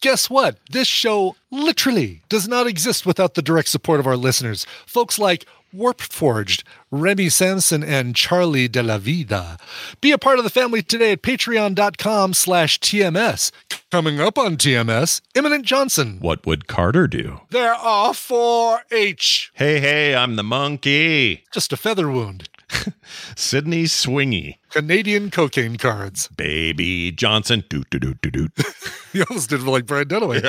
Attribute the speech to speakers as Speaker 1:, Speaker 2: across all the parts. Speaker 1: Guess what? This show literally does not exist without the direct support of our listeners. Folks like Warp Forged, Remy Sanson, and Charlie De La Vida. Be a part of the family today at patreon.com slash TMS. Coming up on TMS, Imminent Johnson.
Speaker 2: What would Carter do?
Speaker 1: There are four H.
Speaker 2: Hey, hey, I'm the monkey.
Speaker 1: Just a feather wound.
Speaker 2: Sydney Swingy.
Speaker 1: Canadian cocaine cards.
Speaker 2: Baby Johnson. Doot, doot, doot, doot, doot.
Speaker 1: You almost did like Brian Dunaway.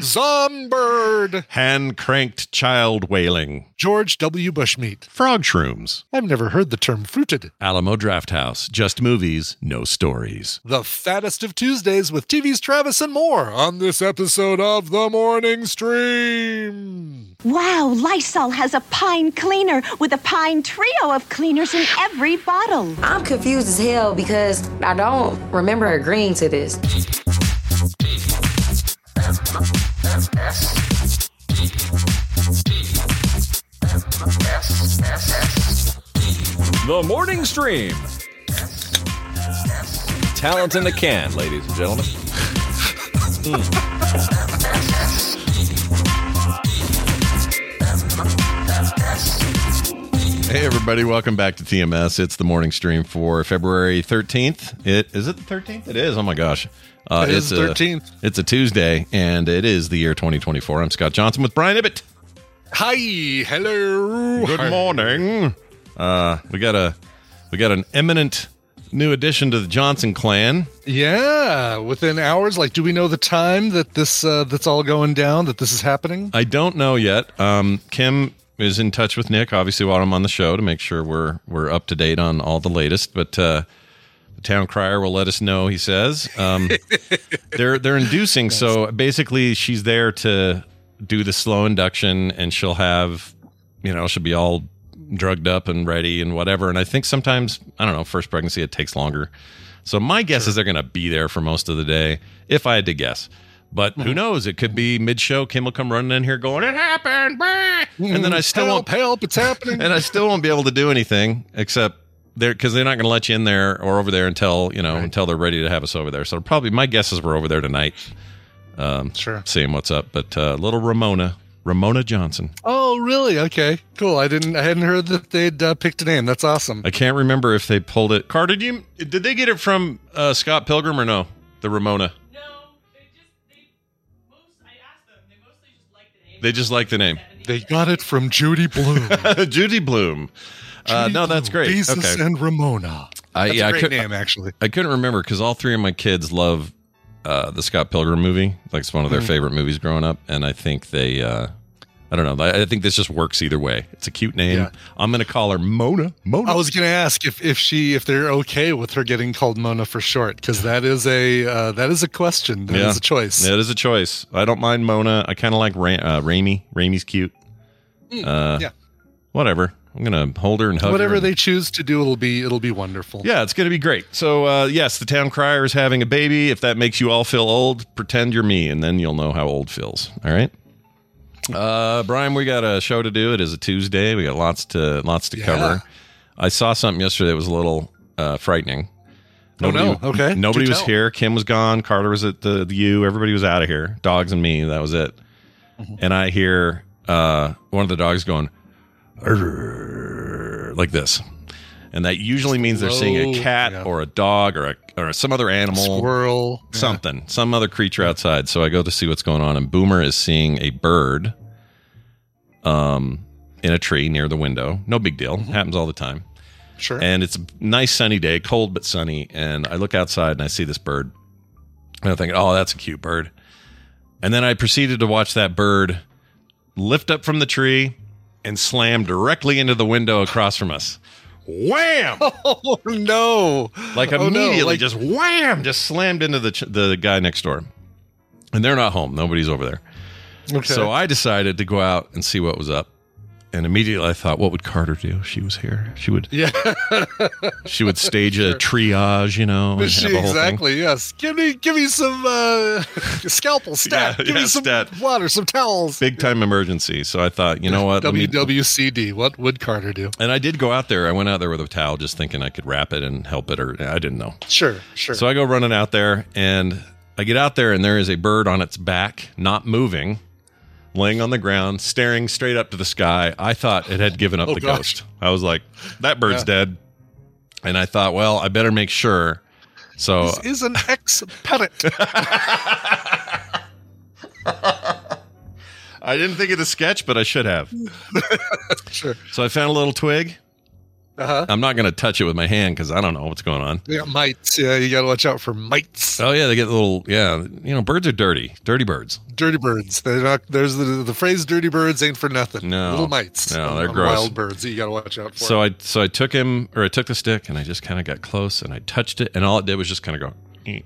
Speaker 1: Zombird.
Speaker 2: Hand cranked child wailing.
Speaker 1: George W. Bushmeat.
Speaker 2: Frog shrooms.
Speaker 1: I've never heard the term fruited.
Speaker 2: Alamo Draft House. Just movies, no stories.
Speaker 1: The fattest of Tuesdays with TV's Travis and more on this episode of The Morning Stream.
Speaker 3: Wow, Lysol has a pine cleaner with a pine trio of cleaners in every bottle.
Speaker 4: I'm confused as hell because I don't remember agreeing to this.
Speaker 5: The Morning Stream. Talent in the can, ladies and gentlemen. Hmm.
Speaker 2: Hey, everybody. Welcome back to TMS. It's the morning stream for February 13th. It Is it the 13th? It is. Oh, my gosh. Uh,
Speaker 1: It is
Speaker 2: it's a-
Speaker 1: 13th.
Speaker 2: It's a Tuesday, and it is the year 2024. I'm Scott Johnson with Brian Ibbett.
Speaker 1: Hi, hello.
Speaker 2: Good morning. Uh, we got a we got an eminent new addition to the Johnson clan.
Speaker 1: Yeah, within hours. Like, do we know the time that this uh, that's all going down? That this is happening?
Speaker 2: I don't know yet. Um, Kim is in touch with Nick, obviously, while I'm on the show to make sure we're we're up to date on all the latest. But uh, the town crier will let us know. He says um, they're they're inducing. So basically, she's there to do the slow induction, and she'll have you know she'll be all drugged up and ready and whatever. And I think sometimes I don't know first pregnancy it takes longer. So my guess is they're going to be there for most of the day, if I had to guess. But who knows? It could be mid-show. Kim will come running in here going, "It happened," brah!" and then I still
Speaker 1: help,
Speaker 2: won't,
Speaker 1: help. It's happening.
Speaker 2: and I still won't be able to do anything except there because they're not going to let you in there or over there until you know until they're ready to have us over there. So probably my guess is we're over there tonight,
Speaker 1: sure.
Speaker 2: seeing what's up. But uh, little Ramona, Ramona Johnson.
Speaker 1: Oh, really? Okay, cool. I didn't. I hadn't heard that they'd uh, picked a name. That's awesome.
Speaker 2: I can't remember if they pulled it. Carter, did you did they get it from uh, Scott Pilgrim or no? The Ramona.
Speaker 6: No, they just they most I asked them, they mostly just liked the name.
Speaker 2: They just like the name.
Speaker 1: They got it from Judy Bloom.
Speaker 2: Judy Bloom. Uh,
Speaker 1: Judy
Speaker 2: no, that's
Speaker 1: Blume,
Speaker 2: great.
Speaker 1: Jesus Uh,
Speaker 2: okay.
Speaker 1: and Ramona.
Speaker 2: I,
Speaker 1: That's
Speaker 2: yeah,
Speaker 1: a
Speaker 2: I uh,
Speaker 1: great
Speaker 2: couldn't,
Speaker 1: name, actually.
Speaker 2: I couldn't remember because all three of my kids love uh, the Scott Pilgrim movie. Like it's one of their
Speaker 1: Hmm.
Speaker 2: favorite movies growing up, and I think they, uh, I don't know. I, I think this just works either way. It's a cute name.
Speaker 1: Yeah.
Speaker 2: I'm gonna call her Mona. Mona.
Speaker 1: I was going to ask if, if she if they're okay with her getting called Mona for short because that is a uh, that is a question. That is a choice.
Speaker 2: Yeah, it is a choice. I don't mind Mona. I kind of like Ra- uh, Raimi. Raimi's cute. uh,
Speaker 1: yeah.
Speaker 2: Whatever. I'm gonna hold her and hug her
Speaker 1: Whatever
Speaker 2: and-
Speaker 1: they choose to do, it'll be it'll be wonderful.
Speaker 2: Yeah, it's going to be great. So, uh, yes, the town crier is having a baby. If that makes you all feel old, pretend you're me, and then you'll know how old feels. All right. Uh, Brian, we got a show to do. It is a Tuesday. We got lots to lots to cover. I saw something yesterday that was a little uh, frightening.
Speaker 1: Oh, no. Okay.
Speaker 2: Nobody
Speaker 1: Do
Speaker 2: was
Speaker 1: tell.
Speaker 2: here. Kim was gone. Carter was at the, the U. Everybody was out of here. Dogs and me. That was it.
Speaker 1: Mm-hmm.
Speaker 2: And I hear uh, one of the dogs going "Arr," like this, and that usually means they're seeing a
Speaker 1: Slow,
Speaker 2: cat
Speaker 1: yeah.
Speaker 2: or a dog or a or some other animal,
Speaker 1: Squirrel. Yeah.
Speaker 2: something, some other creature outside. So I go to see what's going on, and Boomer is seeing a bird, um, in a tree near the window. No big deal.
Speaker 1: Mm-hmm.
Speaker 2: Happens all the time.
Speaker 1: Sure.
Speaker 2: And it's a nice sunny day, cold but sunny. And I look outside and I see this bird. And I think, oh, that's a cute bird. And then I proceeded to watch that bird lift up from the tree and slam directly into the window across from us. Wham!
Speaker 1: oh no!
Speaker 2: Like
Speaker 1: Oh, no.
Speaker 2: immediately,
Speaker 1: Like,
Speaker 2: just wham! Just slammed into the ch- the guy next door. And they're not home. Nobody's over there.
Speaker 1: okay.
Speaker 2: So I decided to go out and see what was up. And immediately I thought, what would Carter do? If she was here. She would
Speaker 1: yeah,
Speaker 2: she would stage a triage, you know, and
Speaker 1: she-
Speaker 2: have a whole thing.
Speaker 1: exactly. Yes, give me, give me some uh, scalpel stat.
Speaker 2: Yeah,
Speaker 1: give
Speaker 2: yeah,
Speaker 1: me some
Speaker 2: stat.
Speaker 1: water, some towels.
Speaker 2: Big time emergency. So I thought, you know what? let me-
Speaker 1: WWCD. What would Carter do?
Speaker 2: and I did go out there. I went out there with a towel, just thinking I could wrap it and help it, or I didn't know.
Speaker 1: Sure, sure.
Speaker 2: So I go running out there, and I get out there, and there is a bird on its back, not moving, laying on the ground, staring straight up to the sky. I thought it had given up
Speaker 1: Oh,
Speaker 2: the
Speaker 1: gosh.
Speaker 2: ghost. I was like, that bird's dead. And I thought, well, I better make sure. So
Speaker 1: this is an ex pedant.
Speaker 2: I didn't think of the sketch, but I should have.
Speaker 1: sure.
Speaker 2: So I found a little twig.
Speaker 1: Uh huh.
Speaker 2: I'm not going to touch it with my hand because I don't know what's going on.
Speaker 1: Yeah, mites. Yeah, you gotta watch out for mites.
Speaker 2: Oh yeah, they get little. Yeah, you know, birds are dirty. Dirty birds.
Speaker 1: Dirty birds. They're not. There's the the phrase "dirty birds" ain't for nothing.
Speaker 2: No.
Speaker 1: little mites.
Speaker 2: No, they're
Speaker 1: On
Speaker 2: gross.
Speaker 1: Wild birds. That you gotta watch out for.
Speaker 2: So I so I took him or I took the stick and I just kind of got close and I touched it and all it did was just kind of go, "Eh."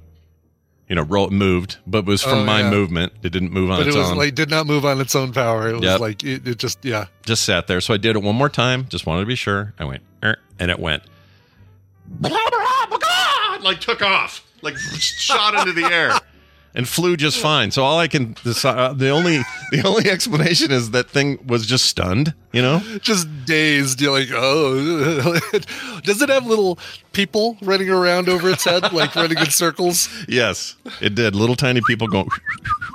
Speaker 2: you know, roll it moved, but it was from
Speaker 1: Oh,
Speaker 2: my
Speaker 1: yeah.
Speaker 2: movement. It didn't move on
Speaker 1: but it
Speaker 2: its
Speaker 1: was
Speaker 2: own.
Speaker 1: like did not move on its own power. It was
Speaker 2: Yep.
Speaker 1: like it, it just yeah.
Speaker 2: just sat there. So I did it one more time. Just wanted to be sure. I went "Er," and it went blah, blah, blah, blah, and, like took off, like shot into the air. And flew just fine. So all I can decide, uh, the only the only explanation is that thing was just stunned. You know,
Speaker 1: just dazed. You're like, oh, does it have little people running around over its head, like running in circles?
Speaker 2: Yes, it did. Little tiny people going.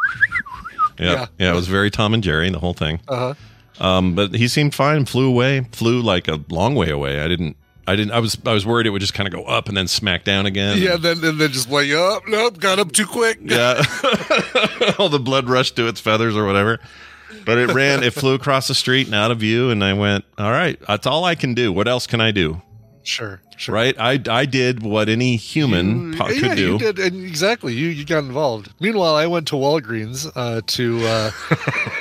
Speaker 2: yeah, yeah,
Speaker 1: Yeah.
Speaker 2: It was very Tom and Jerry, the whole thing.
Speaker 1: Uh huh.
Speaker 2: Um, but he seemed fine. Flew away. Flew like a long way away. I didn't. I didn't. I was. I was worried it would just kind of go up and then smack down again.
Speaker 1: Yeah, then and then just like, oh, nope, got up too quick.
Speaker 2: Yeah. All the blood rushed to its feathers or whatever. But it ran. It flew across the street and out of view. And I went, all right. That's all I can do. What else can I do?
Speaker 1: Sure, sure.
Speaker 2: Right. I I did what any human
Speaker 1: You-
Speaker 2: po- could
Speaker 1: yeah,
Speaker 2: do.
Speaker 1: you did and exactly. You you got involved. Meanwhile, I went to Walgreens uh, to uh,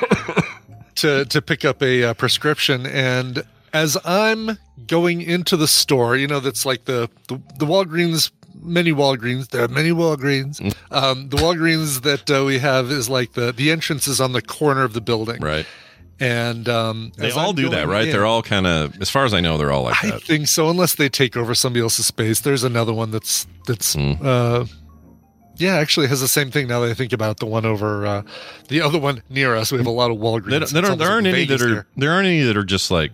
Speaker 1: to to pick up a uh, prescription, and as I'm going into the store, you know that's like the the, the Walgreens. Many Walgreens. There are many
Speaker 2: Mm.
Speaker 1: Walgreens. Um, the Walgreens that uh, we have is like the the entrance is on the corner of the building,
Speaker 2: Right.
Speaker 1: and um,
Speaker 2: They
Speaker 1: as
Speaker 2: all
Speaker 1: I'm
Speaker 2: do that,
Speaker 1: going
Speaker 2: right?
Speaker 1: in-
Speaker 2: They're all kind of, as far as I know, they're all like
Speaker 1: I
Speaker 2: that.
Speaker 1: think so, unless they take over somebody else's space. There's another one that's that's
Speaker 2: Hmm.
Speaker 1: uh yeah, actually has the same thing now that I think about it. The one over uh the other one near us. We have a lot of Walgreens.
Speaker 2: They don't, they
Speaker 1: It's
Speaker 2: don't,
Speaker 1: almost
Speaker 2: there aren't
Speaker 1: like
Speaker 2: any
Speaker 1: Vegas
Speaker 2: that are
Speaker 1: here.
Speaker 2: there aren't any that are just like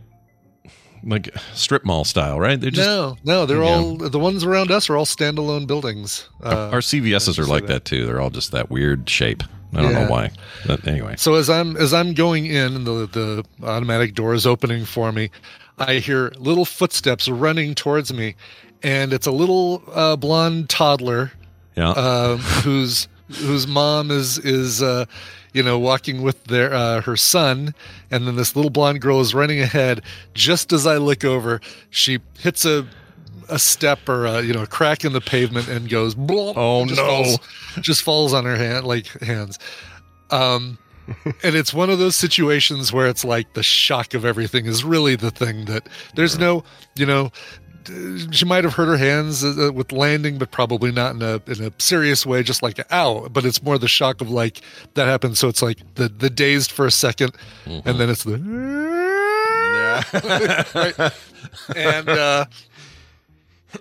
Speaker 2: like strip mall style, right? They're just
Speaker 1: no, no, they're
Speaker 2: Yeah.
Speaker 1: all the ones around us are all standalone buildings. Uh,
Speaker 2: our CVSs are
Speaker 1: say
Speaker 2: like that.
Speaker 1: that.
Speaker 2: too. They're all just that weird shape. I don't
Speaker 1: Yeah.
Speaker 2: know why. But anyway,
Speaker 1: So as I'm as I'm going in, and the the automatic door is opening for me. I hear little footsteps running towards me, and it's a little uh, blonde toddler
Speaker 2: yeah,
Speaker 1: um, whose whose mom is is uh, you know walking with their uh, her son, and then this little blonde girl is running ahead. Just as I look over, she hits a a step or a, you know a crack in the pavement and goes. Blop,
Speaker 2: Oh,
Speaker 1: just
Speaker 2: no.
Speaker 1: Falls, just falls on her hand like hands. Um, and it's one of those situations where it's like the shock of everything is really the thing that there's no you know d- she might have hurt her hands uh, uh, with landing but probably not in a in a serious way just like ow but it's more the shock of like that happens so it's like the the dazed for a 2nd
Speaker 2: Mm-hmm.
Speaker 1: and then it's the Right? and uh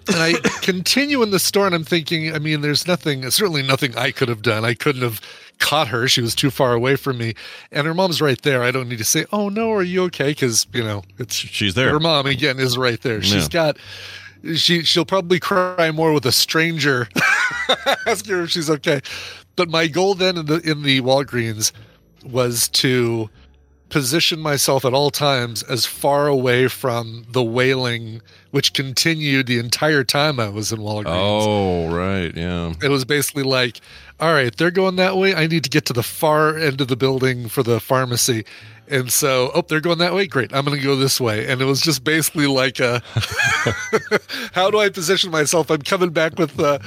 Speaker 1: and I continue in the store, and I'm thinking, I mean, there's nothing, certainly nothing I could have done. I couldn't have caught her. She was too far away from me. And her mom's right there. I don't need to say, oh, no, are you okay? Because, you know, it's
Speaker 2: she's there.
Speaker 1: her mom again is right there. She's got, she, she'll probably cry more with a stranger. Ask her if she's okay. But my goal then in the, in the Walgreens was to position myself at all times as far away from the wailing, which continued the entire time I was in Walgreens.
Speaker 2: Oh, right. Yeah.
Speaker 1: It was basically like, all right, they're going that way. I need to get to the far end of the building for the pharmacy. And so, oh, they're going that way. Great. I'm going to go this way. And it was just basically like, a, how do I position myself? I'm coming back with uh,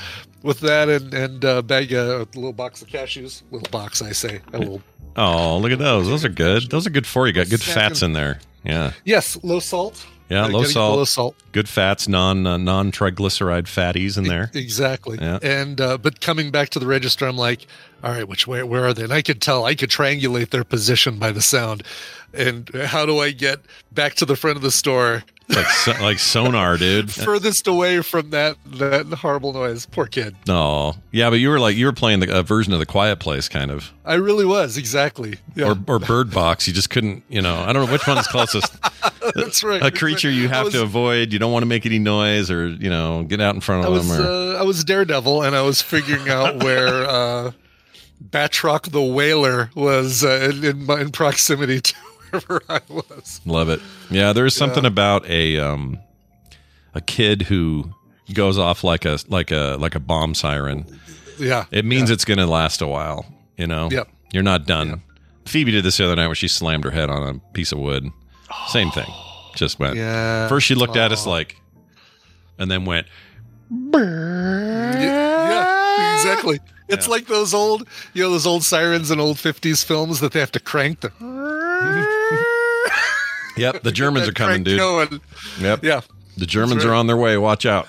Speaker 1: with that and and uh, bag a little box of cashews. Little box, I say. A little
Speaker 2: Oh, look at those. Those are good. Those are good for you. Got good fats in there. Yeah.
Speaker 1: yes, low salt.
Speaker 2: Yeah,
Speaker 1: Uh,
Speaker 2: low
Speaker 1: getting the
Speaker 2: salt.
Speaker 1: Low salt.
Speaker 2: Good fats, non uh, non triglyceride fatties in there.
Speaker 1: Exactly.
Speaker 2: Yeah.
Speaker 1: And uh, but coming back to the register, I'm like, all right, which way? Where are they? And I could tell, I could triangulate their position by the sound. And how do I get back to the front of the store,
Speaker 2: It's like so, like sonar, dude.
Speaker 1: furthest away from that that horrible noise? Poor kid.
Speaker 2: No. Oh, Yeah, but you were like you were playing the, a version of the Quiet Place, kind of,
Speaker 1: I really was exactly. Yeah,
Speaker 2: or or Bird Box. You just couldn't. You know, I don't know which one's closest.
Speaker 1: that's right.
Speaker 2: uh, A creature you
Speaker 1: I
Speaker 2: have
Speaker 1: was-
Speaker 2: to avoid. You don't want to make any noise, or you know, get out in front
Speaker 1: I
Speaker 2: of
Speaker 1: was
Speaker 2: them. Or
Speaker 1: uh, I was Daredevil, and I was figuring out where uh, Batroc the Whaler was uh, in, in, my, in proximity to wherever I was.
Speaker 2: love it. Yeah, there's something about a um a kid who goes off like a like a like a bomb siren.
Speaker 1: Yeah,
Speaker 2: It means it's going to last a while, you know?
Speaker 1: Yep.
Speaker 2: You're not done. Phoebe did this the other night when she slammed her head on a piece of wood. Same thing. Just went.
Speaker 1: Yeah.
Speaker 2: First, she looked at us like, and then went,
Speaker 1: yeah, exactly. It's like those old, you know, those old sirens in old '50s films that they have to crank the
Speaker 2: Yep, the Germans are
Speaker 1: that
Speaker 2: coming,
Speaker 1: crank
Speaker 2: dude.
Speaker 1: going.
Speaker 2: Yep.
Speaker 1: Yeah,
Speaker 2: The Germans are on their way. Watch out.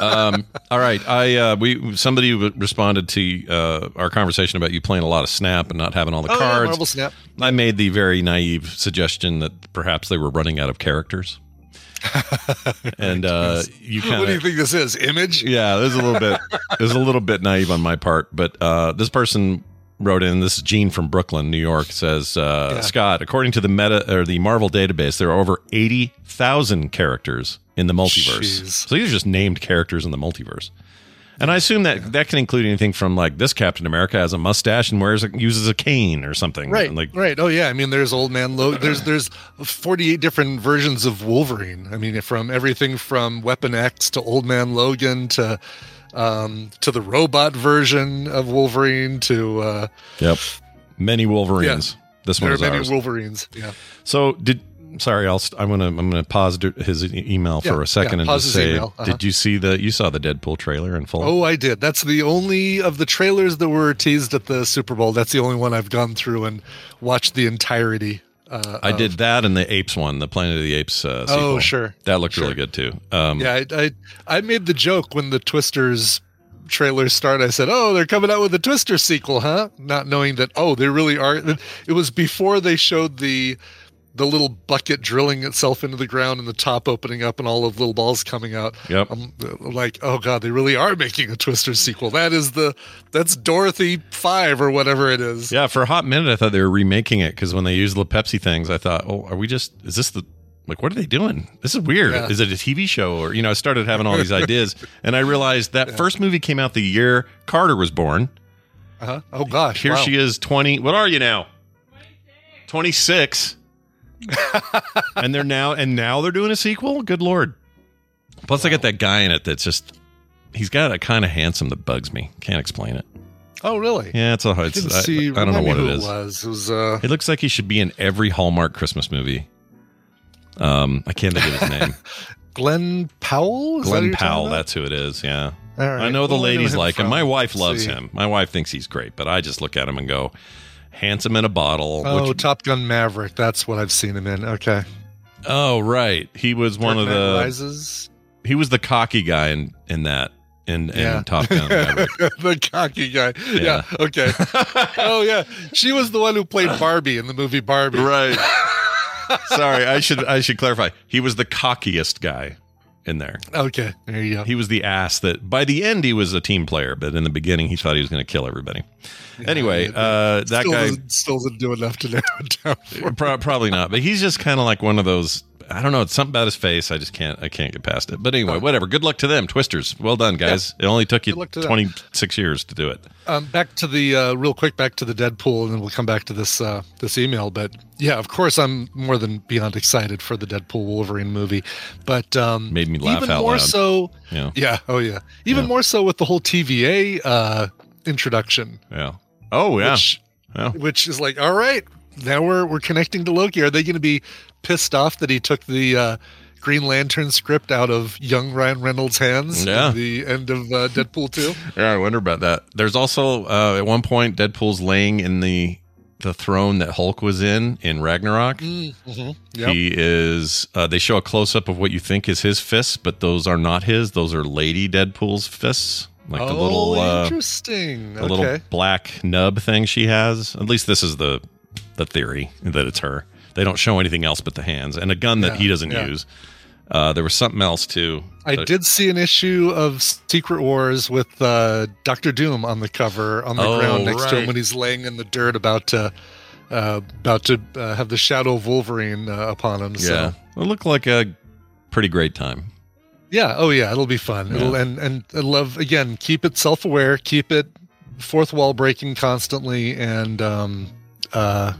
Speaker 2: um, all right, I uh, we somebody w- responded to uh, our conversation about you playing a lot of Snap and not having all the
Speaker 1: Oh, yeah,
Speaker 2: cards.
Speaker 1: Marble Snap.
Speaker 2: I made the very naive suggestion that perhaps they were running out of characters, and uh, you kind
Speaker 1: what do you
Speaker 2: of
Speaker 1: think this is? Image?
Speaker 2: yeah, there's a little bit there's a little bit naive on my part, but uh, this person wrote in this is Gene from Brooklyn, New York says uh, Scott, according to the meta or the Marvel database, there are over eighty thousand characters in the multiverse.
Speaker 1: Jeez.
Speaker 2: So these are just named characters in the multiverse. And I assume that that can include anything from like this Captain America has a mustache and wears a, uses a cane or something.
Speaker 1: Right,
Speaker 2: And, like
Speaker 1: right. Oh yeah, I mean, there's Old Man Logan. There's there's 48 different versions of Wolverine. I mean, from everything from Weapon X to Old Man Logan to um, to the robot version of Wolverine to uh,
Speaker 2: Yep. Many Wolverines. This one
Speaker 1: there are
Speaker 2: is
Speaker 1: many
Speaker 2: ours.
Speaker 1: Wolverines. Yeah.
Speaker 2: So did sorry, I'll st- I'm gonna I'm gonna pause d- his e- email for
Speaker 1: Yeah,
Speaker 2: a second
Speaker 1: yeah,
Speaker 2: and
Speaker 1: pause
Speaker 2: just
Speaker 1: his
Speaker 2: say,
Speaker 1: email. Uh-huh.
Speaker 2: did you see the you saw the Deadpool trailer in full?
Speaker 1: Oh, I did. That's the only of the trailers that were teased at the Super Bowl. That's the only one I've gone through and watched the entirety. Uh,
Speaker 2: I did that and the Apes one, the Planet of the Apes. Uh,
Speaker 1: Oh,
Speaker 2: sequel.
Speaker 1: sure.
Speaker 2: that looked really
Speaker 1: Sure.
Speaker 2: good too. Um,
Speaker 1: yeah, I, I I made the joke when the Twisters trailers start. I said, "Oh, they're coming out with a Twister sequel, huh?" Not knowing that oh, they really are. It was before they showed the the little bucket drilling itself into the ground and the top opening up and all of the little balls coming out.
Speaker 2: Yep.
Speaker 1: I'm like, "Oh god, they really are making a Twister sequel." That is the that's Dorothy 5 or whatever it is.
Speaker 2: yeah. For a hot minute, I thought they were remaking it because when they used the Pepsi things, I thought, oh, are we just is this the like what are they doing? This is weird.
Speaker 1: Yeah.
Speaker 2: Is it a TV show or you know? I started having all these ideas, and I realized that first movie came out the year Carter was born.
Speaker 1: Uh-huh. Oh gosh.
Speaker 2: Here
Speaker 1: wow.
Speaker 2: she is, 20. What are you now? 26. and they're now, and now they're doing a sequel? Good Lord. Plus, I got that guy in it that's just, he's got a kind of handsome that bugs me. Can't explain it.
Speaker 1: Oh really?
Speaker 2: Yeah, it's a,
Speaker 1: I
Speaker 2: it's,
Speaker 1: didn't
Speaker 2: I,
Speaker 1: see
Speaker 2: I don't know
Speaker 1: remind me
Speaker 2: what
Speaker 1: who
Speaker 2: it is.
Speaker 1: was. It was uh
Speaker 2: It looks like he should be in every Hallmark Christmas movie. Um, I can't think of his name.
Speaker 1: Glenn Powell? Is that who
Speaker 2: Glenn
Speaker 1: you're talking
Speaker 2: Powell.
Speaker 1: about?
Speaker 2: That's who it is. Yeah.
Speaker 1: All right.
Speaker 2: I know the
Speaker 1: Well, I know
Speaker 2: ladies
Speaker 1: him
Speaker 2: like him.
Speaker 1: from-
Speaker 2: My wife
Speaker 1: let's
Speaker 2: loves
Speaker 1: see.
Speaker 2: him. My wife thinks he's great, but I just look at him and go, handsome in a bottle.
Speaker 1: Oh,
Speaker 2: which-
Speaker 1: Top Gun Maverick. That's what I've seen him in. Okay.
Speaker 2: oh, right. He was one of
Speaker 1: Dark Knight
Speaker 2: the.
Speaker 1: Rises.
Speaker 2: He was the cocky guy in in that in, in
Speaker 1: Yeah.
Speaker 2: Top Gun. Maverick.
Speaker 1: the cocky guy. Yeah. Okay. oh yeah. She was the one who played Barbie in the movie Barbie.
Speaker 2: right. Sorry, I should I should clarify. He was the cockiest guy in there.
Speaker 1: Okay. There you go.
Speaker 2: He was the ass that by the end he was a team player, but in the beginning he thought he was going to kill everybody. anyway, uh, that
Speaker 1: still
Speaker 2: guy
Speaker 1: doesn't, still doesn't do enough to narrow it down.
Speaker 2: Pro- probably not, but he's just kind of like one of those I don't know. It's something about his face. I just can't. I can't get past it. But anyway, whatever. Good luck to them, Twisters. Well done, guys. It only took you
Speaker 1: Good luck to them.
Speaker 2: twenty six years to do it.
Speaker 1: Um, back to the uh, real quick, back to the Deadpool, and then we'll come back to this uh, this email. But yeah, of course, I'm more than beyond excited for the Deadpool Wolverine movie. But um,
Speaker 2: Made me laugh
Speaker 1: even
Speaker 2: out
Speaker 1: more
Speaker 2: loud.
Speaker 1: so.
Speaker 2: Yeah.
Speaker 1: yeah, oh yeah, even more so with the whole TVA uh, introduction,
Speaker 2: Yeah. Oh yeah.
Speaker 1: which
Speaker 2: Yeah.
Speaker 1: which is like, all right, now we're we're connecting to Loki. Are they going to be pissed off that he took the uh, Green Lantern script out of young Ryan Reynolds' hands
Speaker 2: Yeah.
Speaker 1: at the end of uh, Deadpool two?
Speaker 2: Yeah, I wonder about that. There's also uh, at one point Deadpool's laying in the the throne that Hulk was in in Ragnarok.
Speaker 1: Mm-hmm. Yep.
Speaker 2: He is. Uh, they show a close up of what you think is his fists, but those are not his. Those are Lady Deadpool's fists, like the little uh,
Speaker 1: Oh, interesting.
Speaker 2: the
Speaker 1: okay.
Speaker 2: little black nub thing she has. At least this is the the theory that it's her. They don't show anything else but the hands and a gun that
Speaker 1: Yeah,
Speaker 2: he doesn't
Speaker 1: yeah.
Speaker 2: use. Uh, there was something else too.
Speaker 1: I
Speaker 2: that-
Speaker 1: did see an issue of Secret Wars with uh, Doctor Doom on the cover on the
Speaker 2: Oh,
Speaker 1: ground next to
Speaker 2: right.
Speaker 1: him when he's laying in the dirt about to uh, about to uh, have the shadow of Wolverine uh, upon him.
Speaker 2: Yeah,
Speaker 1: So
Speaker 2: it looked like a pretty great time.
Speaker 1: yeah, oh yeah, it'll be fun. It'll and and I love again. Keep it self aware. Keep it fourth wall breaking constantly, and um, uh,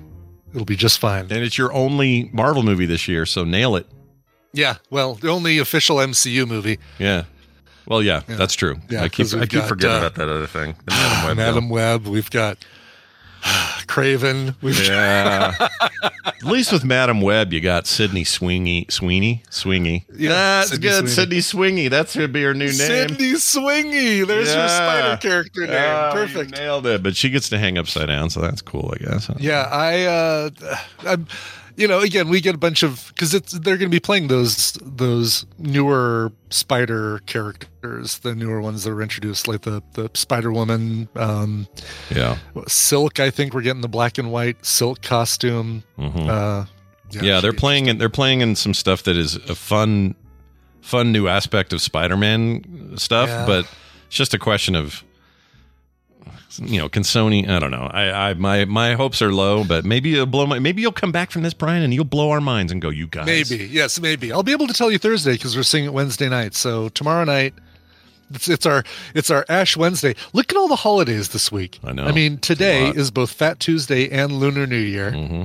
Speaker 1: it'll be just fine.
Speaker 2: And it's your only Marvel movie this year, so nail it.
Speaker 1: Yeah. Well, the only official MCU movie.
Speaker 2: Yeah. Well, yeah,
Speaker 1: Yeah.
Speaker 2: that's true.
Speaker 1: Yeah,
Speaker 2: I keep
Speaker 1: 'cause
Speaker 2: I
Speaker 1: we've
Speaker 2: keep
Speaker 1: got,
Speaker 2: forgetting
Speaker 1: uh,
Speaker 2: about that other thing. The Madam Web
Speaker 1: Madam
Speaker 2: bill.
Speaker 1: Web. We've got Craven. We've
Speaker 2: Yeah. At least with Madam Web, you got Sydney Swingy, Sweeney, Swingy.
Speaker 1: Yeah,
Speaker 2: that's
Speaker 1: Sydney
Speaker 2: good.
Speaker 1: Sweeney.
Speaker 2: Sydney Swingy. That's gonna be her new name.
Speaker 1: Sydney Swingy. There's
Speaker 2: Yeah. Ah,
Speaker 1: your spider character name.
Speaker 2: Yeah, Oh, you
Speaker 1: Perfect.
Speaker 2: nailed it. But she gets to hang upside down, so that's cool, I guess.
Speaker 1: Yeah, I, uh, I'm, you know, again, we get a bunch of because it's they're going to be playing those those newer spider characters, the newer ones that were introduced, like the the Spider Woman, um,
Speaker 2: Yeah.
Speaker 1: Silk. I think we're getting the black and white Silk costume.
Speaker 2: Mhm.
Speaker 1: Uh,
Speaker 2: yeah,
Speaker 1: it
Speaker 2: they're
Speaker 1: should be
Speaker 2: playing in they're playing in some stuff that is a fun fun new aspect of spider-man stuff
Speaker 1: Yeah.
Speaker 2: but it's just a question of you know can sony i don't know i i my my hopes are low but maybe you'll blow my maybe you'll come back from this brian and you'll blow our minds and go you guys
Speaker 1: Maybe, yes, maybe. I'll be able to tell you Thursday because we're seeing it Wednesday night. So tomorrow night, it's, it's our it's our Ash Wednesday. Look at all the holidays this week.
Speaker 2: I know.
Speaker 1: I mean,
Speaker 2: It's a
Speaker 1: today
Speaker 2: lot.
Speaker 1: is both Fat Tuesday and Lunar New Year.
Speaker 2: hmm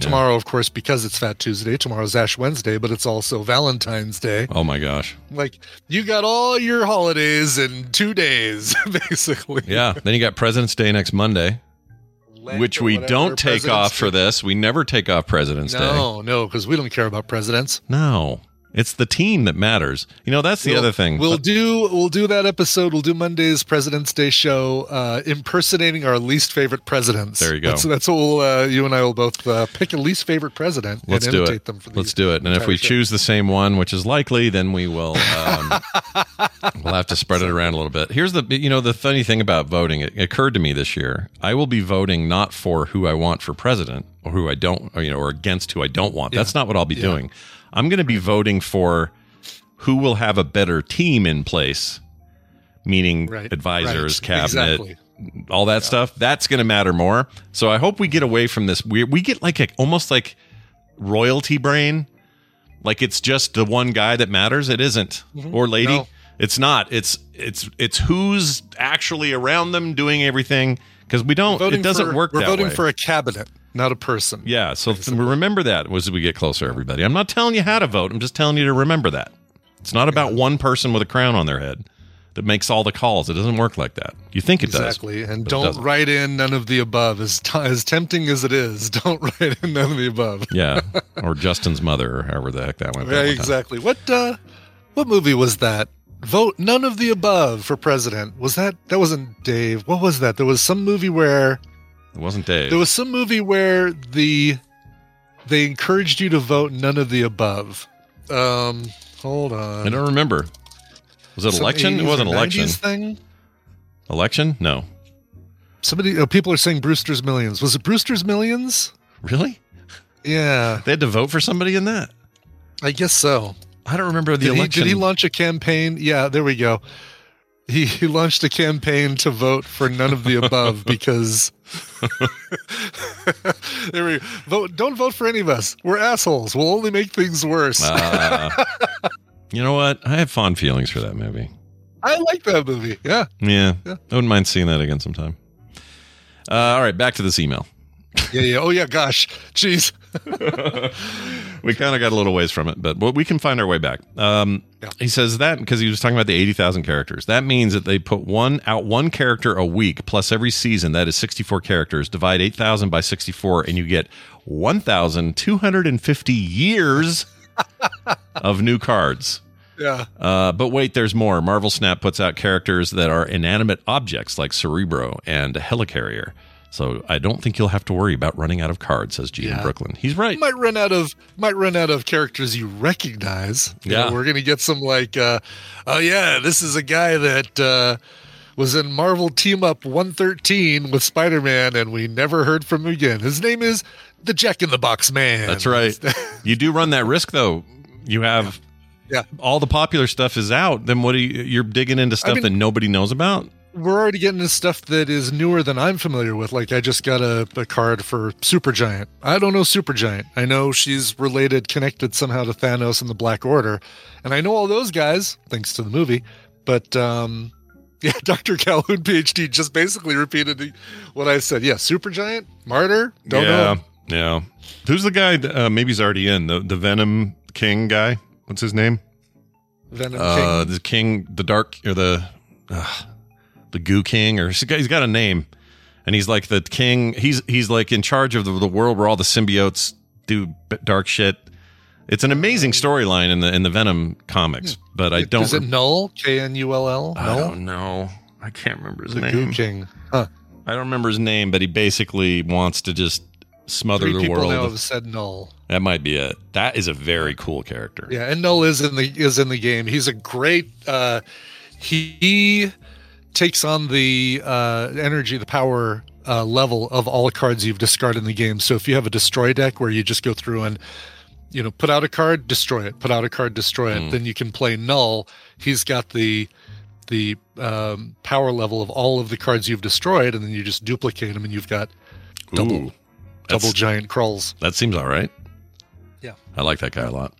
Speaker 1: Tomorrow, of course, because it's Fat Tuesday. Tomorrow's Ash Wednesday, but it's also Valentine's Day.
Speaker 2: oh my gosh
Speaker 1: Like you got all your holidays in two days, basically.
Speaker 2: yeah then you got president's day next monday
Speaker 1: Lent
Speaker 2: which
Speaker 1: or
Speaker 2: we
Speaker 1: whatever,
Speaker 2: don't take
Speaker 1: President's
Speaker 2: off for
Speaker 1: Day.
Speaker 2: this we never take off president's day
Speaker 1: No, no, because we don't care about presidents.
Speaker 2: no it's the team that matters you know that's the
Speaker 1: We'll-
Speaker 2: other thing
Speaker 1: We'll do we'll do that episode. We'll do Monday's President's Day show, uh, impersonating our least favorite presidents.
Speaker 2: There you go.
Speaker 1: That's, that's what we'll, uh, you and I will both uh, pick a least favorite president
Speaker 2: Let's
Speaker 1: and
Speaker 2: do
Speaker 1: imitate
Speaker 2: it.
Speaker 1: them for the
Speaker 2: Let's do it. And if
Speaker 1: entire
Speaker 2: we
Speaker 1: show.
Speaker 2: choose the same one, which is likely, then we will um, we'll have to spread it around a little bit. Here's the you know the funny thing about voting. It occurred to me this year. I will be voting not for who I want for president or who I don't or, you know or against who I don't want. That's not what I'll be doing. I'm going to be voting for who will have a better team in place, meaning
Speaker 1: Right.
Speaker 2: advisors,
Speaker 1: Right.
Speaker 2: cabinet,
Speaker 1: Exactly.
Speaker 2: all that stuff that's going to matter more so i hope we get away from this we, we get like a, almost like royalty brain like it's just the one guy that matters it isn't. or lady
Speaker 1: Mm-hmm. No.
Speaker 2: it's not it's it's it's who's actually around them doing everything because we don't it doesn't
Speaker 1: for,
Speaker 2: work
Speaker 1: We're
Speaker 2: that
Speaker 1: voting
Speaker 2: way.
Speaker 1: for a cabinet, not a person.
Speaker 2: yeah so th- remember that as we get closer everybody i'm not telling you how to vote i'm just telling you to remember that it's not about one person with a crown on their head that makes all the calls it doesn't work like that you think it does
Speaker 1: Exactly, and
Speaker 2: but it
Speaker 1: don't
Speaker 2: doesn't.
Speaker 1: write in none of the above. As t- as tempting as it is, don't write in none of the above.
Speaker 2: yeah, or Justin's mother, or however the heck that went. that
Speaker 1: Yeah,
Speaker 2: one time.
Speaker 1: exactly. What uh, what movie was that? Vote none of the above for president. Was that that wasn't Dave? What was that? There was some movie where
Speaker 2: It wasn't Dave.
Speaker 1: there was some movie where the they encouraged you to vote none of the above. Um, hold on.
Speaker 2: I don't remember. Was it
Speaker 1: Some
Speaker 2: election?
Speaker 1: 80s
Speaker 2: It wasn't
Speaker 1: or
Speaker 2: election.
Speaker 1: 90s Thing.
Speaker 2: Election? No.
Speaker 1: Somebody oh, people are saying Brewster's Millions. Was it Brewster's Millions?
Speaker 2: Really?
Speaker 1: Yeah,
Speaker 2: They had to vote for somebody in that.
Speaker 1: I guess so.
Speaker 2: I don't remember the
Speaker 1: did, he,
Speaker 2: election.
Speaker 1: did he launch a campaign? Yeah, there we go. he, he launched a campaign to vote for none of the above because there we vote. Don't vote for any of us. We're assholes. We'll only make things worse.
Speaker 2: Uh, you know what? I have fond feelings for that movie.
Speaker 1: I like that movie. Yeah.
Speaker 2: Yeah, I wouldn't mind seeing that again sometime. Uh, all right, back to this email.
Speaker 1: Yeah. Yeah. Oh yeah. Gosh. Jeez.
Speaker 2: we kind of got a little ways from it, but but we can find our way back. Um,
Speaker 1: Yeah.
Speaker 2: He says that because he was talking about the eighty thousand characters. That means that they put one out one character a week plus every season. That is sixty four characters. Divide eight thousand by sixty four, and you get one thousand two hundred and fifty years of new cards.
Speaker 1: Yeah.
Speaker 2: Uh, but wait, there's more. Marvel Snap puts out characters that are inanimate objects like Cerebro and Helicarrier. So I don't think you'll have to worry about running out of cards, says Gene in Brooklyn. He's right.
Speaker 1: might run out of might run out of characters you recognize. You know,
Speaker 2: Yeah.
Speaker 1: we're gonna get some like, uh, oh yeah, this is a guy that uh, was in Marvel Team Up 113 with Spider Man, and we never heard from him again. His name is the Jack in the Box Man.
Speaker 2: That's right. you do run that risk though. You have
Speaker 1: Yeah.
Speaker 2: all the popular stuff is out. Then what are you? You're digging into stuff
Speaker 1: mean-
Speaker 2: that nobody knows about.
Speaker 1: We're already getting into stuff that is newer than I'm familiar with. Like I just got a, a card for Supergiant. I don't know Supergiant. I know she's related, connected somehow to Thanos and the Black Order, and I know all those guys thanks to the movie. But um, yeah, Dr. Calhoun, PhD, just basically repeated what I said. Yeah, Supergiant, Martyr, don't
Speaker 2: yeah,
Speaker 1: know.
Speaker 2: yeah. Who's the guy? that, Uh, maybe he's already in the the Venom King guy. What's his name?
Speaker 1: Venom
Speaker 2: Uh,
Speaker 1: King.
Speaker 2: the King, the Dark or the uh, the Goo King, or he's got, he's got a name, and he's like the king. He's he's like in charge of the, the world where all the symbiotes do b- dark shit. It's an amazing storyline in the in the Venom comics, but I don't
Speaker 1: Is it Null? K N U L L.
Speaker 2: I
Speaker 1: Null.
Speaker 2: don't know. I can't remember his
Speaker 1: The Goo
Speaker 2: name.
Speaker 1: King. Huh.
Speaker 2: I don't remember his name, but he basically wants to just smother
Speaker 1: Three
Speaker 2: the
Speaker 1: people now
Speaker 2: world.
Speaker 1: have said Null.
Speaker 2: That might be it. That is a very cool character.
Speaker 1: Yeah, and Null is in the is in the game. He's a great. Uh, he, he takes on the uh, energy, the power uh, level of all cards you've discarded in the game. So if you have a destroy deck where you just go through and you know put out a card, destroy it, put out a card, destroy it,
Speaker 2: Hmm.
Speaker 1: then you can play Null. He's got the the um, power level of all of the cards you've destroyed, and then you just duplicate them, and you've got double
Speaker 2: Ooh,
Speaker 1: double
Speaker 2: that's-
Speaker 1: giant crawls.
Speaker 2: That seems all right.
Speaker 1: Yeah.
Speaker 2: I like that guy a lot.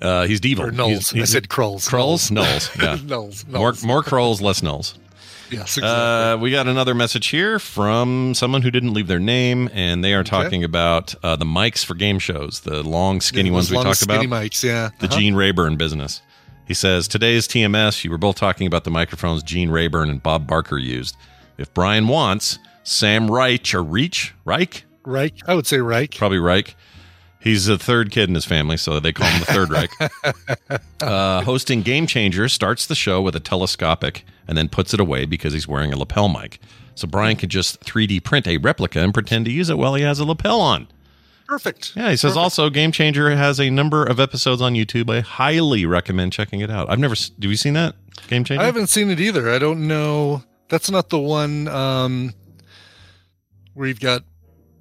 Speaker 2: Uh, he's evil.
Speaker 1: Or
Speaker 2: He's-
Speaker 1: nulls. I
Speaker 2: he's-
Speaker 1: said crawls.
Speaker 2: Krulls? Nulls. Yeah.
Speaker 1: Nulls.
Speaker 2: More,
Speaker 1: nulls.
Speaker 2: more Krulls, less Nulls.
Speaker 1: Yes, exactly.
Speaker 2: Uh, we got another message here from someone who didn't leave their name, and they are talking about uh, the mics for game shows, the long, skinny
Speaker 1: Yeah,
Speaker 2: ones
Speaker 1: those
Speaker 2: we
Speaker 1: long,
Speaker 2: talked about.
Speaker 1: Skinny mics, yeah.
Speaker 2: the
Speaker 1: Uh-huh.
Speaker 2: Gene Rayburn business. He says, Today's TMS, you were both talking about the microphones Gene Rayburn and Bob Barker used. If Brian wants, Sam Reich or Reach, Reich?
Speaker 1: Reich. I would say Reich.
Speaker 2: Probably Reich. He's the third kid in his family, so they call him the Third Reich. Uh, hosting Game Changer starts the show with a telescopic and then puts it away because he's wearing a lapel mic. So Brian could just 3D print a replica and pretend to use it while he has a lapel on.
Speaker 1: Perfect.
Speaker 2: Yeah, he says also Game Changer has a number of episodes on YouTube. I highly recommend checking it out. I've never s- do you seen that Game Changer?
Speaker 1: I haven't seen it either. I don't know. That's not the one um, where you've got.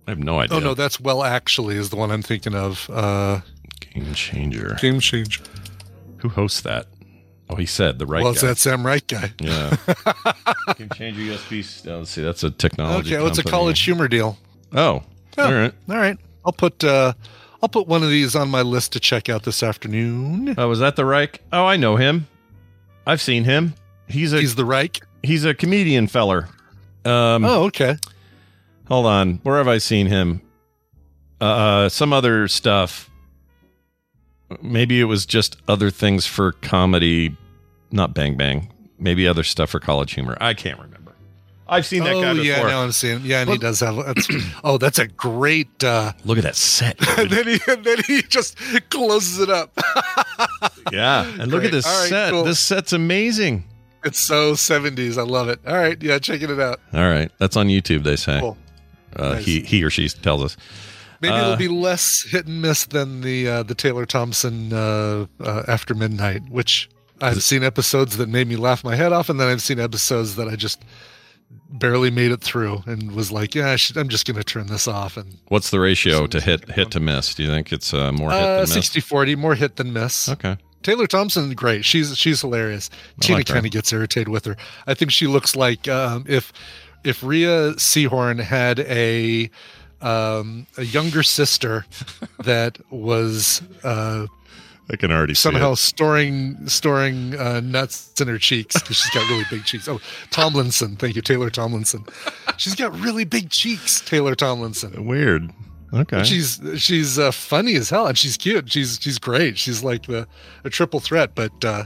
Speaker 2: I have no idea.
Speaker 1: Oh no, that's well actually is the one I'm thinking of. Uh,
Speaker 2: Game Changer.
Speaker 1: Game Changer.
Speaker 2: Who hosts that? Oh, he said the right
Speaker 1: well, it's
Speaker 2: guy.
Speaker 1: that Sam Reich guy.
Speaker 2: yeah. Game Changer USB. s- oh, let's see, that's a technology.
Speaker 1: okay, well, it's a
Speaker 2: company.
Speaker 1: college humor deal.
Speaker 2: Oh, all right.
Speaker 1: All right, I'll put uh, I'll put one of these on my list to check out this afternoon.
Speaker 2: Oh, was that the Reich? Oh, I know him. I've seen him. He's a he's,
Speaker 1: He's the Reich.
Speaker 2: a comedian feller. Um,
Speaker 1: Oh, okay.
Speaker 2: hold on where have i seen him uh some other stuff maybe it was just other things for comedy not bang bang maybe other stuff for college humor i can't remember i've seen that guy
Speaker 1: Oh
Speaker 2: before
Speaker 1: yeah, now I'm seeing. Yeah, and he does have. That's, oh, that's a great. Uh,
Speaker 2: look at that set
Speaker 1: and then he and then he just closes it up.
Speaker 2: yeah and look
Speaker 1: Great.
Speaker 2: at this
Speaker 1: All right,
Speaker 2: set
Speaker 1: cool.
Speaker 2: this set's amazing
Speaker 1: It's so 70s. I love it. All right. Yeah, checking it out.
Speaker 2: all right that's on youtube they say
Speaker 1: Cool.
Speaker 2: uh,
Speaker 1: Nice.
Speaker 2: he he or she tells us
Speaker 1: Maybe it'll
Speaker 2: Uh,
Speaker 1: be less hit and miss than the uh, the Taylor Thompson uh, uh, After Midnight, which I've seen episodes that made me laugh my head off, and then I've seen episodes that I just barely made it through and was like, yeah, I should, I'm just going to turn this off. And
Speaker 2: what's the ratio to hit hit to miss do you think it's uh, more hit
Speaker 1: uh,
Speaker 2: than miss
Speaker 1: 60 40, more hit than miss.
Speaker 2: okay
Speaker 1: Taylor Thompson, great. She's she's hilarious. Tina
Speaker 2: like her.
Speaker 1: kind of gets irritated with her. I think she looks like um, if if Rhea Seahorn had a um, a younger sister that was uh,
Speaker 2: I can already see
Speaker 1: somehow
Speaker 2: it.
Speaker 1: storing storing uh, nuts in her cheeks 'cause she's got really big cheeks. Oh, Tomlinson, thank you, Taylor Tomlinson. She's got really big cheeks, Taylor Tomlinson.
Speaker 2: weird. Okay,
Speaker 1: She's she's uh, funny as hell and she's cute. She's she's great. She's like the a triple threat, but uh,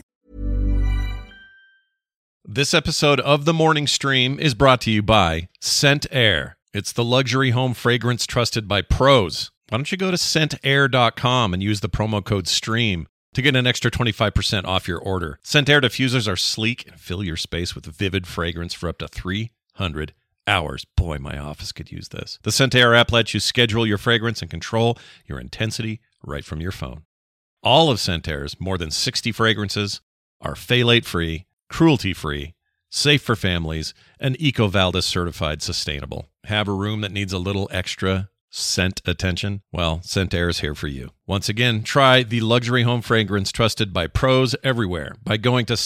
Speaker 2: This episode of The Morning Stream is brought to you by Scent Air. It's the luxury home fragrance trusted by pros. Why don't you go to scentair.com and use the promo code STREAM to get an extra 25% off your order? Scent Air diffusers are sleek and fill your space with vivid fragrance for up to 300 hours. Boy, my office could use this. The Scent Air app lets you schedule your fragrance and control your intensity right from your phone. All of Centair's more than 60 fragrances are phthalate free, cruelty free, safe for families, and EcoVadis certified sustainable. Have a room that needs a little extra scent attention? Well, Scentair is here for you. Once again, try the luxury home fragrance trusted by pros everywhere by going to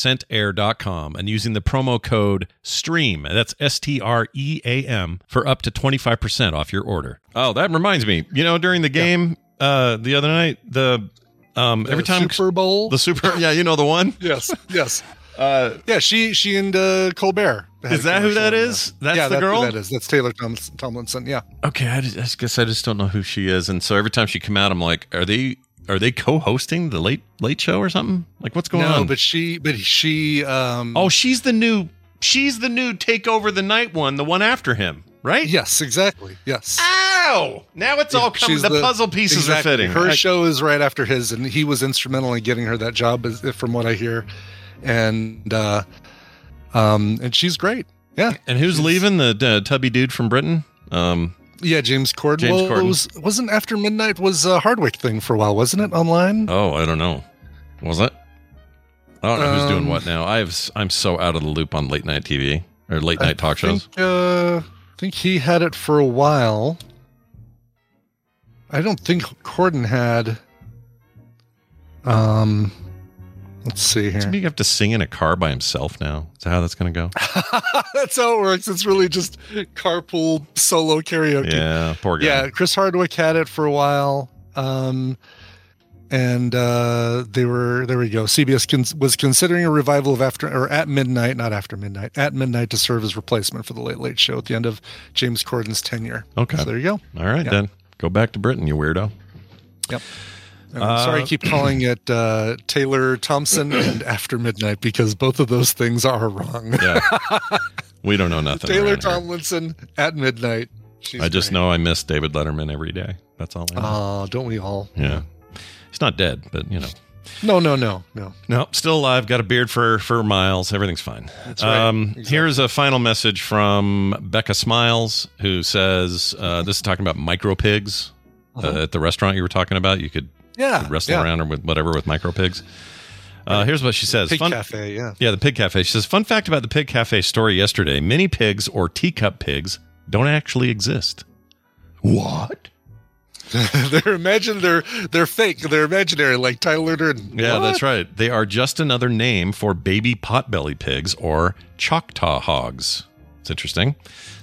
Speaker 2: scentair.com and using the promo code STREAM, that's S T R E A M, for up to 25% off your order. Oh, that reminds me, you know, during the game uh the other night, the um every
Speaker 1: the
Speaker 2: time
Speaker 1: Super Bowl.
Speaker 2: the super yeah, you know the one?
Speaker 1: yes, yes.
Speaker 2: Uh
Speaker 1: Yeah, she she and uh, Colbert. had
Speaker 2: Is
Speaker 1: a
Speaker 2: that who
Speaker 1: commercial
Speaker 2: that
Speaker 1: on
Speaker 2: is? That's
Speaker 1: yeah,
Speaker 2: the
Speaker 1: that's who
Speaker 2: girl?
Speaker 1: That is. That's Taylor Tom- Tomlinson. Yeah.
Speaker 2: Okay, I, just, I guess I just don't know who she is, and so every time she come out, I'm like, are they are they co-hosting the late late show or something? Like, what's going
Speaker 1: no,
Speaker 2: on?
Speaker 1: but she but she um
Speaker 2: oh, she's the new she's the new take over the night one, the one after him, right?
Speaker 1: yes, exactly. Yes.
Speaker 2: Ow! Now Ah, it's all coming.
Speaker 1: She's
Speaker 2: The, puzzle pieces
Speaker 1: exactly.
Speaker 2: are fitting.
Speaker 1: Her
Speaker 2: I-
Speaker 1: show is right after his, and he was instrumental in getting her that job, as- from what I hear. And uh, um, and she's great. Yeah,
Speaker 2: and who's leaving the uh, tubby dude from Britain? Um,
Speaker 1: yeah. James Corden.
Speaker 2: James
Speaker 1: well, it
Speaker 2: Corden.
Speaker 1: was wasn't after midnight was a Hardwick thing for a while, wasn't it? Online.
Speaker 2: oh, I don't know. Was it? I don't know who's doing
Speaker 1: Um,
Speaker 2: what now. I've I'm so out of the loop on late night TV or late
Speaker 1: I
Speaker 2: night talk shows.
Speaker 1: Think, uh, I think he had it for a while. I don't think Corden had. Um, let's see here.
Speaker 2: Somebody have to sing in a car by himself now. Is that how that's gonna go?
Speaker 1: That's how it works. It's really just carpool solo karaoke.
Speaker 2: Yeah, poor guy.
Speaker 1: Yeah, Chris Hardwick had it for a while. Um, and uh, they were there. We go. CBS cons- was considering a revival of after or at midnight, not after midnight, at midnight to serve as replacement for the Late Late Show at the end of James Corden's tenure.
Speaker 2: Okay.
Speaker 1: so there you go.
Speaker 2: All right,
Speaker 1: Yeah.
Speaker 2: then go back to Britain, you weirdo.
Speaker 1: I'm sorry, I keep calling it uh, Taylor Thompson and After Midnight because both of those things are wrong.
Speaker 2: Yeah, we don't know nothing.
Speaker 1: Taylor
Speaker 2: around here.
Speaker 1: Tomlinson at midnight. She's
Speaker 2: I just
Speaker 1: great.
Speaker 2: know I miss David Letterman every day. That's all I know.
Speaker 1: Oh, don't we all?
Speaker 2: yeah, he's not dead, but you know,
Speaker 1: No, no, no, no.
Speaker 2: no, still alive. Got a beard for for miles. Everything's fine. That's
Speaker 1: right.
Speaker 2: Um, Here's a final message from Becca Smiles, who says uh, this is talking about micro pigs.
Speaker 1: Uh-huh.
Speaker 2: Uh, at the restaurant you were talking about, you could
Speaker 1: Yeah,
Speaker 2: wrestle
Speaker 1: Ah, yeah.
Speaker 2: around or with whatever with micro pigs. Uh, here's what she says.
Speaker 1: Pig
Speaker 2: Fun-
Speaker 1: cafe. Yeah.
Speaker 2: Yeah, the pig cafe. She says, fun fact about the pig cafe story yesterday many pigs or teacup pigs don't actually exist. What?
Speaker 1: they're imagine they're they're fake. They're imaginary, like Tyler Durden.
Speaker 2: Yeah,
Speaker 1: What?
Speaker 2: that's right. They are just another name for baby potbelly pigs or Choctaw hogs. It's interesting.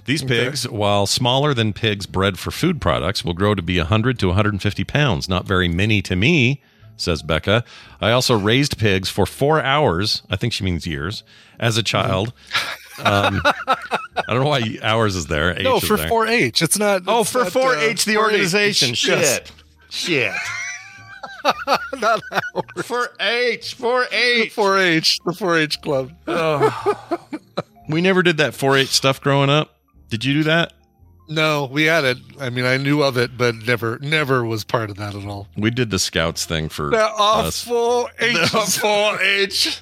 Speaker 2: These pigs, while smaller than pigs bred for food products, will grow to be 100 to 150 pounds. Not very many to me, says Becca. I also raised pigs for four hours. I think she means years as a child. Um, I don't know why hours is there. H
Speaker 1: No,
Speaker 2: is
Speaker 1: for
Speaker 2: there.
Speaker 1: 4-H. It's not.
Speaker 2: Oh,
Speaker 1: it's
Speaker 2: for
Speaker 1: not,
Speaker 2: 4-H, the
Speaker 1: 4-H.
Speaker 2: organization.
Speaker 1: Yes.
Speaker 2: Shit. Shit. For H, for
Speaker 1: The
Speaker 2: H.
Speaker 1: 4-H, the 4-H club.
Speaker 2: We never did that 4-H stuff growing up. Did you do that?
Speaker 1: No, we had it. I mean, I knew of it, but never, never was part of that at all.
Speaker 2: We did the scouts thing for
Speaker 1: There are
Speaker 2: us.
Speaker 1: four H's.
Speaker 2: four H.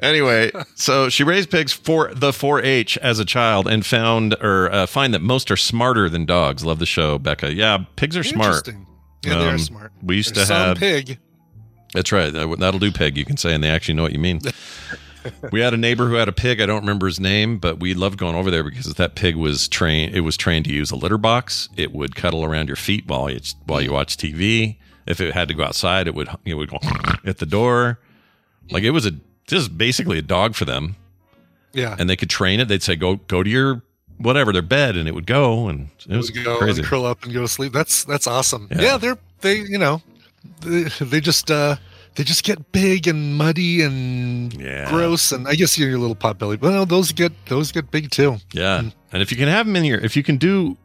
Speaker 2: anyway, so she raised pigs for the 4-H as a child and found or uh, find that most are smarter than dogs. Love the show, Becca. Yeah, pigs are smart.
Speaker 1: Interesting. Yeah, they
Speaker 2: Um,
Speaker 1: are smart.
Speaker 2: we used
Speaker 1: There's
Speaker 2: to
Speaker 1: some
Speaker 2: have-
Speaker 1: pig.
Speaker 2: That's right. That- That'll do, pig. You can say, and they actually know what you mean. we had a neighbor who had a pig. I don't remember his name, but we loved going over there because that pig was trained. It was trained to use a litter box. It would cuddle around your feet while you while you watch TV. If it had to go outside, it would it would go at the door. Like it was a just basically a dog for them,
Speaker 1: Yeah,
Speaker 2: and they could train it. They'd say, "Go go to your whatever their bed," and it would go, and it was
Speaker 1: Would go
Speaker 2: crazy.
Speaker 1: and curl up and go to sleep. That's that's awesome.
Speaker 2: Yeah.
Speaker 1: Yeah, they're they you know they, they just uh they just get big and muddy and
Speaker 2: Yeah.
Speaker 1: gross and I guess you're your little potbelly. But no, those get those get big too.
Speaker 2: Yeah. And if you can have them in your, if you can do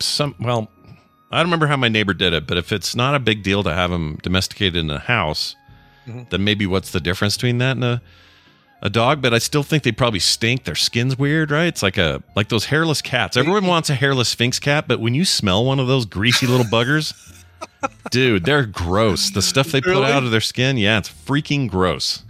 Speaker 2: some, well, I don't remember how my neighbor did it, but if it's not a big deal to have them domesticated in a house, then maybe what's the difference between that and a, a dog? But I still think they probably stink. Their skin's weird, right? It's like a, like those hairless cats. Everyone wants a hairless Sphinx cat, but when you smell one of those greasy little buggers, dude, they're gross. The stuff they put
Speaker 1: Really?
Speaker 2: out of their skin, yeah, it's freaking gross.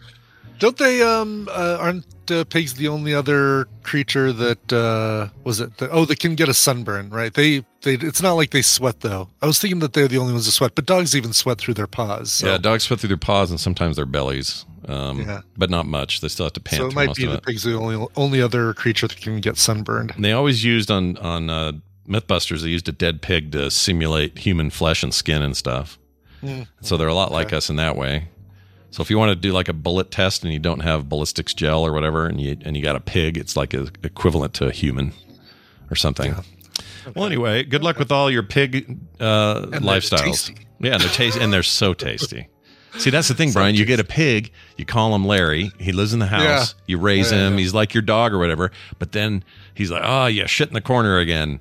Speaker 1: Don't they? Um, uh, aren't uh, pigs the only other creature that uh, was it? The, oh, that can get a sunburn, right? They they. It's not like they sweat though. I was thinking that they're the only ones that sweat, but dogs even sweat through their paws. So,
Speaker 2: Yeah, dogs sweat through their paws and sometimes their bellies, um,
Speaker 1: Yeah.
Speaker 2: but not much. They still have to pant
Speaker 1: so it
Speaker 2: through
Speaker 1: might
Speaker 2: most
Speaker 1: be
Speaker 2: of
Speaker 1: the
Speaker 2: it.
Speaker 1: pigs the only only other creature that can get sunburned.
Speaker 2: And they always used on on uh, MythBusters. They used a dead pig to simulate human flesh and skin and stuff.
Speaker 1: Hmm.
Speaker 2: So they're a lot like us in that way. So if you want to do like a bullet test and you don't have ballistics gel or whatever, and you and you got a pig, it's like a, equivalent to a human or something. Well, anyway, good luck with all your pig uh,
Speaker 1: they're
Speaker 2: lifestyles.
Speaker 1: tasty.
Speaker 2: Yeah, and they're tasty, and they're so tasty. See, that's the thing, Brian. You get a pig, you call him Larry. He lives in the house.
Speaker 1: Yeah.
Speaker 2: You raise
Speaker 1: Yeah,
Speaker 2: him.
Speaker 1: yeah.
Speaker 2: He's like your dog or whatever. But then he's like, oh yeah, shit in the corner again.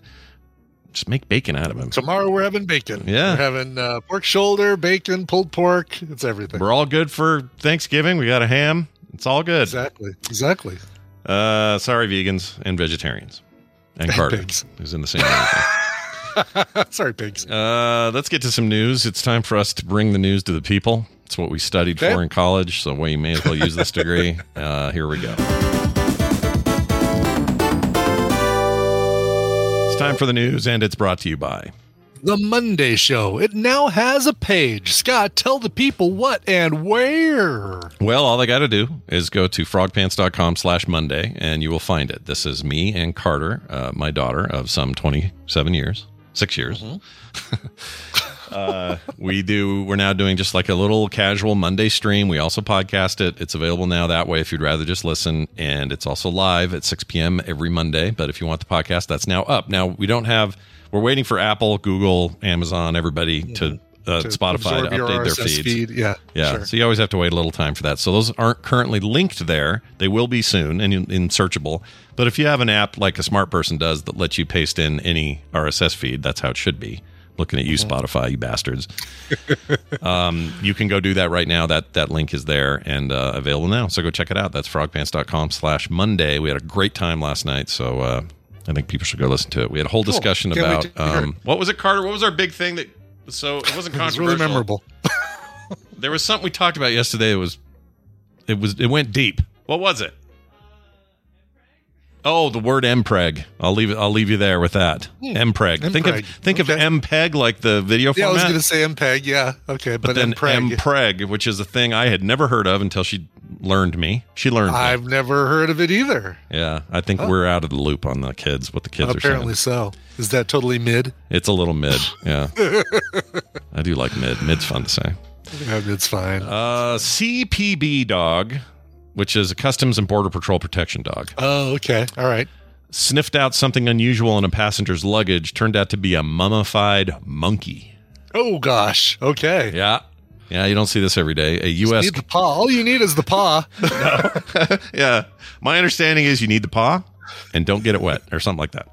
Speaker 2: Just make bacon out of him.
Speaker 1: Tomorrow we're having bacon.
Speaker 2: Yeah.
Speaker 1: we're having uh, pork shoulder, bacon, pulled pork. It's everything.
Speaker 2: We're all good for Thanksgiving. We got a ham. It's all good.
Speaker 1: Exactly. Exactly.
Speaker 2: Uh, sorry, vegans and vegetarians and Carter,
Speaker 1: pigs.
Speaker 2: who's in the same. room.
Speaker 1: Sorry, pigs.
Speaker 2: Uh, let's get to some news. It's time for us to bring the news to the people. It's what we studied
Speaker 1: Okay.
Speaker 2: for in college, so we may as well use this degree. Uh, here we go. It's time for the news, and it's brought to you by.
Speaker 1: The Monday Show. It now has a page. Scott, tell the people what and where.
Speaker 2: Well, all they got to do is go to frogpants.com slash Monday, and you will find it. This is me and Carter, uh, my daughter of some 27 years, six years. uh, we do. We're now doing just like a little casual Monday stream. We also podcast it. It's available now that way if you'd rather just listen, and it's also live at 6 p.m. every Monday. But if you want the podcast, that's now up. Now we don't have. We're waiting for Apple, Google, Amazon, everybody to. Uh, Spotify to
Speaker 1: Absorb your
Speaker 2: update their
Speaker 1: RSS
Speaker 2: feeds.
Speaker 1: Feed. Yeah.
Speaker 2: Yeah.
Speaker 1: sure.
Speaker 2: So you always have to wait a little time for that. So those aren't currently linked there. They will be soon and in, in searchable. But if you have an app like a smart person does that lets you paste in any RSS feed, that's how it should be. Looking at you,
Speaker 1: Mm-hmm.
Speaker 2: Spotify, you bastards. um, you can go do that right now. That that link is there and uh, available now. So go check it out. That's frogpants.com slash Monday. We had a great time last night. So uh, I think people should go listen to it. We had a whole discussion
Speaker 1: Can't wait
Speaker 2: about
Speaker 1: to hear it.
Speaker 2: um, what was it, Carter? What was our big thing that was so it wasn't
Speaker 1: It was
Speaker 2: controversial.
Speaker 1: really memorable.
Speaker 2: There was something we talked about yesterday. It was, it was, it went deep. What was it? Oh, the word MPEG. I'll leave it. I'll leave you there with that. MPEG. Think of
Speaker 1: MPEG.
Speaker 2: think of
Speaker 1: Hmm. Okay.
Speaker 2: MPEG like the video
Speaker 1: Yeah, I was
Speaker 2: format,
Speaker 1: going to say MPEG. Yeah. Okay. But,
Speaker 2: but then
Speaker 1: MPEG.
Speaker 2: MPEG, which is a thing I had never heard of until she learned me. She learned. me.
Speaker 1: I've never heard of it either.
Speaker 2: Yeah, I think we're out of the loop on the kids. What the kids
Speaker 1: Apparently
Speaker 2: are saying.
Speaker 1: so. Is that totally mid?
Speaker 2: It's a little mid. Yeah, I do like mid. Mid's fun to say.
Speaker 1: Yeah, it's fine.
Speaker 2: Uh, CPB dog, which is a Customs and Border Patrol protection dog.
Speaker 1: oh, okay. All right.
Speaker 2: sniffed out something unusual in a passenger's luggage turned out to be a mummified monkey.
Speaker 1: Oh, gosh. Okay.
Speaker 2: Yeah. Yeah, you don't see this every day. A U.S.
Speaker 1: Need the paw. All you need is the paw.
Speaker 2: yeah. My understanding is you need the paw and don't get it wet or something like that.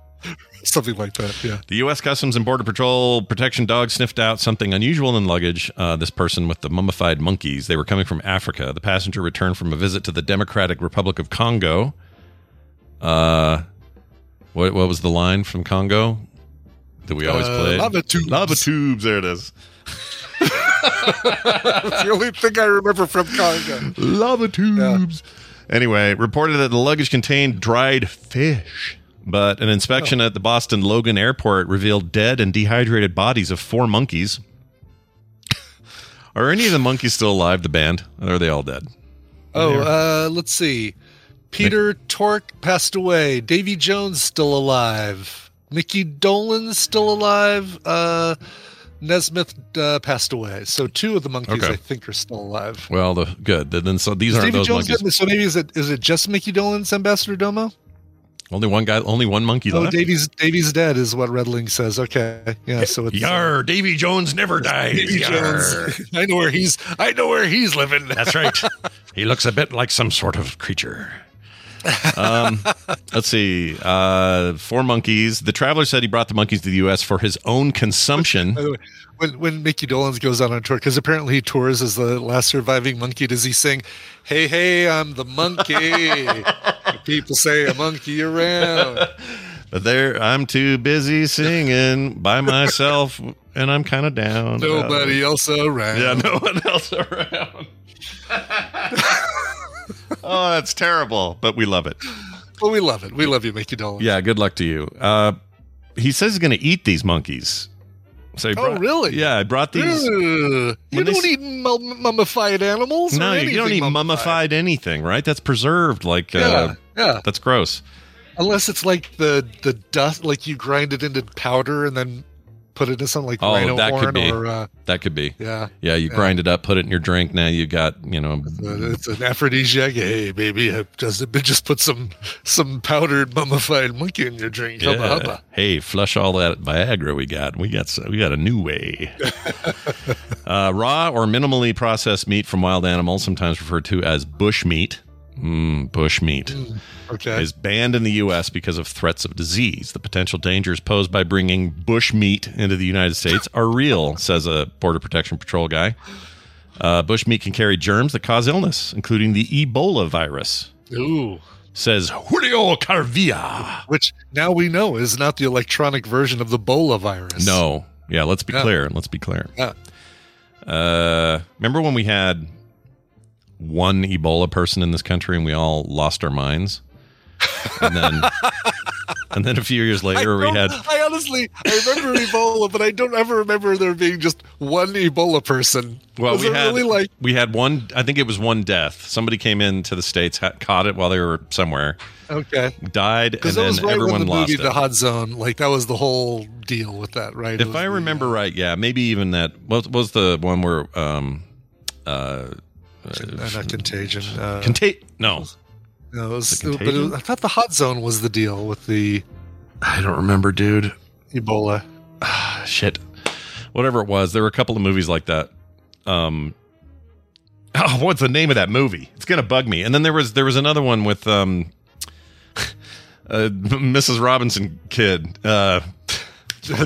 Speaker 1: Something like that. Yeah.
Speaker 2: The U.S. Customs and Border Patrol protection dog sniffed out something unusual in luggage. Uh, this person with the mummified monkeys, they were coming from Africa. The passenger returned from a visit to the Democratic Republic of Congo. Uh, What what was the line from Congo that we always
Speaker 1: Uh,
Speaker 2: played?
Speaker 1: Lava tubes.
Speaker 7: Lava tubes. There it is.
Speaker 1: That's the only thing I remember from Congo.
Speaker 7: Lava tubes. Anyway, reported that the luggage contained dried fish. But an inspection
Speaker 1: Oh.
Speaker 7: at the Boston Logan Airport revealed dead and dehydrated bodies of four monkeys. Are any of the monkeys still alive, the band? Or are they all dead?
Speaker 1: Oh, uh, let's see. Peter Tork passed away. Davy Jones still alive. Mickey Dolan still alive. Uh, Nesmith uh, passed away. So two of the monkeys
Speaker 2: Okay.
Speaker 1: I think are still alive.
Speaker 2: Well, the good. Then so these
Speaker 1: Is
Speaker 2: aren't
Speaker 1: Davy
Speaker 2: those
Speaker 1: Jones
Speaker 2: monkeys.
Speaker 1: dead? so maybe is it is it just Mickey Dolan's Ambassador Domo?
Speaker 2: Only one guy. Only one monkey
Speaker 1: Oh,
Speaker 2: left.
Speaker 1: Davy's Davy's dead is what Redling says. Okay, yeah. So it's
Speaker 2: Yar, Davy Jones never dies.
Speaker 1: Davy
Speaker 2: Yar.
Speaker 1: Jones. I know where he's. I know where he's living.
Speaker 2: That's right. he looks a bit like some sort of creature. um, let's see. Uh, four monkeys. The traveler said he brought the monkeys to the U.S. for his own consumption.
Speaker 1: By the way, when when Mickey Dolenz goes out on tour, because apparently he tours as the last surviving monkey, does he sing, "Hey, hey, I'm the monkey"? People say a monkey around.
Speaker 7: But there, I'm too busy singing by myself, and I'm kind of down. Uh,
Speaker 1: Nobody else around.
Speaker 7: Yeah, no one else around. oh, that's terrible, but we love it.
Speaker 1: But we love it. We love you, Mickey Dolenz.
Speaker 2: Yeah, good luck to you. Uh,
Speaker 7: He says he's going to eat these monkeys. So he
Speaker 1: Oh,
Speaker 7: brought-
Speaker 1: really?
Speaker 7: Yeah, I brought these.
Speaker 1: Ugh. you
Speaker 7: they
Speaker 1: don't
Speaker 7: s-
Speaker 1: eat mum- mummified animals. or
Speaker 7: No, you- you don't
Speaker 1: anything
Speaker 7: eat mummified anything, right? That's preserved. Like, uh,
Speaker 1: Yeah, yeah.
Speaker 7: that's gross.
Speaker 1: Unless it's like the the dust, like you grind it into powder and then put it in something like
Speaker 2: Oh,
Speaker 1: rhino
Speaker 2: that could
Speaker 1: horn
Speaker 2: be.
Speaker 1: or uh,
Speaker 2: that could be.
Speaker 1: yeah.
Speaker 2: Yeah, you grind it up, put it in your drink. Now you got you know
Speaker 1: Uh, It's an aphrodisiac. Hey, baby, uh, just just put some some powdered mummified monkey in your drink. Hubba
Speaker 2: Yeah.
Speaker 1: hubba.
Speaker 2: Hey, flush all that Viagra we got. We got we got a new way. uh, raw or minimally processed meat from wild animals, sometimes referred to as bush meat. Mm, bush meat
Speaker 1: Okay.
Speaker 2: is banned in the U.S. because of threats of disease. The potential dangers posed by bringing bush meat into the United States are real, says a Border Protection Patrol guy. Uh, bush meat can carry germs that cause illness, including the Ebola virus,
Speaker 1: Ooh.
Speaker 2: says Julio Carvilla.
Speaker 1: Which now we know is not the electronic version of the Bola virus.
Speaker 2: No. Yeah, let's be
Speaker 1: Yeah.
Speaker 2: clear. Let's be clear.
Speaker 1: Yeah.
Speaker 2: Uh, remember when we had one Ebola person in this country and we all lost our minds? And then and then a few years later we
Speaker 1: don't-
Speaker 2: had
Speaker 1: I honestly, I remember Ebola, but I don't ever remember there being just one Ebola person.
Speaker 2: well
Speaker 1: Was
Speaker 2: we
Speaker 1: it
Speaker 2: had
Speaker 1: really like
Speaker 2: we had one I think it was one death. Somebody came into the states ha- caught it while they were somewhere,
Speaker 1: okay?
Speaker 2: died and
Speaker 1: Because that
Speaker 2: then
Speaker 1: was right
Speaker 2: everyone
Speaker 1: when the
Speaker 2: lost
Speaker 1: movie
Speaker 2: it.
Speaker 1: The Hot Zone, like that was the whole deal with that, right? It
Speaker 2: if
Speaker 1: was
Speaker 2: I
Speaker 1: the, uh,
Speaker 2: remember right, yeah, maybe even that what was the one where um uh,
Speaker 1: uh, not contagion. Uh,
Speaker 2: conta- no
Speaker 1: no, it was,
Speaker 2: the
Speaker 1: but it was,
Speaker 2: contagion?
Speaker 1: I thought the Hot Zone was the deal with the
Speaker 2: I don't remember, dude.
Speaker 1: Ebola.
Speaker 2: shit whatever it was there were a couple of movies like that um oh what's the name of that movie it's gonna bug me and then there was there was another one with um uh, mrs robinson kid uh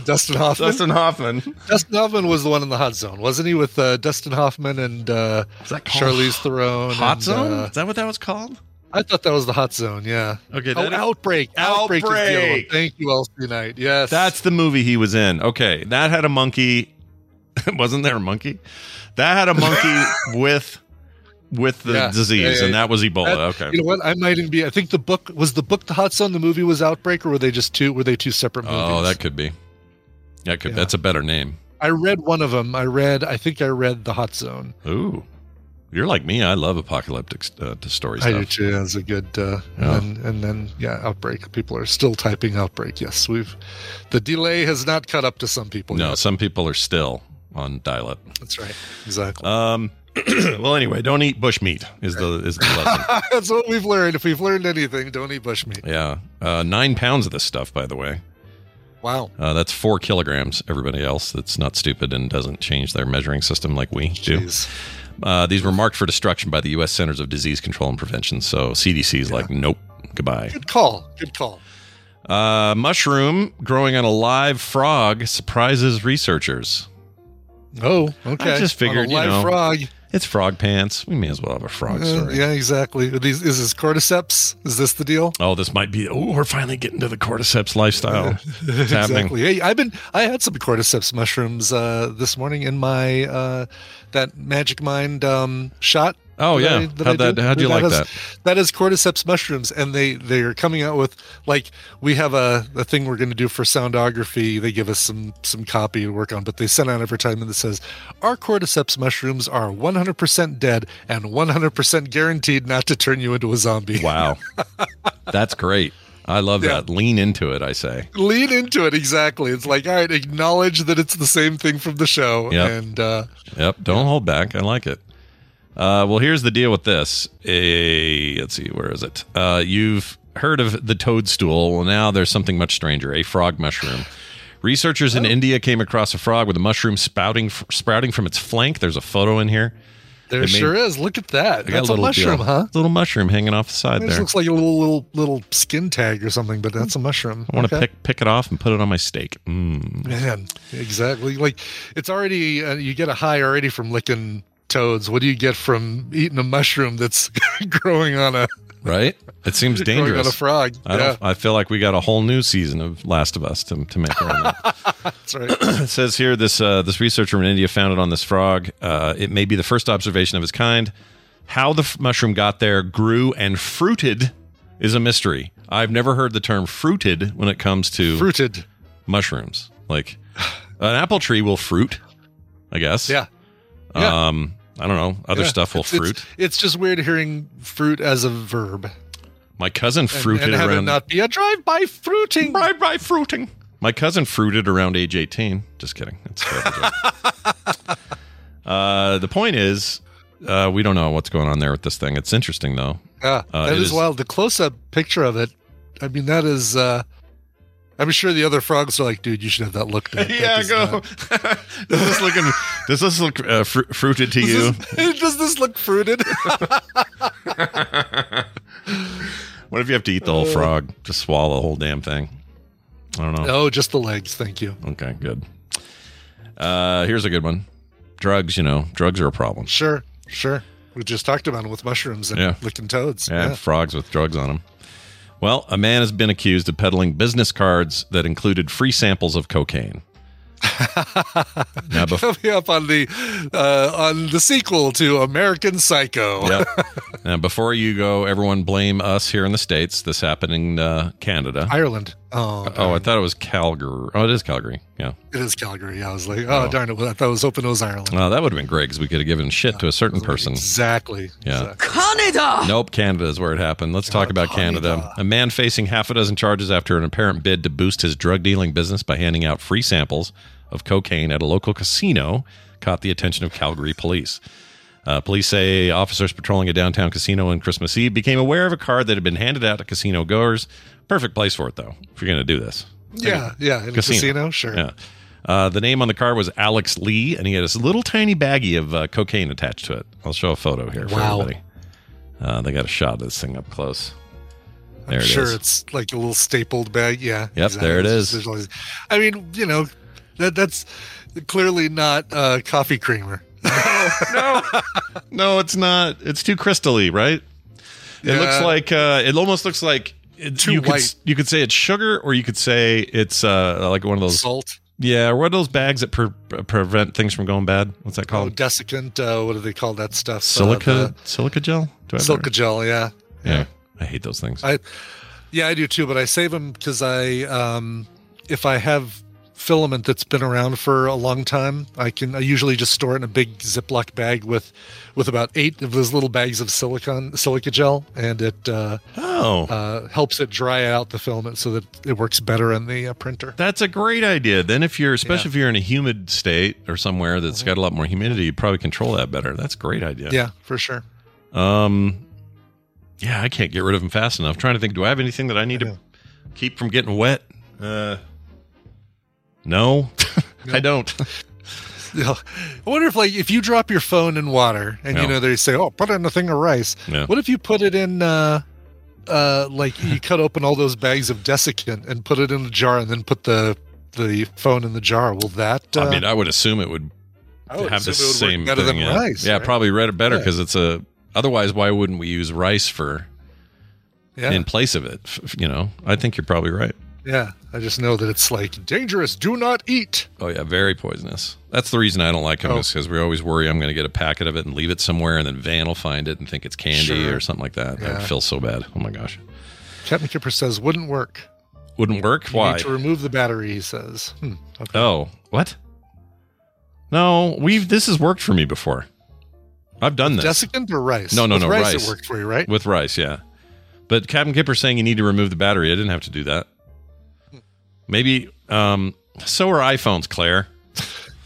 Speaker 1: Dustin Hoffman.
Speaker 2: dustin hoffman
Speaker 1: Dustin Hoffman was the one in the hot zone, wasn't he? With uh, Dustin Hoffman and uh,
Speaker 2: Is that called
Speaker 1: Charlize Theron.
Speaker 2: hot
Speaker 1: and,
Speaker 2: zone
Speaker 1: uh,
Speaker 2: is that what that was called
Speaker 1: I thought that was the hot zone. Yeah.
Speaker 2: Okay,
Speaker 1: Oh,
Speaker 2: that is-
Speaker 1: outbreak. Outbreak. is the other one.
Speaker 2: Outbreak.
Speaker 1: Thank you, LC Knight. Yes.
Speaker 2: that's the movie he was in okay that had a monkey wasn't there a monkey that had a monkey with with the
Speaker 1: Yeah. Yeah,
Speaker 2: disease
Speaker 1: yeah,
Speaker 2: and
Speaker 1: yeah.
Speaker 2: that was ebola
Speaker 1: That-
Speaker 2: okay
Speaker 1: You know what? I might even be. I think the book was the book the hot zone. The movie was outbreak, or were they just two? Were they two separate movies?
Speaker 2: oh that could be that could
Speaker 1: Yeah.
Speaker 2: that's a better name
Speaker 1: I read one of them. I read. I think I read the hot zone.
Speaker 2: Ooh, you're like me. I love apocalyptic uh, story
Speaker 1: I do
Speaker 2: stuff.
Speaker 1: too. That was a good. Uh,
Speaker 2: Yeah.
Speaker 1: and, then, and then, yeah, outbreak. People are still typing outbreak. Yes, we've. The delay has not caught up to some people.
Speaker 2: No,
Speaker 1: yet.
Speaker 2: some people are still on dial-up.
Speaker 1: that's right. Exactly.
Speaker 2: Um, well, anyway, don't eat bush meat is the is the lesson.
Speaker 1: That's what we've learned. If we've learned anything, don't eat bushmeat.
Speaker 2: Uh, yeah, uh, nine pounds of this stuff, by the way.
Speaker 1: Wow.
Speaker 2: Uh, that's four kilograms. Everybody else that's not stupid and doesn't change their measuring system like we do.
Speaker 1: Jeez.
Speaker 2: Uh, these were marked for destruction by the U.S. Centers of Disease Control and Prevention. So CDC is like, nope, goodbye.
Speaker 1: Good call. Good call.
Speaker 2: Uh, mushroom growing on a live frog surprises researchers.
Speaker 1: Oh, okay.
Speaker 2: just
Speaker 1: On a
Speaker 2: figured, you
Speaker 1: live
Speaker 2: know,
Speaker 1: frog.
Speaker 2: It's frog pants. We may as well have a frog
Speaker 1: Uh,
Speaker 2: story.
Speaker 1: yeah, exactly. Are these is this cordyceps? Is this the deal?
Speaker 2: Oh, this might be. Oh, we're finally getting to the cordyceps lifestyle. It's happening.
Speaker 1: exactly. Hey, I've been I had some cordyceps mushrooms uh, this morning in my uh, that Magic Mind um, shot.
Speaker 2: Oh, yeah. How'd that-
Speaker 1: did.
Speaker 2: how'd you like
Speaker 1: is-
Speaker 2: that?
Speaker 1: That is cordyceps mushrooms, and they they are coming out with like we have a, a thing we're going to do for soundography. They give us some some copy to work on, but they sent out advertisement that says our cordyceps mushrooms are 100% dead and 100% guaranteed not to turn you into a zombie.
Speaker 2: Wow. That's great. I love
Speaker 1: Yeah.
Speaker 2: that. Lean into it, I say.
Speaker 1: lean into it exactly it's like all right acknowledge that it's the same thing from the show
Speaker 2: Yep.
Speaker 1: and uh
Speaker 2: Yep. Don't hold back. I like it. Uh, well, here's the deal with this. A, let's see, where is it? Uh, you've heard of the toadstool. Well, now there's something much stranger a frog mushroom. Researchers
Speaker 1: Oh.
Speaker 2: in India came across a frog with a mushroom spouting sprouting from its flank. There's a photo in here.
Speaker 1: there
Speaker 2: It made-
Speaker 1: sure is look at that
Speaker 2: I got
Speaker 1: that's a, mushroom
Speaker 2: deal.
Speaker 1: huh
Speaker 2: Little mushroom hanging off the side
Speaker 1: it
Speaker 2: there.
Speaker 1: looks like a little, little little skin tag or something but that's a mushroom
Speaker 2: I want to
Speaker 1: Okay.
Speaker 2: pick pick it off and put it on my steak. Mm.
Speaker 1: man exactly like it's already uh, you get a high already from licking toads what do you get from eating a mushroom that's growing on a
Speaker 2: Right? It seems
Speaker 1: Growing on
Speaker 2: dangerous.
Speaker 1: a frog,
Speaker 2: I,
Speaker 1: yeah.
Speaker 2: don't, I feel like we got a whole new season of Last of Us to, to make right now.
Speaker 1: that's right
Speaker 2: it says here this uh, this researcher in India found it on this frog. Uh, it may be the first observation of its kind. How the f- mushroom got there, grew, and fruited is a mystery. I've never heard the term fruited when it comes to
Speaker 1: fruited
Speaker 2: mushrooms. Like an apple tree will fruit, I guess.
Speaker 1: yeah yeah.
Speaker 2: Um, I don't know. Other
Speaker 1: yeah.
Speaker 2: stuff will
Speaker 1: It's-
Speaker 2: fruit.
Speaker 1: it's, it's just weird hearing fruit as a verb
Speaker 2: My cousin
Speaker 1: and,
Speaker 2: fruited
Speaker 1: and have it
Speaker 2: around.
Speaker 1: not be a drive by fruiting
Speaker 2: drive by fruiting. My cousin fruited around age 18. Just kidding. It's a terrible joke. uh, the point is, uh, we don't know what's going on there with this thing. It's interesting, though.
Speaker 1: Yeah,
Speaker 2: Uh,
Speaker 1: that
Speaker 2: it
Speaker 1: is,
Speaker 2: is-
Speaker 1: wild. The close-up picture of it, I mean, that is. uh I'm sure the other frogs are like, dude, you should have that looked at. That
Speaker 7: yeah,
Speaker 1: does
Speaker 7: go.
Speaker 1: not-
Speaker 7: does this looking? Does this look uh, fru- fruited to you?
Speaker 1: Does this, does this look fruited?
Speaker 2: What if you have to eat the whole frog? Just swallow the whole damn thing. I don't know.
Speaker 1: no, just the legs. Thank you.
Speaker 2: Okay, good. Uh, here's a good one. Drugs, you know, drugs are a problem.
Speaker 1: Sure, sure. We just talked about it with mushrooms and
Speaker 2: Yeah.
Speaker 1: licking toads.
Speaker 2: Yeah, frogs with drugs on them. Well, a man has been accused of peddling business cards that included free samples of cocaine. now, bef-
Speaker 1: Coming up on the uh, on the sequel to American Psycho.
Speaker 2: yep. now, before you go, everyone blame us here in the states. This happened in uh, Canada.
Speaker 1: Ireland.
Speaker 2: oh,
Speaker 1: Oh,
Speaker 2: I
Speaker 1: darn.
Speaker 2: thought it was Calgary. Oh, it is Calgary. Yeah.
Speaker 1: it is Calgary. I was like, oh,
Speaker 2: Oh.
Speaker 1: darn it! I thought it was open. It was Ireland.
Speaker 2: Oh, that would have been great because we could have given shit to a certain person.
Speaker 1: Exactly.
Speaker 2: Yeah.
Speaker 8: Canada!
Speaker 2: Nope, Canada is where it happened. Let's talk about Canada. A man facing half a dozen charges after an apparent bid to boost his drug dealing business by handing out free samples of cocaine at a local casino caught the attention of Calgary police. Uh, police say officers patrolling a downtown casino on Christmas Eve became aware of a card that had been handed out to casino goers. Perfect place for it, though, if you're going to do this.
Speaker 1: Yeah. Yeah. In a
Speaker 2: Casino.
Speaker 1: casino. Sure.
Speaker 2: Yeah. Uh, the name on the card was Alex Lee, and he had this little tiny baggie of uh, cocaine attached to it. I'll show a photo here for
Speaker 1: Wow.
Speaker 2: everybody. Uh, they got a shot of this thing up close. There
Speaker 1: I'm
Speaker 2: it
Speaker 1: sure
Speaker 2: is.
Speaker 1: it's like a little stapled bag. Yeah.
Speaker 2: Yep, there it is.
Speaker 1: There's always- I mean, you know, that that's clearly not uh, coffee creamer.
Speaker 2: no, it's not. It's too crystally, right? It looks
Speaker 1: Yeah.
Speaker 2: like uh, it almost looks like it,
Speaker 1: Too
Speaker 2: you Could,
Speaker 1: white.
Speaker 2: s- you could say it's sugar, or you could say it's uh, like one of those.
Speaker 1: Salt. Oh,
Speaker 2: Yeah, one of those bags that pre- uh, prevent things from going bad. What's that
Speaker 1: Oh,
Speaker 2: called?
Speaker 1: desiccant. Uh, what do they call that stuff? Uh,
Speaker 2: silica, silica gel. Do
Speaker 1: the
Speaker 2: I have that
Speaker 1: silica
Speaker 2: right?
Speaker 1: gel. Yeah.
Speaker 2: Yeah, I hate those things.
Speaker 1: I, yeah, I do too, but I save them because I, um, if I have filament that's been around for a long time, I can. I usually just store it in a big Ziploc bag with, with about eight of those little bags of silicon silica gel, and it uh,
Speaker 2: oh,
Speaker 1: uh, helps it dry out the filament so that it works better on the uh, printer.
Speaker 2: That's a great idea. Then, if you're, especially if you're in a humid state or somewhere that's got a lot more humidity, you probably control that better. That's a great idea.
Speaker 1: Mm-hmm. Yeah, for sure.
Speaker 2: Um, yeah, I can't get rid of them fast enough. trying to think, do I have anything that I need to keep from getting wet? Uh, no, I don't.
Speaker 1: Yeah. I wonder if, like, if you drop your phone in water and
Speaker 2: Yeah.
Speaker 1: you know they say, "Oh, put it in a thing of rice."
Speaker 2: Yeah.
Speaker 1: What if you put it in, uh, uh, like, you cut open all those bags of desiccant and put it in a jar, and then put the the phone in the jar? Will that? Uh,
Speaker 2: I mean, I would assume it would
Speaker 1: I would
Speaker 2: have the
Speaker 1: assume it would
Speaker 2: same
Speaker 1: work better
Speaker 2: thing. yeah,
Speaker 1: than rice,
Speaker 2: yeah
Speaker 1: right?
Speaker 2: probably read it better
Speaker 1: Yeah.
Speaker 2: because it's a. Otherwise, why wouldn't we use rice for
Speaker 1: Yeah.
Speaker 2: in place of it? F- f- You know, I think you're probably right.
Speaker 1: Yeah, I just know that it's like dangerous. Do not eat.
Speaker 2: Oh yeah, very poisonous. That's the reason I don't like them
Speaker 1: Oh.
Speaker 2: is because we always worry I'm going to get a packet of it and leave it somewhere, and then Van will find it and think it's candy
Speaker 1: Sure.
Speaker 2: or something like that.
Speaker 1: Yeah.
Speaker 2: I feel so bad. Oh my gosh,
Speaker 1: Captain Kipper says wouldn't work.
Speaker 2: wouldn't work.
Speaker 1: You
Speaker 2: Why?
Speaker 1: need to remove the battery. He says. Hmm, okay.
Speaker 2: Oh, what? No, we've this has worked for me before. I've done this
Speaker 1: Desiccant or rice?
Speaker 2: No, no,
Speaker 1: With
Speaker 2: no,
Speaker 1: Rice,
Speaker 2: rice.
Speaker 1: It worked for you, right?
Speaker 2: with rice, yeah. But Captain Kipper's saying you need to remove the battery. I didn't have to do that. Maybe um so are iPhones, Claire.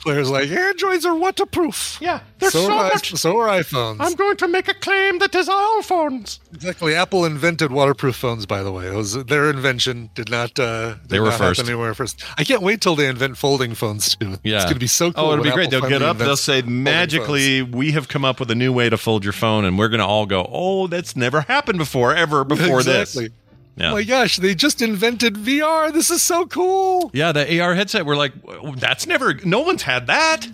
Speaker 1: Claire's like androids are waterproof.
Speaker 9: Yeah,
Speaker 1: so, are i- so are iPhones.
Speaker 9: going to make a claim that is all phones.
Speaker 1: exactly. Apple invented waterproof phones, by the way. It was their invention. Did not. Uh, did
Speaker 2: They were
Speaker 1: not happen
Speaker 2: first.
Speaker 1: anywhere first. I can't wait till they invent folding phones too.
Speaker 2: Yeah.
Speaker 1: it's gonna be so cool.
Speaker 2: Oh, it'll
Speaker 1: when
Speaker 2: be great.
Speaker 1: Apple
Speaker 2: They'll get
Speaker 1: finally
Speaker 2: up, they'll
Speaker 1: invents
Speaker 2: say
Speaker 1: folding phones.
Speaker 2: magically we have come up with a new way to fold your phone and we're gonna all go, Oh, that's never happened before, ever before
Speaker 1: Exactly.
Speaker 2: this. Yeah.
Speaker 1: Oh my gosh, they just invented VR. This is so cool.
Speaker 2: yeah, the AR headset. We're like, "Well, that's never. No one's had that.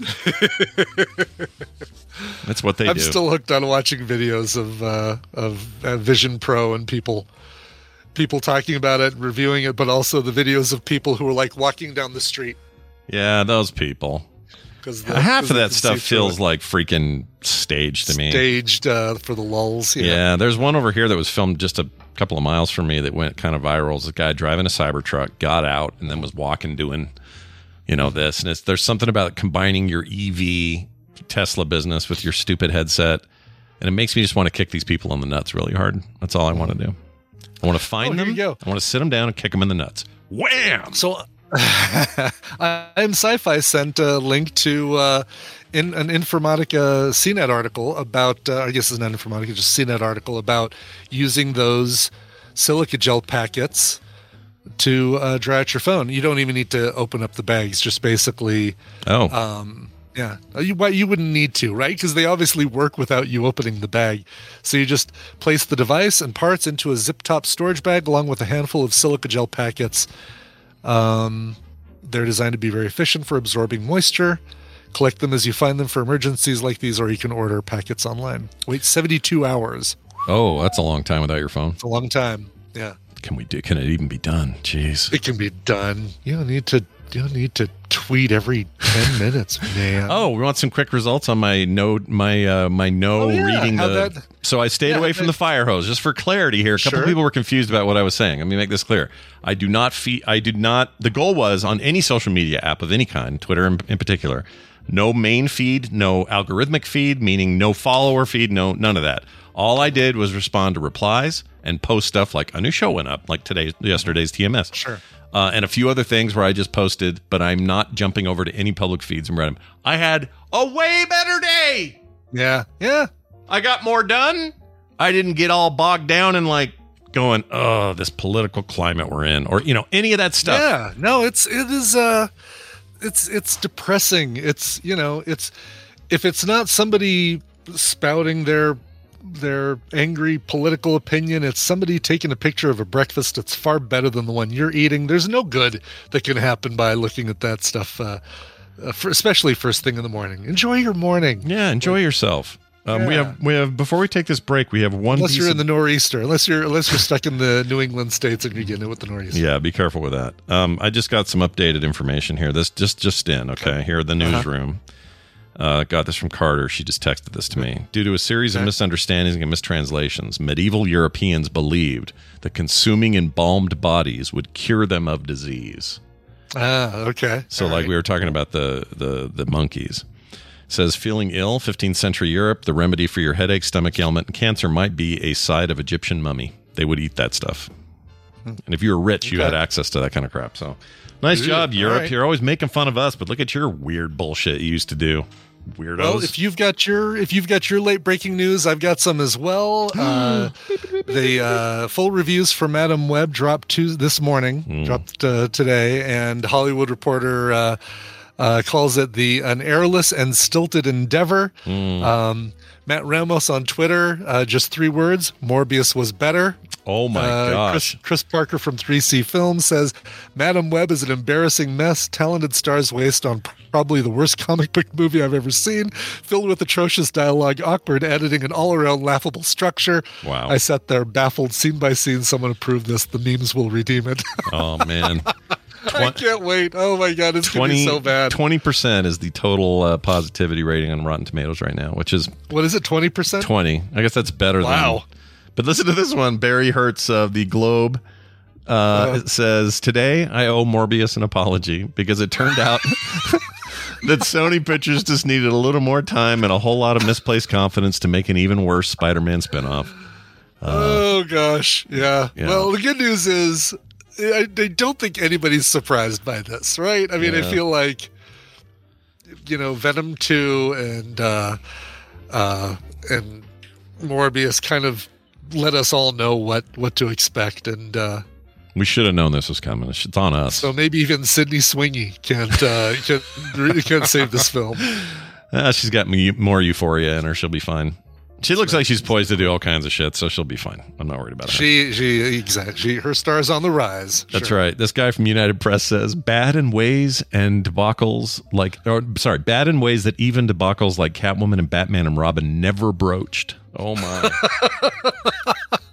Speaker 2: that's what they
Speaker 1: I'm
Speaker 2: do.
Speaker 1: still hooked on watching videos of uh, of uh, Vision Pro and people people talking about it, reviewing it, but also the videos of people who are like walking down the street
Speaker 2: yeah, those people.
Speaker 1: because
Speaker 2: half of that stuff feels like freaking staged to me.
Speaker 1: staged uh, for the lulls.
Speaker 2: yeah.
Speaker 1: you know?
Speaker 2: there's one over here that was filmed just a couple of miles from me that went kind of viral. It's a guy driving a Cybertruck, got out, and then was walking doing, you know, this. And it's, there's something about combining your EV Tesla business with your stupid headset, and it makes me just want to kick these people in the nuts really hard. That's all I want to do. I want to
Speaker 1: Oh,
Speaker 2: find
Speaker 1: here
Speaker 2: them.
Speaker 1: you go.
Speaker 2: I want to sit them down and kick them in the nuts. Wham!
Speaker 1: So, I am sci-fi sent a link to uh, in an Informatica CNET article about. Uh, I guess it's not Informatica, just CNET article about using those silica gel packets to uh, dry out your phone. You don't even need to open up the bags. Just basically,
Speaker 2: Oh,
Speaker 1: um, yeah, you, well, you wouldn't need to, right? Because they obviously work without you opening the bag. So you just place the device and parts into a zip top storage bag along with a handful of silica gel packets. Um, they're designed to be very efficient for absorbing moisture. Collect them as you find them for emergencies like these, or you can order packets online. Wait 72 hours.
Speaker 2: oh, that's a long time without your phone.
Speaker 1: It's a long time. Yeah.
Speaker 2: Can we do? Can it even be done? Jeez.
Speaker 1: It can be done. You don't need to. You don't need to tweet every 10 minutes, man.
Speaker 2: Oh, we want some quick results on my no, my uh, my no
Speaker 1: Oh, yeah,
Speaker 2: reading
Speaker 1: how
Speaker 2: the.
Speaker 1: that-
Speaker 2: so I stayed
Speaker 1: yeah,
Speaker 2: away
Speaker 1: how
Speaker 2: from
Speaker 1: that-
Speaker 2: the fire hose just for clarity here. A couple
Speaker 1: Sure.
Speaker 2: people were confused about what I was saying. Let me make this clear. I do not fee- I did not. The goal was on any social media app of any kind, Twitter in, in particular. No main feed, no algorithmic feed, meaning no follower feed, no none of that. All I did was respond to replies and post stuff like a new show went up, like today, yesterday's TMS.
Speaker 1: Sure.
Speaker 2: Uh, and a few other things where I just posted, but I'm not jumping over to any public feeds and read them. I had a way better day.
Speaker 1: Yeah. Yeah.
Speaker 2: I got more done. I didn't get all bogged down in like going, oh, this political climate we're in, or you know, any of that stuff.
Speaker 1: Yeah, no, it's it is uh it's it's depressing. It's you know, it's if it's not somebody spouting their their angry political opinion, it's somebody taking a picture of a breakfast that's far better than the one you're eating. There's no good that can happen by looking at that stuff uh, uh for, especially first thing in the morning. Enjoy your morning.
Speaker 2: Yeah, enjoy yourself. Um, We
Speaker 1: Yeah.
Speaker 2: have we have before we take this break, we have one.
Speaker 1: Unless
Speaker 2: piece
Speaker 1: you're
Speaker 2: of-
Speaker 1: in the nor'easter, unless you're unless you're stuck in the New England states and you're getting it with the nor'easter.
Speaker 2: Yeah, be careful with that. Um, I just got some updated information here. This just just in. Okay, here the newsroom. Uh, got this from Carter. She just texted this to me. Due to a series of misunderstandings and mistranslations, medieval Europeans believed that consuming embalmed bodies would cure them of disease.
Speaker 1: Ah, okay.
Speaker 2: So, like we were talking about the the the monkeys. It says feeling ill, 15th century Europe. The remedy for your headache, stomach ailment, and cancer might be a side of Egyptian mummy. They would eat that stuff. And if you were rich, you
Speaker 1: Okay.
Speaker 2: had access to that kind of crap. So, nice
Speaker 1: Ooh,
Speaker 2: job,
Speaker 1: all
Speaker 2: Europe.
Speaker 1: right.
Speaker 2: You're always making fun of us, but look at your weird bullshit you used to do, weirdos.
Speaker 1: Well, if you've got your if you've got your late breaking news, I've got some as well. Uh, the uh, full reviews for Madam Web dropped to this morning, dropped uh, today, and Hollywood Reporter uh, uh, calls it the an airless and stilted endeavor. Um, Matt Ramos on Twitter, uh, just three words: Morbius was better.
Speaker 2: Oh my
Speaker 1: Uh,
Speaker 2: gosh.
Speaker 1: Chris, Chris Parker from 3C Films says, "Madam Web is an embarrassing mess. Talented stars waste on probably the worst comic book movie I've ever seen, filled with atrocious dialogue, awkward editing, and all-around laughable structure."
Speaker 2: Wow.
Speaker 1: I sat there baffled, scene by scene. Someone approved this. The memes will redeem it.
Speaker 2: Oh man.
Speaker 1: I can't wait. Oh my god, it's gonna be so bad.
Speaker 2: 20% is the total uh, positivity rating on Rotten Tomatoes right now, which is
Speaker 1: What is it? Twenty percent.
Speaker 2: 20. I guess that's better
Speaker 1: Wow.
Speaker 2: than. But listen to this one. Barry Hertz of the Globe uh,
Speaker 1: Uh-huh.
Speaker 2: it says Today I owe Morbius an apology because it turned out that Sony Pictures just needed a little more time and a whole lot of misplaced confidence to make an even worse Spider Man spinoff.
Speaker 1: oh gosh, yeah.
Speaker 2: Yeah.
Speaker 1: Well, the good news is I, I don't think anybody's surprised by this, right? I mean,
Speaker 2: Yeah.
Speaker 1: I feel like you know Venom two and uh, uh, and Morbius kind of let us all know what what to expect, and uh,
Speaker 2: We should have known this was coming. It's on us.
Speaker 1: so maybe even Sydney Swingy can't uh, can really can't save this film.
Speaker 2: Ah, she's got me more euphoria in her. She'll be fine. She looks like she's poised to do all kinds of shit, so she'll be fine. I'm not worried about her.
Speaker 1: She she exactly she, her star's on the rise.
Speaker 2: That's right. This guy from United Press says bad in ways and debacles like, or sorry, bad in ways that even debacles like Catwoman and Batman and Robin never broached. Oh my.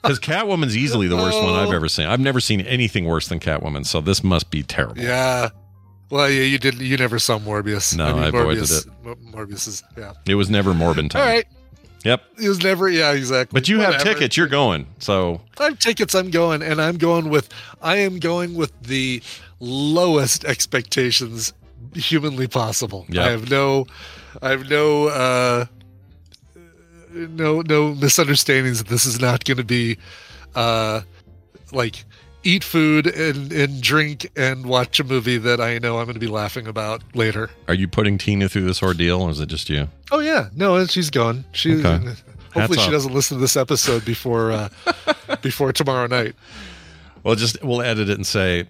Speaker 2: Because Catwoman's easily the worst one I've ever seen. I've never seen anything worse than Catwoman, so this must be terrible.
Speaker 1: Yeah. Well, yeah, you didn't. You never saw Morbius.
Speaker 2: No, I avoided
Speaker 1: Morbius, it. Morbius is yeah.
Speaker 2: It was never Morbin time.
Speaker 1: All right,
Speaker 2: Yep.
Speaker 1: he was never. Yeah, exactly.
Speaker 2: But you have
Speaker 1: Whatever.
Speaker 2: tickets. You're going. So
Speaker 1: I have tickets. I'm going, and I'm going with. I am going with the lowest expectations humanly possible.
Speaker 2: Yeah.
Speaker 1: I have no. I have no. uh No, no misunderstandings. that This is not going to be, uh like. Eat food and, and drink and watch a movie that I know I'm going to be laughing about later.
Speaker 2: are you putting Tina through this ordeal, or is it just you?
Speaker 1: Oh yeah, no, and she's gone. She
Speaker 2: Okay.
Speaker 1: hopefully
Speaker 2: Hats
Speaker 1: she
Speaker 2: off.
Speaker 1: doesn't listen to this episode before uh, before tomorrow night.
Speaker 2: Well, just we'll edit it and say,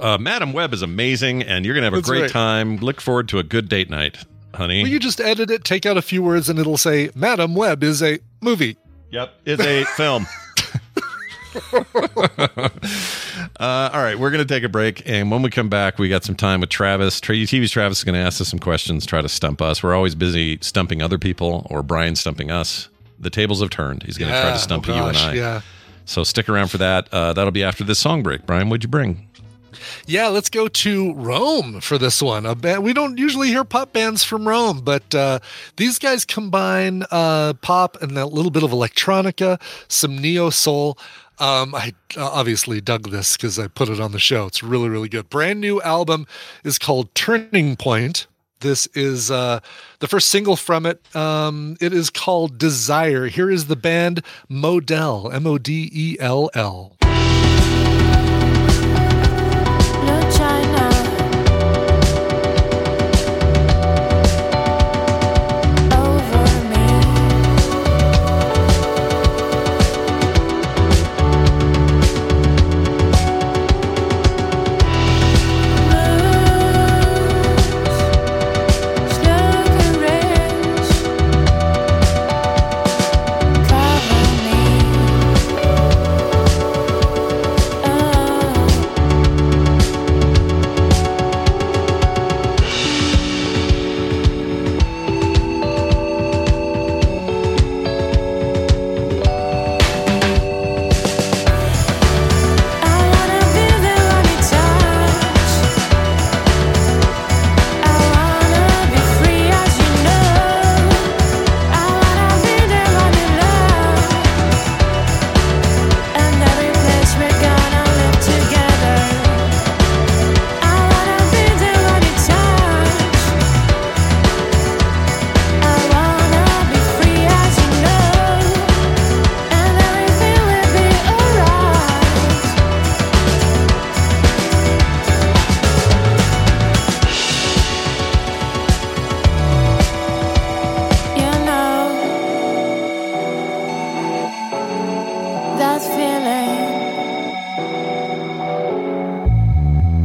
Speaker 2: uh, Madam Web is amazing, and you're gonna have a
Speaker 1: That's
Speaker 2: great
Speaker 1: right.
Speaker 2: time. Look forward to a good date night, honey.
Speaker 1: Will you just edit it, take out a few words, and it'll say, "Madam Web is a movie."
Speaker 2: yep, it's a film. uh, all right, we're gonna take a break, and when we come back, we got some time with Travis. Tra- TV's Travis is gonna ask us some questions, try to stump us. We're always busy stumping other people, or Brian stumping us. The tables have turned. He's gonna try
Speaker 1: Yeah,
Speaker 2: to stump
Speaker 1: oh
Speaker 2: you and
Speaker 1: gosh,
Speaker 2: I.
Speaker 1: Yeah,
Speaker 2: So stick around for that. Uh, that'll be after this song break. Brian, what'd you bring?
Speaker 1: yeah. Let's go to Rome for this one. A band, we don't usually hear pop bands from Rome, but uh, these guys combine uh, pop and that little bit of electronica, some neo soul. Um, I uh, obviously dug this because I put it on the show. It's really, really good. Brand new album is called Turning Point. This is uh, the first single from it. Um, it is called Desire. Here is the band Modell, M O D E L L.
Speaker 10: Oh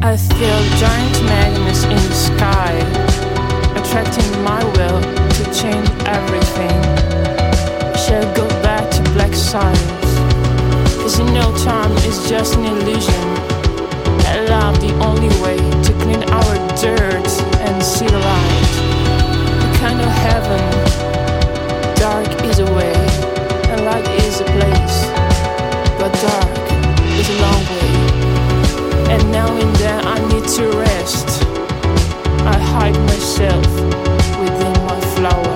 Speaker 11: I feel giant magnets in the sky, attracting my will to change everything. Shall go back to black science. Cause you know time is just an illusion. That love the only way to clean our dirt and see the light. The kind of heaven, dark is a way, and light is a place. But dark is a long way. And now and then I need to rest. I hide myself within my flower.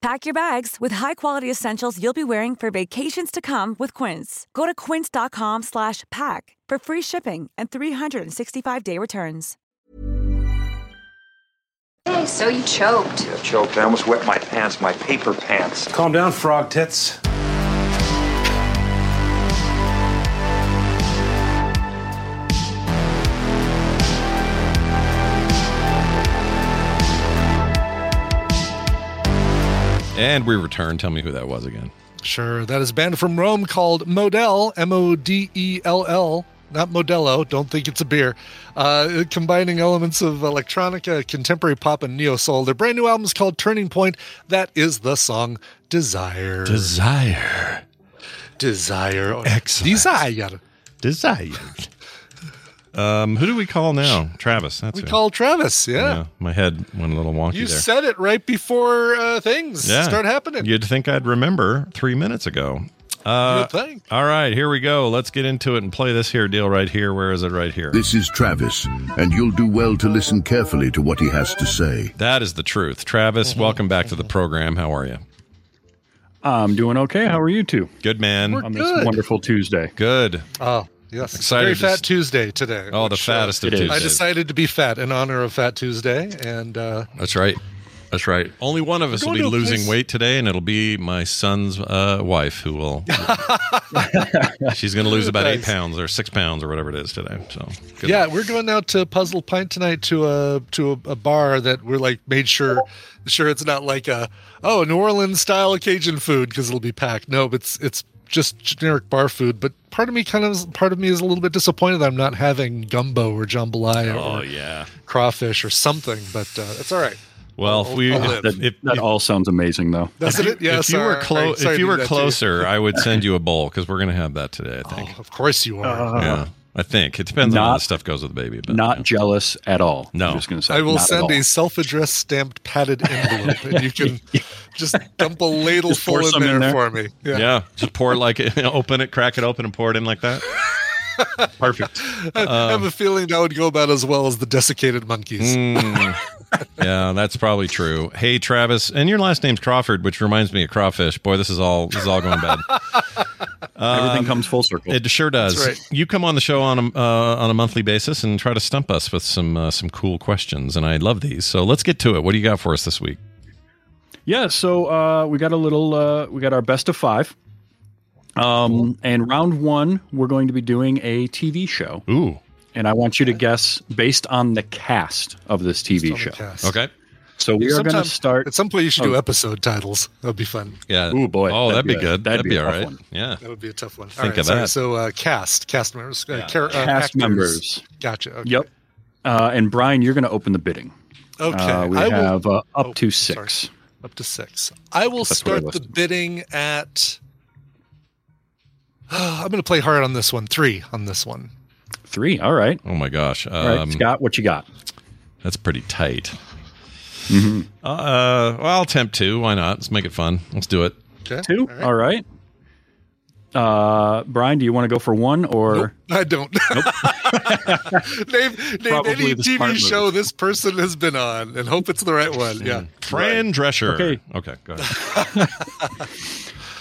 Speaker 12: Pack your bags with high-quality essentials you'll be wearing for vacations to come with Quince. Go to quince.com slash pack for free shipping and 365-day returns.
Speaker 4: Hey, so you choked.
Speaker 13: I choked. I almost wet my pants, my paper pants.
Speaker 14: Calm down, frog tits.
Speaker 2: And we return. Tell me who that was again.
Speaker 1: Sure. That is a band from Rome called Modell, M O D E L L, not Modello. Don't think it's a beer. Uh, combining elements of electronica, contemporary pop, and neo soul. Their brand new album is called Turning Point. That is the song Desire.
Speaker 7: Desire.
Speaker 1: Desire. Excellent. Desire.
Speaker 2: Desire. Um, who do we call now? Travis. That's
Speaker 1: We
Speaker 2: who.
Speaker 1: call Travis. Yeah.
Speaker 2: My head went a little wonky
Speaker 1: You
Speaker 2: there.
Speaker 1: said it right before uh, things start happening.
Speaker 2: You'd think I'd remember three minutes ago. Uh,
Speaker 1: Good thing.
Speaker 2: All right, here we go. Let's get into it and play this here deal right here. Where is it right here?
Speaker 14: This is Travis, and you'll do well to listen carefully to what he has to say.
Speaker 2: That is the truth.
Speaker 1: Mm-hmm.
Speaker 2: Travis, welcome back to the program. How are you?
Speaker 15: I'm doing okay. How are you two?
Speaker 2: Good man.
Speaker 15: on this wonderful Tuesday.
Speaker 2: Good.
Speaker 1: Oh, yes.
Speaker 2: Excited
Speaker 1: Very
Speaker 2: to
Speaker 1: Fat
Speaker 2: s-
Speaker 1: Tuesday today.
Speaker 2: Oh, the
Speaker 1: which,
Speaker 2: fattest of
Speaker 1: uh, I
Speaker 2: Tuesdays.
Speaker 1: decided to be fat in honor of Fat Tuesday. And uh,
Speaker 2: That's right. That's right. Only one of us will
Speaker 1: going
Speaker 2: be
Speaker 1: to a
Speaker 2: losing
Speaker 1: place-
Speaker 2: weight today, and it'll be my son's uh, wife who will. she's going to lose about eight
Speaker 1: Nice.
Speaker 2: pounds or six pounds or whatever it is today. So good
Speaker 1: yeah, we're going out to Puzzle Pint tonight to a to a, a bar that we're like made sure sure it's not like a oh New Orleans style Cajun food because it'll be packed. No, it's it's just generic bar food. But part of me kind of is- part of me is a little bit disappointed that I'm not having gumbo or jambalaya
Speaker 2: Oh
Speaker 1: or
Speaker 2: yeah.
Speaker 1: crawfish or something. But uh, it's all right.
Speaker 2: Well, if we
Speaker 1: I'll
Speaker 2: if,
Speaker 1: live.
Speaker 2: if,
Speaker 15: That all sounds amazing, though.
Speaker 1: Doesn't it? Yes.
Speaker 2: you were
Speaker 1: all
Speaker 2: close,
Speaker 1: right. Sorry
Speaker 2: if
Speaker 1: to
Speaker 2: you
Speaker 1: do
Speaker 2: were
Speaker 1: that to
Speaker 2: closer, I would send you a bowl because we're going to have that today. I think.
Speaker 1: Of course you are.
Speaker 2: yeah, I think it depends on how
Speaker 15: Not-
Speaker 2: the stuff goes with the baby. But
Speaker 15: Not jealous at all.
Speaker 2: No.
Speaker 15: I'm just going to say.
Speaker 1: I will
Speaker 15: not at
Speaker 1: send
Speaker 15: all.
Speaker 1: a self-addressed stamped padded envelope, and you can just dump a ladle
Speaker 15: Just pour
Speaker 1: full in
Speaker 15: some in
Speaker 1: there,
Speaker 15: there.
Speaker 1: for me.
Speaker 2: yeah. just pour it like open it, crack it open, and pour it in like that. Perfect.
Speaker 1: I I
Speaker 15: Um,
Speaker 1: have a feeling that would go about as well as the desiccated monkeys.
Speaker 2: Mm. yeah, that's probably true. Hey, Travis, and your last name's Crawford, which reminds me of crawfish. Boy, this is all this is all going bad.
Speaker 15: Everything
Speaker 2: Um,
Speaker 15: comes full circle.
Speaker 2: It sure does.
Speaker 15: That's right.
Speaker 2: You come on the show on a uh, on a monthly basis and try to stump us with some uh, some cool questions, and I love these. So let's get to it. What do you got for us this week?
Speaker 15: Yeah, so uh, we got a little, uh, we got our best of five. Um, and round one, we're going to be doing a TV show.
Speaker 2: Ooh.
Speaker 15: And I want you to guess based on the cast of this TV show.
Speaker 2: Okay.
Speaker 15: So we are going
Speaker 1: Sometime-
Speaker 15: to start.
Speaker 1: At some point, you should do
Speaker 15: Oh.
Speaker 1: episode titles. That would be fun.
Speaker 2: Yeah.
Speaker 15: Ooh, boy.
Speaker 2: Oh, that'd, be,
Speaker 15: a-
Speaker 2: good. That'd, be,
Speaker 15: a
Speaker 2: all
Speaker 15: tough
Speaker 2: right.
Speaker 15: one.
Speaker 2: Yeah.
Speaker 1: That would be a tough one.
Speaker 2: Think of
Speaker 1: sorry.
Speaker 2: that.
Speaker 1: So uh, cast, cast members, uh, char- uh,
Speaker 15: Cast
Speaker 1: actors.
Speaker 15: members.
Speaker 1: Gotcha. Okay.
Speaker 15: Yep. Uh, and Brian, you're going to open the bidding.
Speaker 1: Okay.
Speaker 15: Uh, we
Speaker 1: I will-
Speaker 15: have uh, up
Speaker 1: Oh,
Speaker 15: to six.
Speaker 1: Up to six. I will
Speaker 15: That's what I
Speaker 1: start the
Speaker 15: listed.
Speaker 1: bidding at. I'm going to play hard on this one. Three on this one.
Speaker 15: Three. All right.
Speaker 2: Oh my gosh.
Speaker 15: All right,
Speaker 2: Um,
Speaker 15: Scott, what you got?
Speaker 2: That's pretty tight.
Speaker 15: Mm-hmm.
Speaker 2: Uh, well, I'll attempt two. Why not? Let's make it fun. Let's do it.
Speaker 1: Okay.
Speaker 15: Two.
Speaker 1: All right.
Speaker 15: All right. Uh, Brian, do you want to go for one or?
Speaker 1: I don't. name name
Speaker 15: Probably
Speaker 1: any
Speaker 15: the
Speaker 1: TV
Speaker 15: smart
Speaker 1: show this person has been on, and hope it's the right one. Yeah.
Speaker 2: Fran Drescher.
Speaker 15: Hmm. Okay.
Speaker 2: Okay. Go ahead.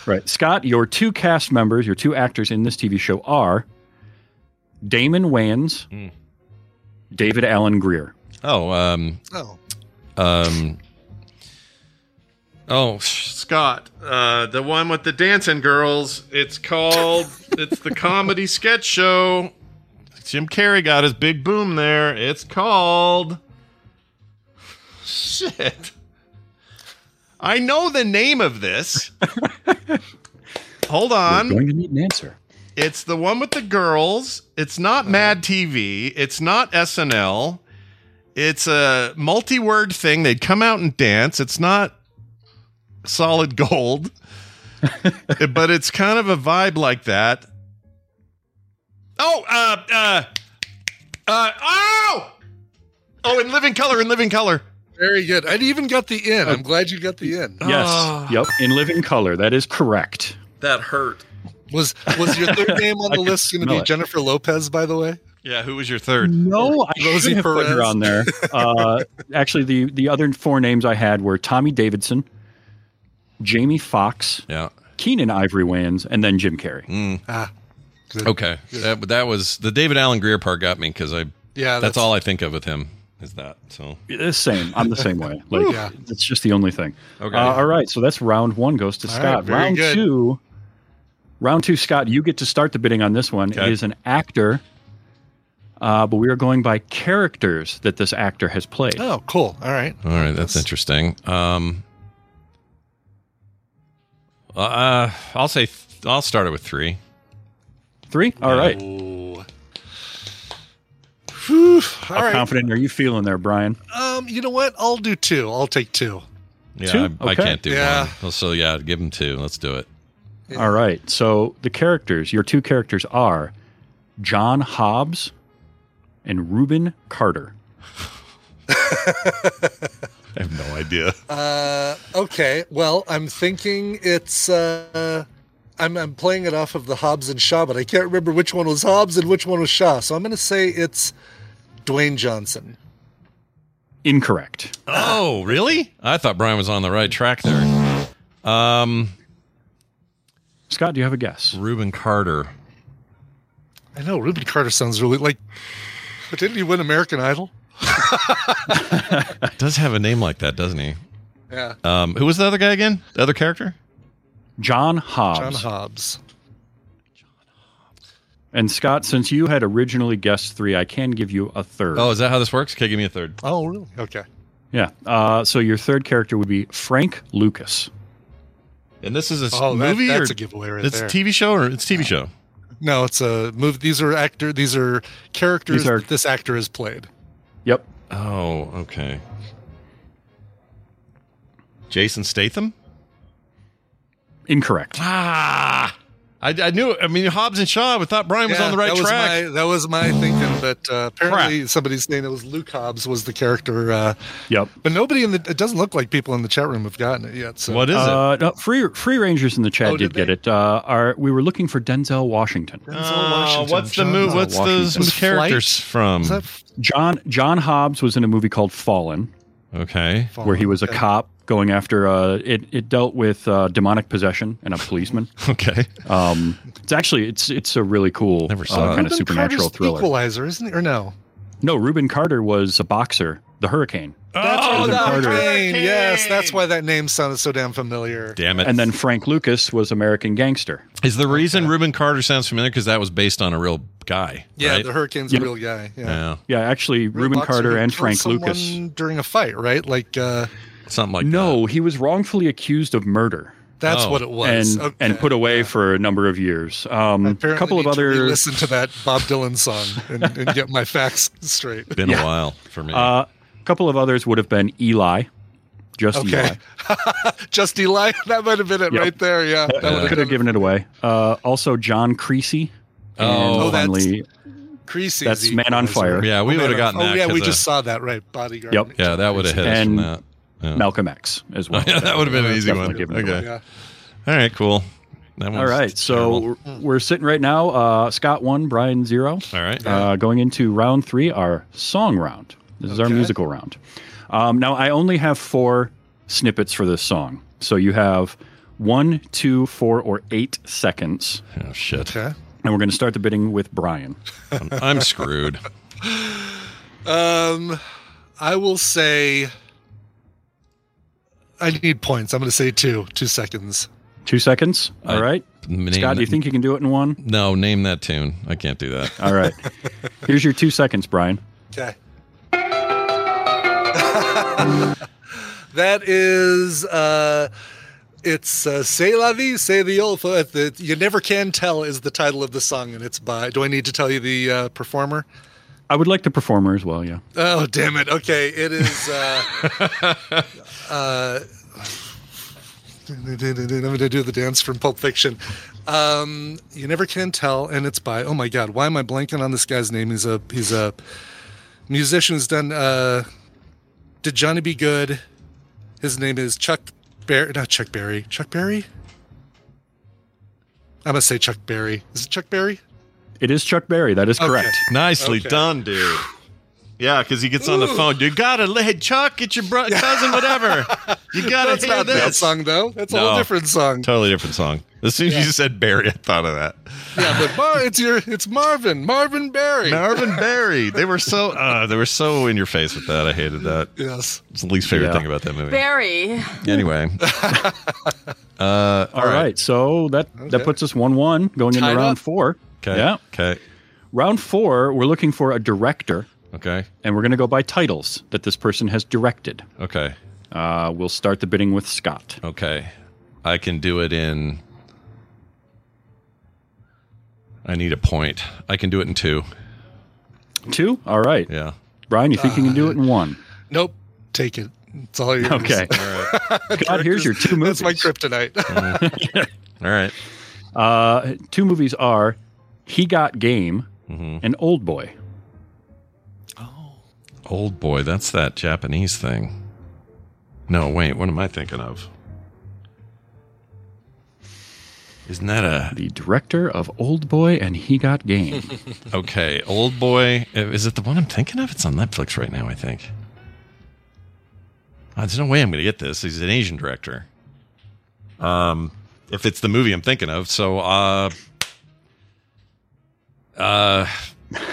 Speaker 15: Right. Scott, your two cast members, your two actors in this TV show are Damon Wayans,
Speaker 2: Mm.
Speaker 15: David Allen Greer.
Speaker 2: Oh, um,
Speaker 1: Oh.
Speaker 2: um, oh, Scott, uh, the one with the dancing girls. It's called. it's the comedy sketch show. Jim Carrey got his big boom there. It's called. Shit. I know the name of this. Hold
Speaker 15: We're
Speaker 2: on.
Speaker 15: going to need an answer.
Speaker 2: It's the one with the girls. It's not Mad TV. It's not SNL. It's a multi word thing. They'd come out and dance. It's not solid gold, but it's kind of a vibe like that. Oh, uh, uh, uh, oh! Oh, in living color, in living color.
Speaker 1: Very good. I even got the in. I'm glad you got the in.
Speaker 15: Oh.
Speaker 1: Ah,
Speaker 15: Yes. Yep. In Living Color. That is correct.
Speaker 2: That hurt.
Speaker 1: Was was your third name on
Speaker 15: I
Speaker 1: the
Speaker 15: could
Speaker 1: list going to
Speaker 15: smell
Speaker 1: be
Speaker 15: it.
Speaker 1: Jennifer Lopez? By the way,
Speaker 2: Yeah, who was your third?
Speaker 15: No, I
Speaker 1: Rosie
Speaker 15: should have put her
Speaker 1: Perez.
Speaker 15: on there. Uh, actually, the, the other four names I had were Tommy Davidson, Jamie Foxx,
Speaker 2: Yeah.
Speaker 15: Keenan Ivory Wayans, and then Jim Carrey.
Speaker 1: ah, good.
Speaker 2: Okay. That, that was the David Allen Greer part got me because I
Speaker 1: Yeah,
Speaker 2: that's, all I think of with him is that. So
Speaker 15: The Uh, same. I'm the same way. Like
Speaker 1: Yeah.
Speaker 15: that's just the only thing.
Speaker 2: Okay.
Speaker 15: Uh, all right. So that's round one goes to
Speaker 1: All right,
Speaker 15: Scott.
Speaker 1: very
Speaker 15: round
Speaker 1: good.
Speaker 15: two. Round two, Scott. You get to start the bidding on this one.
Speaker 2: Okay.
Speaker 15: It is an actor, uh, but we are going by characters that this actor has played.
Speaker 1: Oh, cool. All right.
Speaker 2: all right, that's interesting. Um, uh, I'll say th- I'll start it with three.
Speaker 15: Three. All right.
Speaker 1: Ooh. Whew. All
Speaker 15: How
Speaker 1: right.
Speaker 15: confident are you feeling there, Brian?
Speaker 1: Um, you know what? I'll do two. I'll take two.
Speaker 2: Yeah,
Speaker 15: Two?
Speaker 2: I, I
Speaker 15: Okay.
Speaker 2: can't do
Speaker 1: Yeah.
Speaker 2: one. Well, So yeah, give him two. Let's do it.
Speaker 15: All right. So the characters, your two characters are John Hobbs and Reuben Carter.
Speaker 7: I have no idea.
Speaker 1: Uh, okay. Well, I'm thinking it's. Uh, I'm, I'm playing it off of the Hobbs and Shaw, but I can't remember which one was Hobbs and which one was Shaw. So I'm going to say it's Dwayne Johnson.
Speaker 15: Incorrect.
Speaker 2: Oh, really? I thought Brian was on the right track there. Um,
Speaker 15: Scott, do you have a guess?
Speaker 2: Reuben Carter.
Speaker 1: I know Reuben Carter sounds really like. But didn't he win American Idol?
Speaker 2: Does have a name like that, doesn't he?
Speaker 1: Yeah.
Speaker 2: Um, who was the other guy again? The other character?
Speaker 15: John Hobbs.
Speaker 1: John Hobbs.
Speaker 15: And Scott, since you had originally guessed three, I can give you a third.
Speaker 2: Oh, is that how this works? Okay, give me a third.
Speaker 1: Oh, really? Okay.
Speaker 15: Yeah. Uh, so your third character would be Frank Lucas.
Speaker 2: And this is a
Speaker 1: Oh, that-
Speaker 2: movie
Speaker 1: that's
Speaker 2: or
Speaker 1: a giveaway right
Speaker 2: it's
Speaker 1: there.
Speaker 2: a TV show or it's a TV show.
Speaker 1: No, it's a movie. These are actor. These are characters
Speaker 15: These are-
Speaker 1: that this actor has played.
Speaker 15: Yep.
Speaker 2: Oh, okay. Jason Statham?
Speaker 15: Incorrect.
Speaker 2: Ah, I, I knew. I mean, Hobbs and Shaw. I thought Brian was
Speaker 1: Yeah,
Speaker 2: on the right
Speaker 1: that
Speaker 2: track.
Speaker 1: Was my, that was my thinking, but uh, apparently somebody's saying it was Luke Hobbs was the character. Uh,
Speaker 15: Yep.
Speaker 1: But nobody in the it doesn't look like people in the chat room have gotten it yet. So
Speaker 2: What is it?
Speaker 15: Uh, no, free Free Rangers in the chat
Speaker 1: Oh,
Speaker 15: did,
Speaker 1: did
Speaker 15: get it. Uh, our, we were looking for Denzel Washington.
Speaker 2: Uh, what's the move? What's those
Speaker 15: Washington.
Speaker 2: characters from?
Speaker 1: Is that f-
Speaker 15: John John Hobbs was in a movie called Fallen,
Speaker 2: okay.
Speaker 15: where he was a
Speaker 1: Okay.
Speaker 15: cop going after. Uh, it it dealt with uh, demonic possession and a policeman.
Speaker 2: Okay.
Speaker 15: Um, it's actually it's it's a really cool
Speaker 2: Never saw
Speaker 15: uh,
Speaker 2: it.
Speaker 15: kind of
Speaker 1: Reuben
Speaker 15: supernatural
Speaker 1: Carter's
Speaker 15: thriller.
Speaker 1: Equalizer, isn't he? Or no?
Speaker 15: No, Reuben Carter was a boxer, the Hurricane,
Speaker 2: oh,
Speaker 15: Reuben
Speaker 2: the
Speaker 15: Carter.
Speaker 2: Hurricane.
Speaker 1: Yes, that's why that name sounded so damn familiar.
Speaker 2: Damn it!
Speaker 15: and then Frank Lucas was American Gangster.
Speaker 2: is the reason Reuben Carter sounds familiar because that was based on a real guy?
Speaker 1: Yeah,
Speaker 2: right?
Speaker 1: the Hurricane's
Speaker 15: Yep.
Speaker 1: a real guy. Yeah.
Speaker 2: yeah,
Speaker 15: Yeah, actually,
Speaker 1: Real
Speaker 15: Reuben
Speaker 1: boxer
Speaker 15: Carter
Speaker 1: who
Speaker 15: and
Speaker 1: killed
Speaker 15: Frank
Speaker 1: someone
Speaker 15: Lucas.
Speaker 1: during a fight, right? Like uh,
Speaker 2: something like that.
Speaker 15: No, he was wrongfully accused of murder.
Speaker 1: that's
Speaker 2: Oh.
Speaker 1: what it was.
Speaker 15: and and put away for a number of years. Um, a couple of other
Speaker 1: listen to that Bob Dylan song and, and get my facts straight.
Speaker 2: Been
Speaker 15: Yeah.
Speaker 2: a while for me.
Speaker 15: uh, couple of others would have been Eli, just
Speaker 1: Okay, just Eli. That might have been it
Speaker 15: Yep.
Speaker 1: right there. Yeah, that
Speaker 15: Eli.
Speaker 1: would've
Speaker 15: Could have given it away. Uh, also John Creasy. And
Speaker 2: Oh.
Speaker 1: Oh, that's-
Speaker 15: finally,
Speaker 1: Creasy.
Speaker 15: That's
Speaker 1: the
Speaker 15: Man on
Speaker 1: equalizer.
Speaker 15: Fire.
Speaker 2: Yeah, we
Speaker 1: Oh, Man
Speaker 2: would've
Speaker 1: on-
Speaker 2: gotten
Speaker 1: Oh
Speaker 2: that
Speaker 1: yeah,
Speaker 2: 'cause
Speaker 1: we
Speaker 2: of-
Speaker 1: just saw that right. Bodyguard.
Speaker 15: Yep.
Speaker 2: yeah, that would have hit
Speaker 15: And-
Speaker 2: us from that. Yeah.
Speaker 15: Malcolm X as well.
Speaker 2: Yeah, that would have been an easy one.
Speaker 15: Definitely given it away.
Speaker 2: Okay.
Speaker 1: Yeah.
Speaker 2: All right, cool. That
Speaker 15: All
Speaker 2: one's
Speaker 15: right, so
Speaker 2: terrible.
Speaker 15: we're, we're sitting right now. Uh, Scott one, Brian zero.
Speaker 2: all right.
Speaker 15: Uh, going into round three, our song round. This is our
Speaker 1: Okay.
Speaker 15: musical round. Um, now, I only have four snippets for this song. So you have one, two, four, or eight seconds.
Speaker 2: oh shit,
Speaker 1: Okay.
Speaker 15: And we're going to start the bidding with Brian.
Speaker 2: I'm, I'm screwed.
Speaker 1: Um, I will say. I need points. I'm going to say two. Two seconds.
Speaker 15: Two seconds.
Speaker 2: I-
Speaker 15: All right.
Speaker 2: Name
Speaker 15: Scott, do you
Speaker 2: that-
Speaker 15: think you can do it in one?
Speaker 2: No, name that tune. I can't do that.
Speaker 15: All right. Here's your two seconds, Brian.
Speaker 1: Okay. that is uh it's uh, "C'est la vie, c'est the old." fo- The, you never can tell is the title of the song, and it's by. Do I need to tell you the uh, performer?
Speaker 15: I would like the performer as well. Yeah.
Speaker 1: Oh damn it! Okay, it is. Uh, uh, I'm gonna do the dance from Pulp Fiction. Um, you never can tell, and it's by. Oh my god, why am I blanking on this guy's name? He's a he's a musician who's done. Uh, Did Johnny Be Good? His name is Chuck Berry. Not Chuck Berry. Chuck Berry. I'm gonna say Chuck Berry. Is it Chuck Berry?
Speaker 15: It is Chuck Berry. That is
Speaker 1: Okay.
Speaker 15: correct.
Speaker 2: Nicely
Speaker 1: Okay.
Speaker 2: done, dude. Yeah, because he gets on the phone. You gotta let Chuck get your bro- cousin, whatever. You gotta
Speaker 1: That's
Speaker 2: hear
Speaker 1: not
Speaker 2: this.
Speaker 1: that song though. That's a
Speaker 2: No.
Speaker 1: whole different song.
Speaker 2: Totally different song. As soon as you said Barry, I thought of that.
Speaker 1: Yeah, but Mar- it's your it's Marvin, Marvin Barry.
Speaker 2: Marvin Barry. They were so uh, they were so in your face with that. I hated that.
Speaker 1: yes.
Speaker 2: It's the least favorite
Speaker 15: Yeah.
Speaker 2: thing about that movie.
Speaker 16: Barry.
Speaker 2: Anyway. Uh,
Speaker 15: All right. So that, that
Speaker 1: Okay.
Speaker 15: puts us 1 1 going
Speaker 1: Tied
Speaker 15: into round
Speaker 1: up.
Speaker 15: four.
Speaker 2: Okay.
Speaker 15: Yeah.
Speaker 2: Okay.
Speaker 15: Round four, we're looking for a director.
Speaker 2: Okay.
Speaker 15: and we're going to go by titles that this person has directed.
Speaker 2: Okay.
Speaker 15: Uh, we'll start the bidding with Scott.
Speaker 2: Okay. I can do it in. I need a point. I can do it in two.
Speaker 15: Two? All right.
Speaker 2: Yeah.
Speaker 15: Brian, you think you can do it in one?
Speaker 1: Nope. Take it. It's all yours.
Speaker 15: Okay.
Speaker 2: All right.
Speaker 15: God, here's your two movies.
Speaker 1: That's my kryptonite.
Speaker 2: All right.
Speaker 15: Uh, two movies are He Got Game
Speaker 2: Mm-hmm.
Speaker 15: and Old Boy.
Speaker 2: Old boy, that's that Japanese thing. No, wait, what am I thinking of? Isn't that a
Speaker 15: the director of Old Boy and He Got Game?
Speaker 2: okay, Old Boy. Is it the one I'm thinking of? It's on Netflix right now, I think. Uh, There's no way I'm going to get this. He's an Asian director. Um, if it's the movie I'm thinking of, so uh, uh,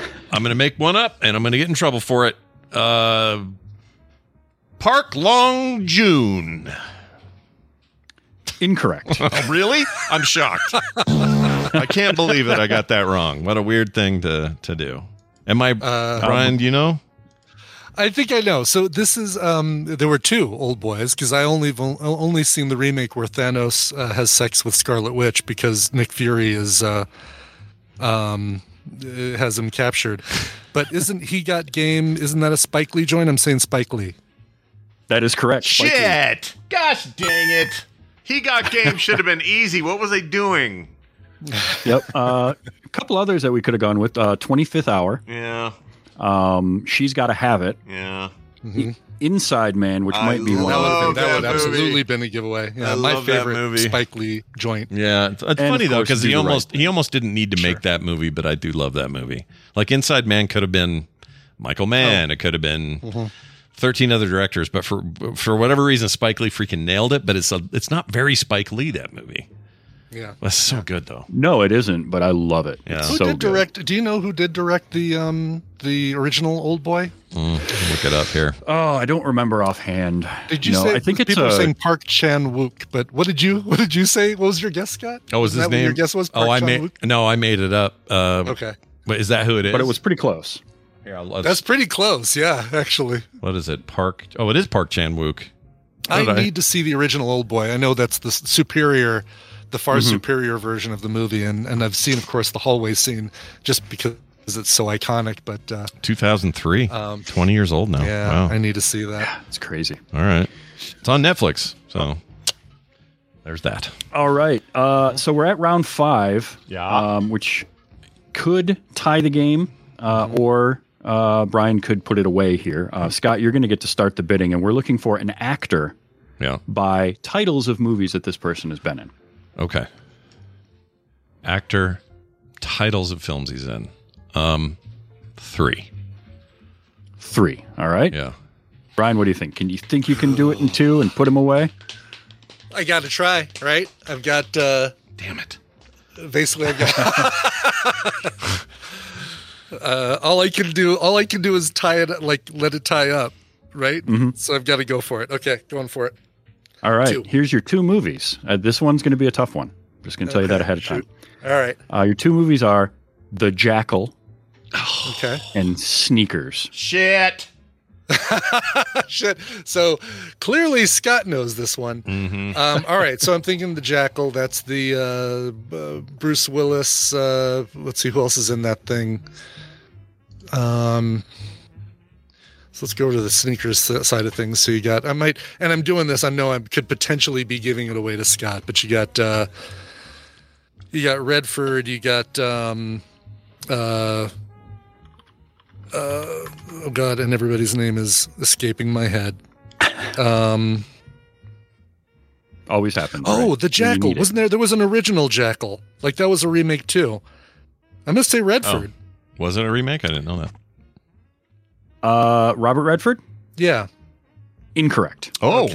Speaker 2: I'm going to make one up, and I'm going to get in trouble for it. Uh, Park Long June.
Speaker 15: Incorrect.
Speaker 2: Oh, really? I'm shocked. I can't believe that I got that wrong. What a weird thing to to do. Am I
Speaker 16: Uh,
Speaker 2: Brian? Do you know?
Speaker 1: I think I know. So this is um, there were two old boys because I only only seen the remake where Thanos uh, has sex with Scarlet Witch because Nick Fury is uh, um, uh, has him captured. But isn't he got game? Isn't that a Spike Lee joint? I'm saying Spike Lee.
Speaker 15: That is correct.
Speaker 1: Spike Lee.
Speaker 16: Shit! Gosh dang it! He got game should have been easy. What was they doing?
Speaker 15: yep. Uh, a couple others that we could have gone with. Uh, 25th Hour.
Speaker 16: Yeah.
Speaker 15: Um, She's Got to Have It.
Speaker 16: Yeah.
Speaker 15: I- Inside Man, which might be one.
Speaker 1: would,
Speaker 15: of
Speaker 1: that would
Speaker 15: them.
Speaker 1: absolutely been a giveaway. Yeah,
Speaker 2: Oh, I
Speaker 1: my
Speaker 2: love that
Speaker 1: favorite
Speaker 2: movie.
Speaker 1: Spike Lee joint.
Speaker 2: Yeah, it's, it's
Speaker 1: And
Speaker 2: funny
Speaker 1: of
Speaker 2: though
Speaker 1: course
Speaker 2: because
Speaker 1: do
Speaker 2: he
Speaker 1: the right
Speaker 2: almost he almost didn't need to make that movie, but I do love that movie. Like Inside Man could have been Michael
Speaker 16: Oh.
Speaker 2: Mann. It could have been
Speaker 16: Mm-hmm.
Speaker 1: Mhm.
Speaker 2: thirteen other directors, but for for whatever reason, Spike Lee freaking nailed it. But it's a, it's not very Spike Lee that movie.
Speaker 1: Yeah.
Speaker 2: That's so good though.
Speaker 15: No, it isn't, but I love it.
Speaker 2: Yeah.
Speaker 15: It's
Speaker 1: Who
Speaker 15: so
Speaker 1: did
Speaker 15: good.
Speaker 1: direct? Do you know who did direct the um the original Old Boy?
Speaker 2: Mm, look it up here.
Speaker 15: Oh, I don't remember offhand.
Speaker 1: Did you
Speaker 15: No,
Speaker 1: say
Speaker 15: I think it's uh,
Speaker 1: people
Speaker 15: a,
Speaker 1: are saying Park Chan Wook? But what did you what did you say? What was your guess, Scott?
Speaker 2: Oh, was
Speaker 1: Isn't
Speaker 2: his
Speaker 1: that what
Speaker 2: name?
Speaker 1: Your guess was Park
Speaker 2: oh, I
Speaker 1: Chan
Speaker 2: made
Speaker 1: Wook.
Speaker 2: no, I made it up. Uh,
Speaker 1: Okay,
Speaker 2: but is that who it is?
Speaker 15: but it was pretty close.
Speaker 2: Here, I'll- let's-
Speaker 1: that's pretty close. Yeah, actually,
Speaker 2: what is it? Park. Oh, it is Park Chan Wook.
Speaker 1: I
Speaker 2: Did I-
Speaker 1: need to see the original Old Boy. I know that's the s- superior, the far
Speaker 15: Mm-hmm.
Speaker 2: Mhm.
Speaker 1: superior version of the movie, and and I've seen, of course, the hallway scene just because it's so iconic. But uh,
Speaker 2: 2003.
Speaker 1: Um,
Speaker 2: 20 years old
Speaker 15: Oh,
Speaker 2: now.
Speaker 1: yeah,
Speaker 2: wow.
Speaker 1: I need to see that.
Speaker 15: It's crazy.
Speaker 2: All right. It's on Netflix. So there's that.
Speaker 15: All right. Uh, so we're at round five. Yeah. Um, which could tie the game, uh, or uh, Brian could put it away here. Uh, Scott, you're going to get to start the bidding, and we're looking for an actor
Speaker 2: Yeah.
Speaker 15: by titles of movies that this person has been in.
Speaker 2: Okay. Actor, titles of films he's in. Um, three.
Speaker 15: Three. All right.
Speaker 2: Yeah.
Speaker 15: Brian, what do you think? Can you think you can do it in two and put him away?
Speaker 1: I got to try, right? I've got. Uh,
Speaker 2: Damn it.
Speaker 1: Basically, I've got. uh, all I can do, all I can do is tie it, like let it tie up, right?
Speaker 2: Mm-hmm.
Speaker 15: Mhm.
Speaker 1: So I've got to go for it. Okay, going for it.
Speaker 15: All right.
Speaker 1: Two.
Speaker 15: Here's your two movies. Uh, this one's going to be a tough one. just going to tell you that
Speaker 1: Okay,
Speaker 15: ahead of time.
Speaker 1: All right.
Speaker 15: Uh, your two movies are The Jackal
Speaker 1: Okay.
Speaker 15: and Sneakers.
Speaker 16: Shit.
Speaker 1: Shit. So clearly Scott knows this one. Um, all right. So I'm thinking the Jackal. That's the uh, b- Bruce Willis. Uh, let's see who else is in that thing. Um. So let's go over to the sneakers side of things. So you got, I might, and I'm doing this. I know I could potentially be giving it away to Scott, but you got, uh, you got Redford, you got, um, uh, uh, oh god, and everybody's name is escaping my head. Um,
Speaker 15: Always happens.
Speaker 1: oh,
Speaker 15: right?
Speaker 1: the
Speaker 15: When you
Speaker 1: Jackal
Speaker 15: need it.
Speaker 1: wasn't there? There was an original Jackal, like that was a remake too. I'm gonna
Speaker 2: Oh.
Speaker 1: say Redford.
Speaker 2: Was it a remake? I didn't know that.
Speaker 15: Uh, Robert Redford?
Speaker 1: Yeah,
Speaker 15: Incorrect.
Speaker 2: Oh.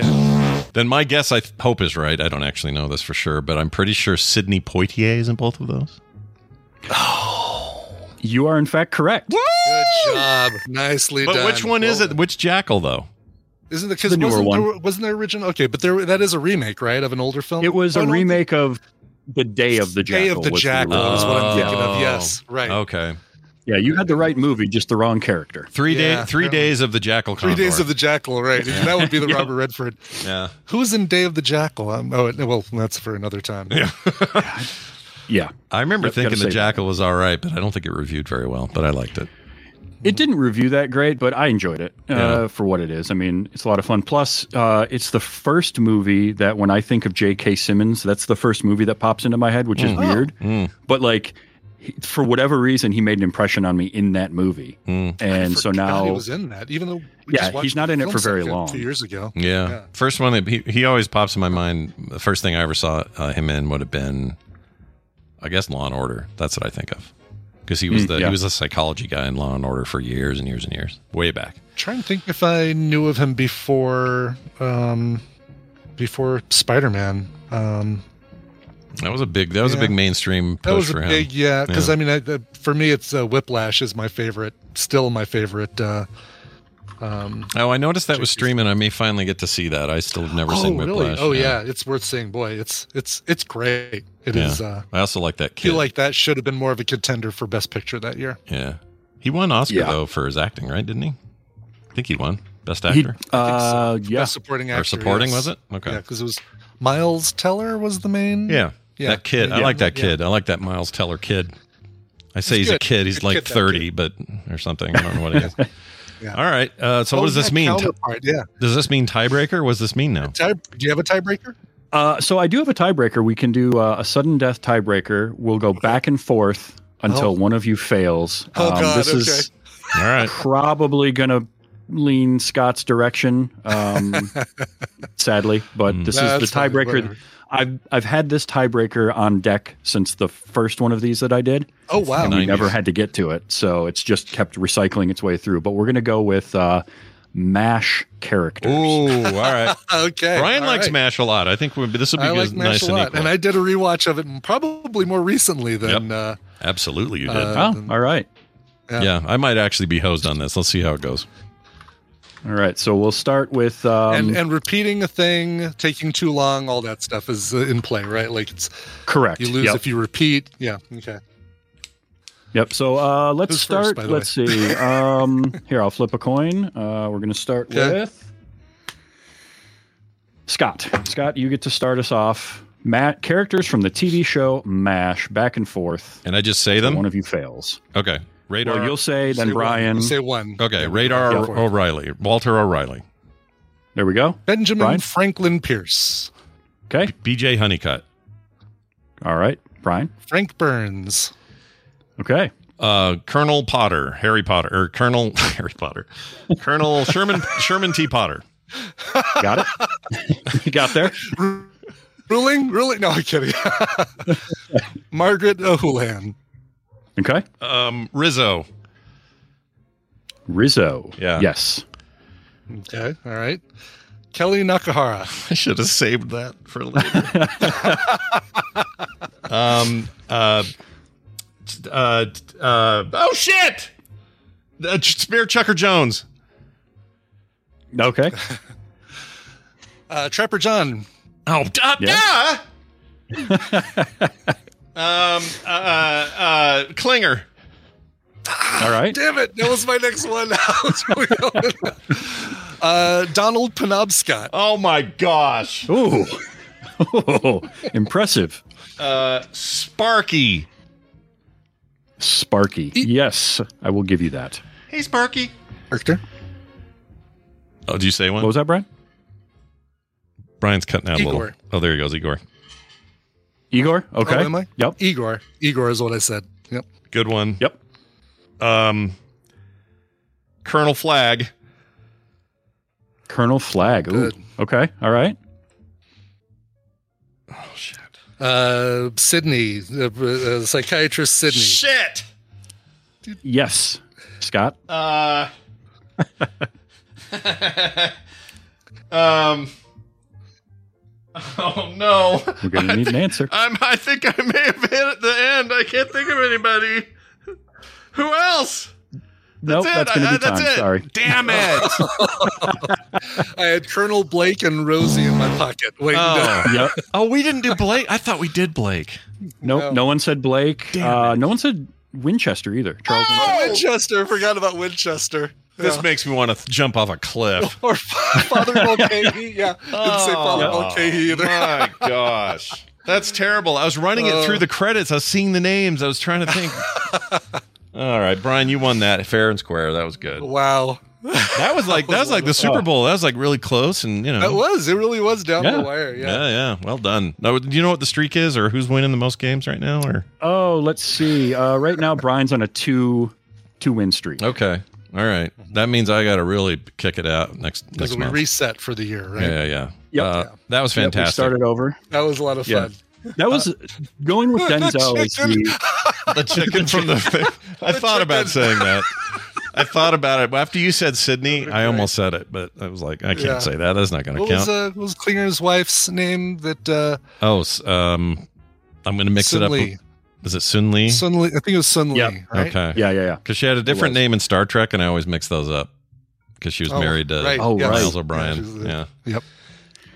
Speaker 2: Then my guess, I th- hope, is right. I don't actually know this for sure, but I'm pretty sure Sidney Poitier is in both of those.
Speaker 15: You are, in fact, correct.
Speaker 1: good job, nicely
Speaker 2: But
Speaker 1: done.
Speaker 2: which one is
Speaker 1: Well
Speaker 2: it? Which Jackal, though?
Speaker 1: Isn't it because
Speaker 15: The newer
Speaker 1: wasn't
Speaker 15: one.
Speaker 1: there, wasn't there original? Okay, but there that is a remake, right, of an older film.
Speaker 15: It was
Speaker 1: Oh,
Speaker 15: a
Speaker 1: no,
Speaker 15: remake of The Day of the Jackal.
Speaker 1: Day of the
Speaker 15: was the
Speaker 1: Jackal
Speaker 15: original.
Speaker 1: is what I'm thinking
Speaker 2: Oh.
Speaker 1: of. Yes, right.
Speaker 2: Okay.
Speaker 15: Yeah, you had the right movie, just the wrong character.
Speaker 2: Three
Speaker 1: Yeah,
Speaker 2: day, three
Speaker 1: apparently.
Speaker 2: days of the Jackal.
Speaker 1: Three
Speaker 2: Condor.
Speaker 1: Days of the Jackal, right? That would be the
Speaker 15: Yeah.
Speaker 1: Robert Redford.
Speaker 2: Yeah.
Speaker 1: Who's in Day of the Jackal? Um, oh, well, that's for another time.
Speaker 2: Yeah.
Speaker 15: Yeah.
Speaker 2: I remember
Speaker 15: Yep, gotta
Speaker 2: thinking the
Speaker 15: save that.
Speaker 2: Jackal was all right, but I don't think it reviewed very well. But I liked it.
Speaker 15: It didn't review that great, but I enjoyed it uh, for what it is. I mean, it's a lot of fun. Plus, uh, it's the first movie that when I think of J.K. Simmons, that's the first movie that pops into my head, which is
Speaker 7: Mm.
Speaker 15: weird.
Speaker 1: Oh.
Speaker 15: But like, he- for whatever reason, he made an impression on me in that movie, and so now
Speaker 1: Mm. he was in that, even though we
Speaker 15: Yeah,
Speaker 1: just watched
Speaker 15: he's not in it
Speaker 1: the
Speaker 15: for
Speaker 1: film
Speaker 15: very
Speaker 1: section
Speaker 15: long.
Speaker 1: Two years ago,
Speaker 2: Yeah. First one that he, he always pops in my mind. The first thing I ever saw uh, him in would have been, I guess, Law and Order. That's what I think of. Because he was
Speaker 1: Mm,
Speaker 2: the
Speaker 1: yeah.
Speaker 2: he was the psychology guy in Law and Order for years and years and years, way back.
Speaker 1: trying to think if I knew of him before, um, before Spider Man. Um,
Speaker 2: That was a big that was a
Speaker 1: Yeah.
Speaker 2: big mainstream push
Speaker 1: that was a
Speaker 2: for him.
Speaker 1: big, yeah, because I mean, I, the, for me, it's uh, Whiplash is my favorite, still my favorite. Uh, um,
Speaker 2: oh, I noticed that was streaming. I may finally get to see that. I still have never
Speaker 1: oh
Speaker 2: seen
Speaker 1: really?
Speaker 2: Whiplash.
Speaker 1: Oh yeah. it's worth seeing. Boy, it's it's it's great. It is.
Speaker 2: Yeah.
Speaker 1: Uh,
Speaker 2: I also like that
Speaker 1: I
Speaker 2: kid.
Speaker 1: feel like that should have been more of a contender for Best Picture that year.
Speaker 2: yeah, he won Oscar
Speaker 1: Yeah.
Speaker 2: though for his acting, right? Didn't he? I think he won best
Speaker 1: He-
Speaker 2: actor.
Speaker 15: uh, yeah.
Speaker 1: Best Supporting
Speaker 2: Or
Speaker 1: Actor.
Speaker 2: supporting,
Speaker 1: yes.
Speaker 2: was it? Okay.
Speaker 1: Yeah, because it was Miles Teller was the main.
Speaker 2: Yeah. That kid. I
Speaker 1: Yeah.
Speaker 2: like that
Speaker 1: Yeah.
Speaker 2: kid. I like that Miles Teller kid. I say
Speaker 1: He's
Speaker 2: he's, a
Speaker 1: good.
Speaker 2: kid. He's
Speaker 1: Good
Speaker 2: like
Speaker 1: kid, that
Speaker 2: 30, but or something. I don't know what it is.
Speaker 1: Yeah.
Speaker 2: All right. Uh, so
Speaker 1: Oh,
Speaker 2: what does
Speaker 1: yeah,
Speaker 2: this mean? Ti-
Speaker 1: counterpart, yeah.
Speaker 2: Does this mean tiebreaker? What does this mean now?
Speaker 1: Tie, do you have a tiebreaker?
Speaker 15: Uh, so I do have a tiebreaker. We can do uh, a sudden death tiebreaker. We'll go back and forth until
Speaker 1: Oh.
Speaker 15: one of you fails. Um,
Speaker 1: Oh, God,
Speaker 15: this is
Speaker 2: All right.
Speaker 15: probably gonna lean Scott's direction. Um, sadly, but this
Speaker 1: Hmm. Nah,
Speaker 15: is the
Speaker 1: that's fine,
Speaker 15: tiebreaker.
Speaker 1: whatever.
Speaker 15: I've I've had this tiebreaker on deck since the first one of these that I did.
Speaker 1: Oh, wow.
Speaker 15: And we
Speaker 1: 90s.
Speaker 15: never had to get to it, so it's just kept recycling its way through. But we're gonna go with uh, Mash characters.
Speaker 2: Ooh, all right.
Speaker 1: okay.
Speaker 2: Brian
Speaker 1: all
Speaker 2: likes
Speaker 1: right.
Speaker 2: MASH a lot. I think we- this will be
Speaker 1: I
Speaker 2: good-
Speaker 1: like
Speaker 2: nice
Speaker 1: Mash a
Speaker 2: and
Speaker 1: lot,
Speaker 2: equal.
Speaker 1: and I did a rewatch of it, and probably more recently than. Uh,
Speaker 2: Absolutely, you did.
Speaker 1: Uh,
Speaker 15: Oh, all right.
Speaker 2: yeah. I might actually be hosed on this. Let's see how it goes.
Speaker 15: All right, so we'll start with um,
Speaker 1: and and repeating a thing, taking too long, all that stuff is uh, in play, right? Like it's
Speaker 15: correct.
Speaker 1: you lose
Speaker 15: Yep.
Speaker 1: if you repeat. Yeah. Okay.
Speaker 15: Yep. So uh, let's
Speaker 1: Who's first,
Speaker 15: start.
Speaker 1: by the
Speaker 15: let's
Speaker 1: way?
Speaker 15: see. Um, here, I'll flip a coin. Uh, we're going to start
Speaker 1: Okay.
Speaker 15: with Scott. Scott, you get to start us off. Matt, characters from the TV show MASH, back and forth.
Speaker 2: And I just say them.
Speaker 15: One of you fails.
Speaker 2: Okay. Radar.
Speaker 15: Well, you'll say, then
Speaker 1: Say one.
Speaker 15: Brian.
Speaker 1: Say one.
Speaker 2: okay. Radar
Speaker 15: Go for it.
Speaker 2: O'Reilly. Walter O'Reilly.
Speaker 15: There we go.
Speaker 1: Benjamin
Speaker 15: Brian?
Speaker 1: Franklin Pierce,
Speaker 15: Okay.
Speaker 2: BJ Honeycutt.
Speaker 15: All right. Brian.
Speaker 1: Frank Burns,
Speaker 15: Okay.
Speaker 2: Uh, Colonel Potter. Harry Potter. Or Colonel Harry Potter. Colonel Sherman Sherman T. Potter.
Speaker 15: Got it. you got there.
Speaker 1: ruling, ruling. No, I'm kidding. Margaret O'Hulan,
Speaker 15: Okay.
Speaker 2: Um, Rizzo.
Speaker 15: Rizzo.
Speaker 2: Yeah.
Speaker 15: Yes.
Speaker 1: Okay, all right. Kelly Nakahara.
Speaker 2: I should have saved that for later. um, uh, t- uh, t- uh, oh shit! Uh, Ch- Spear Chucker Jones.
Speaker 15: Okay.
Speaker 1: Uh, Trapper John.
Speaker 2: Oh, d- uh,
Speaker 15: Yeah.
Speaker 2: duh! um, uh, uh, Klinger.
Speaker 15: All right.
Speaker 1: Damn it. That was my next one. I was really- uh, Donald Penobscot.
Speaker 2: Oh my gosh.
Speaker 15: Ooh. Oh, impressive.
Speaker 2: Uh, Sparky.
Speaker 15: Sparky. Yes, I will give you that.
Speaker 2: Hey, Sparky.
Speaker 1: Richter.
Speaker 2: Oh, do you say one?
Speaker 15: What was that, Brian?
Speaker 2: Brian's cutting out a
Speaker 1: Igor.
Speaker 2: little. Oh, there he goes, Igor.
Speaker 15: Igor? Okay.
Speaker 1: Oh, am I?
Speaker 15: Yep.
Speaker 1: Igor. Igor is what I said. Yep.
Speaker 2: Good one.
Speaker 15: Yep.
Speaker 2: Um, Colonel Flag.
Speaker 15: Colonel Flag. Ooh.
Speaker 1: Good.
Speaker 15: Okay. All right.
Speaker 2: Oh shit.
Speaker 1: Uh, Sydney, uh, uh, psychiatrist Sydney.
Speaker 2: Shit.
Speaker 15: Yes. Scott.
Speaker 2: Uh, um. Oh no!
Speaker 15: We're going to need an answer.
Speaker 2: I'm. I think I may have hit at the end. I can't think of anybody. Who else?
Speaker 15: nope.
Speaker 2: it.
Speaker 15: That's going to
Speaker 2: I-
Speaker 15: be
Speaker 2: I- that's
Speaker 15: time.
Speaker 2: it.
Speaker 15: Sorry.
Speaker 2: Damn it!
Speaker 1: I had Colonel Blake and Rosie in my pocket. Wait,
Speaker 2: Oh.
Speaker 15: Yep.
Speaker 2: oh, we didn't do Blake. I thought we did Blake.
Speaker 15: Nope.
Speaker 1: No.
Speaker 15: No. one said Blake. Uh, no one said Winchester either.
Speaker 2: Oh.
Speaker 15: Charles. Winchester.
Speaker 1: Oh, Winchester. Forgot about Winchester.
Speaker 2: This
Speaker 1: Yeah.
Speaker 2: makes me want to th- jump off a cliff.
Speaker 1: or Father Mulcahy. Yeah.
Speaker 2: Oh,
Speaker 1: Didn't
Speaker 15: Oh.
Speaker 1: say Father Mulcahy either.
Speaker 2: my gosh, that's terrible. I was running it
Speaker 1: Oh.
Speaker 2: through the credits. I was seeing the names. I was trying to think. All right, Brian, you won that fair and square. That was good.
Speaker 1: Wow.
Speaker 2: That was like that was like the Super Bowl. That was like really close, and you know
Speaker 1: That was. It really was down
Speaker 2: Yeah.
Speaker 1: the wire. Yeah.
Speaker 2: yeah, yeah. Well done. Now, do you know what the streak is, or who's winning the most games right now? Or
Speaker 15: Oh, let's see. Uh, right now, Brian's on a two two win streak.
Speaker 2: okay, all right. That means I got to really kick it out next
Speaker 1: Because
Speaker 2: next
Speaker 1: we
Speaker 2: month.
Speaker 1: reset for the year, right?
Speaker 2: Yeah, yeah. yeah. Uh, that was
Speaker 15: Yep, we
Speaker 2: fantastic.
Speaker 15: started over.
Speaker 1: That was a lot of
Speaker 2: Yeah.
Speaker 1: fun.
Speaker 15: That was going with Denzel. is the-
Speaker 2: the chicken from the. I thought about saying that. I thought about it but after you said Sydney. I almost said it, but I was like, I can't
Speaker 1: Yeah.
Speaker 2: say that. That's not going to
Speaker 1: What was,
Speaker 2: count.
Speaker 1: uh, what was Klinger's wife's name that uh,
Speaker 2: oh, s- um, I'm going to mix
Speaker 1: Sun
Speaker 2: it up.
Speaker 1: Lee.
Speaker 2: Is it Sun Lee?
Speaker 1: Sun Lee, I think it was Sun Lee, right?
Speaker 2: Okay.
Speaker 15: Yeah, yeah, yeah.
Speaker 2: Because she had a different
Speaker 1: was.
Speaker 2: name in Star Trek, and I always mix those up because she was
Speaker 1: Oh,
Speaker 2: married to
Speaker 1: right,
Speaker 2: Miles
Speaker 1: yes. Oh, right.
Speaker 2: O'Brien.
Speaker 1: Yeah,
Speaker 2: Yeah.
Speaker 1: Yep.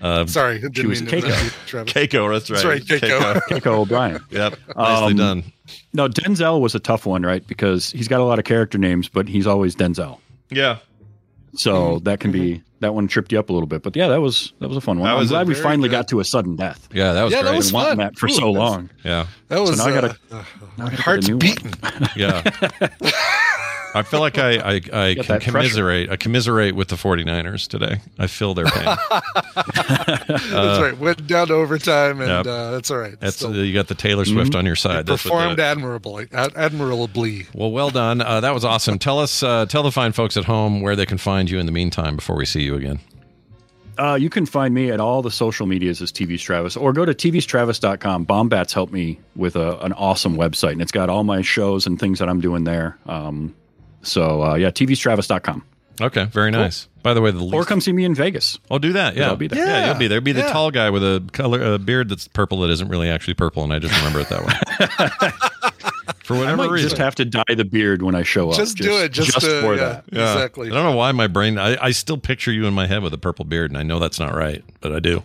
Speaker 2: Uh,
Speaker 1: Sorry, I didn't
Speaker 2: she was
Speaker 1: mean
Speaker 2: Keiko.
Speaker 1: to interrupt you, Travis.
Speaker 2: Keiko, that's
Speaker 1: That's
Speaker 2: right.
Speaker 1: right, Keiko.
Speaker 15: Keiko O'Brien.
Speaker 2: Yep. Nicely
Speaker 15: Um,
Speaker 2: done.
Speaker 15: No, Denzel was a tough one, right? Because he's got a lot of character names, but he's always Denzel.
Speaker 2: Yeah.
Speaker 15: So
Speaker 2: Mm-hmm.
Speaker 15: that can be that one tripped you up a little bit. But yeah, that was that was a fun one.
Speaker 2: That
Speaker 15: I'm
Speaker 2: was a
Speaker 15: glad we
Speaker 2: very
Speaker 15: finally got to a sudden death.
Speaker 2: Yeah, that was
Speaker 15: I've
Speaker 2: great.
Speaker 15: been wanting that for so long.
Speaker 2: Yeah.
Speaker 1: That was
Speaker 15: so now I gotta,
Speaker 1: uh,
Speaker 15: now I gotta
Speaker 1: heart's
Speaker 15: get a new
Speaker 1: beating.
Speaker 2: Yeah. I feel like I, I, I
Speaker 15: Got
Speaker 2: can
Speaker 15: that pressure.
Speaker 2: commiserate. I commiserate with the 49ers today. I feel their pain.
Speaker 1: that's right. Went down to overtime, and
Speaker 2: Uh, Yep.
Speaker 1: uh, that's all right.
Speaker 2: That's
Speaker 1: Still
Speaker 2: you got the Taylor Swift on your side. That's what
Speaker 1: performed
Speaker 2: did it.
Speaker 1: admirably, ad- admirably.
Speaker 2: Well, well done. Uh, that was awesome. Tell us, uh, tell the fine folks at home where they can find you in the meantime before we see you again.
Speaker 15: Uh, you can find me at all the social medias as TV's Travis, or go to tvstravis.com. Bombats helped me with a, an awesome website, and it's got all my shows and things that I'm doing there. Um, so uh, yeah, tvstravis.com.
Speaker 2: Okay, very nice. By the way, the least,
Speaker 15: Or come see me in Vegas.
Speaker 2: I'll do that. Yeah,
Speaker 15: I'll be there.
Speaker 2: Yeah, you'll be there. Be the
Speaker 15: Yeah.
Speaker 2: tall guy with a color a beard that's purple that isn't really actually purple, and I just remember it that way. For
Speaker 15: I
Speaker 2: whatever
Speaker 15: might
Speaker 2: reason,
Speaker 15: just have to dye the beard when I show up.
Speaker 1: Just do it, just to-
Speaker 15: for
Speaker 1: yeah.
Speaker 15: that.
Speaker 2: Yeah.
Speaker 1: Exactly.
Speaker 2: I don't know why my brain. I, I still picture you in my head with a purple beard, and I know that's not right, but I do.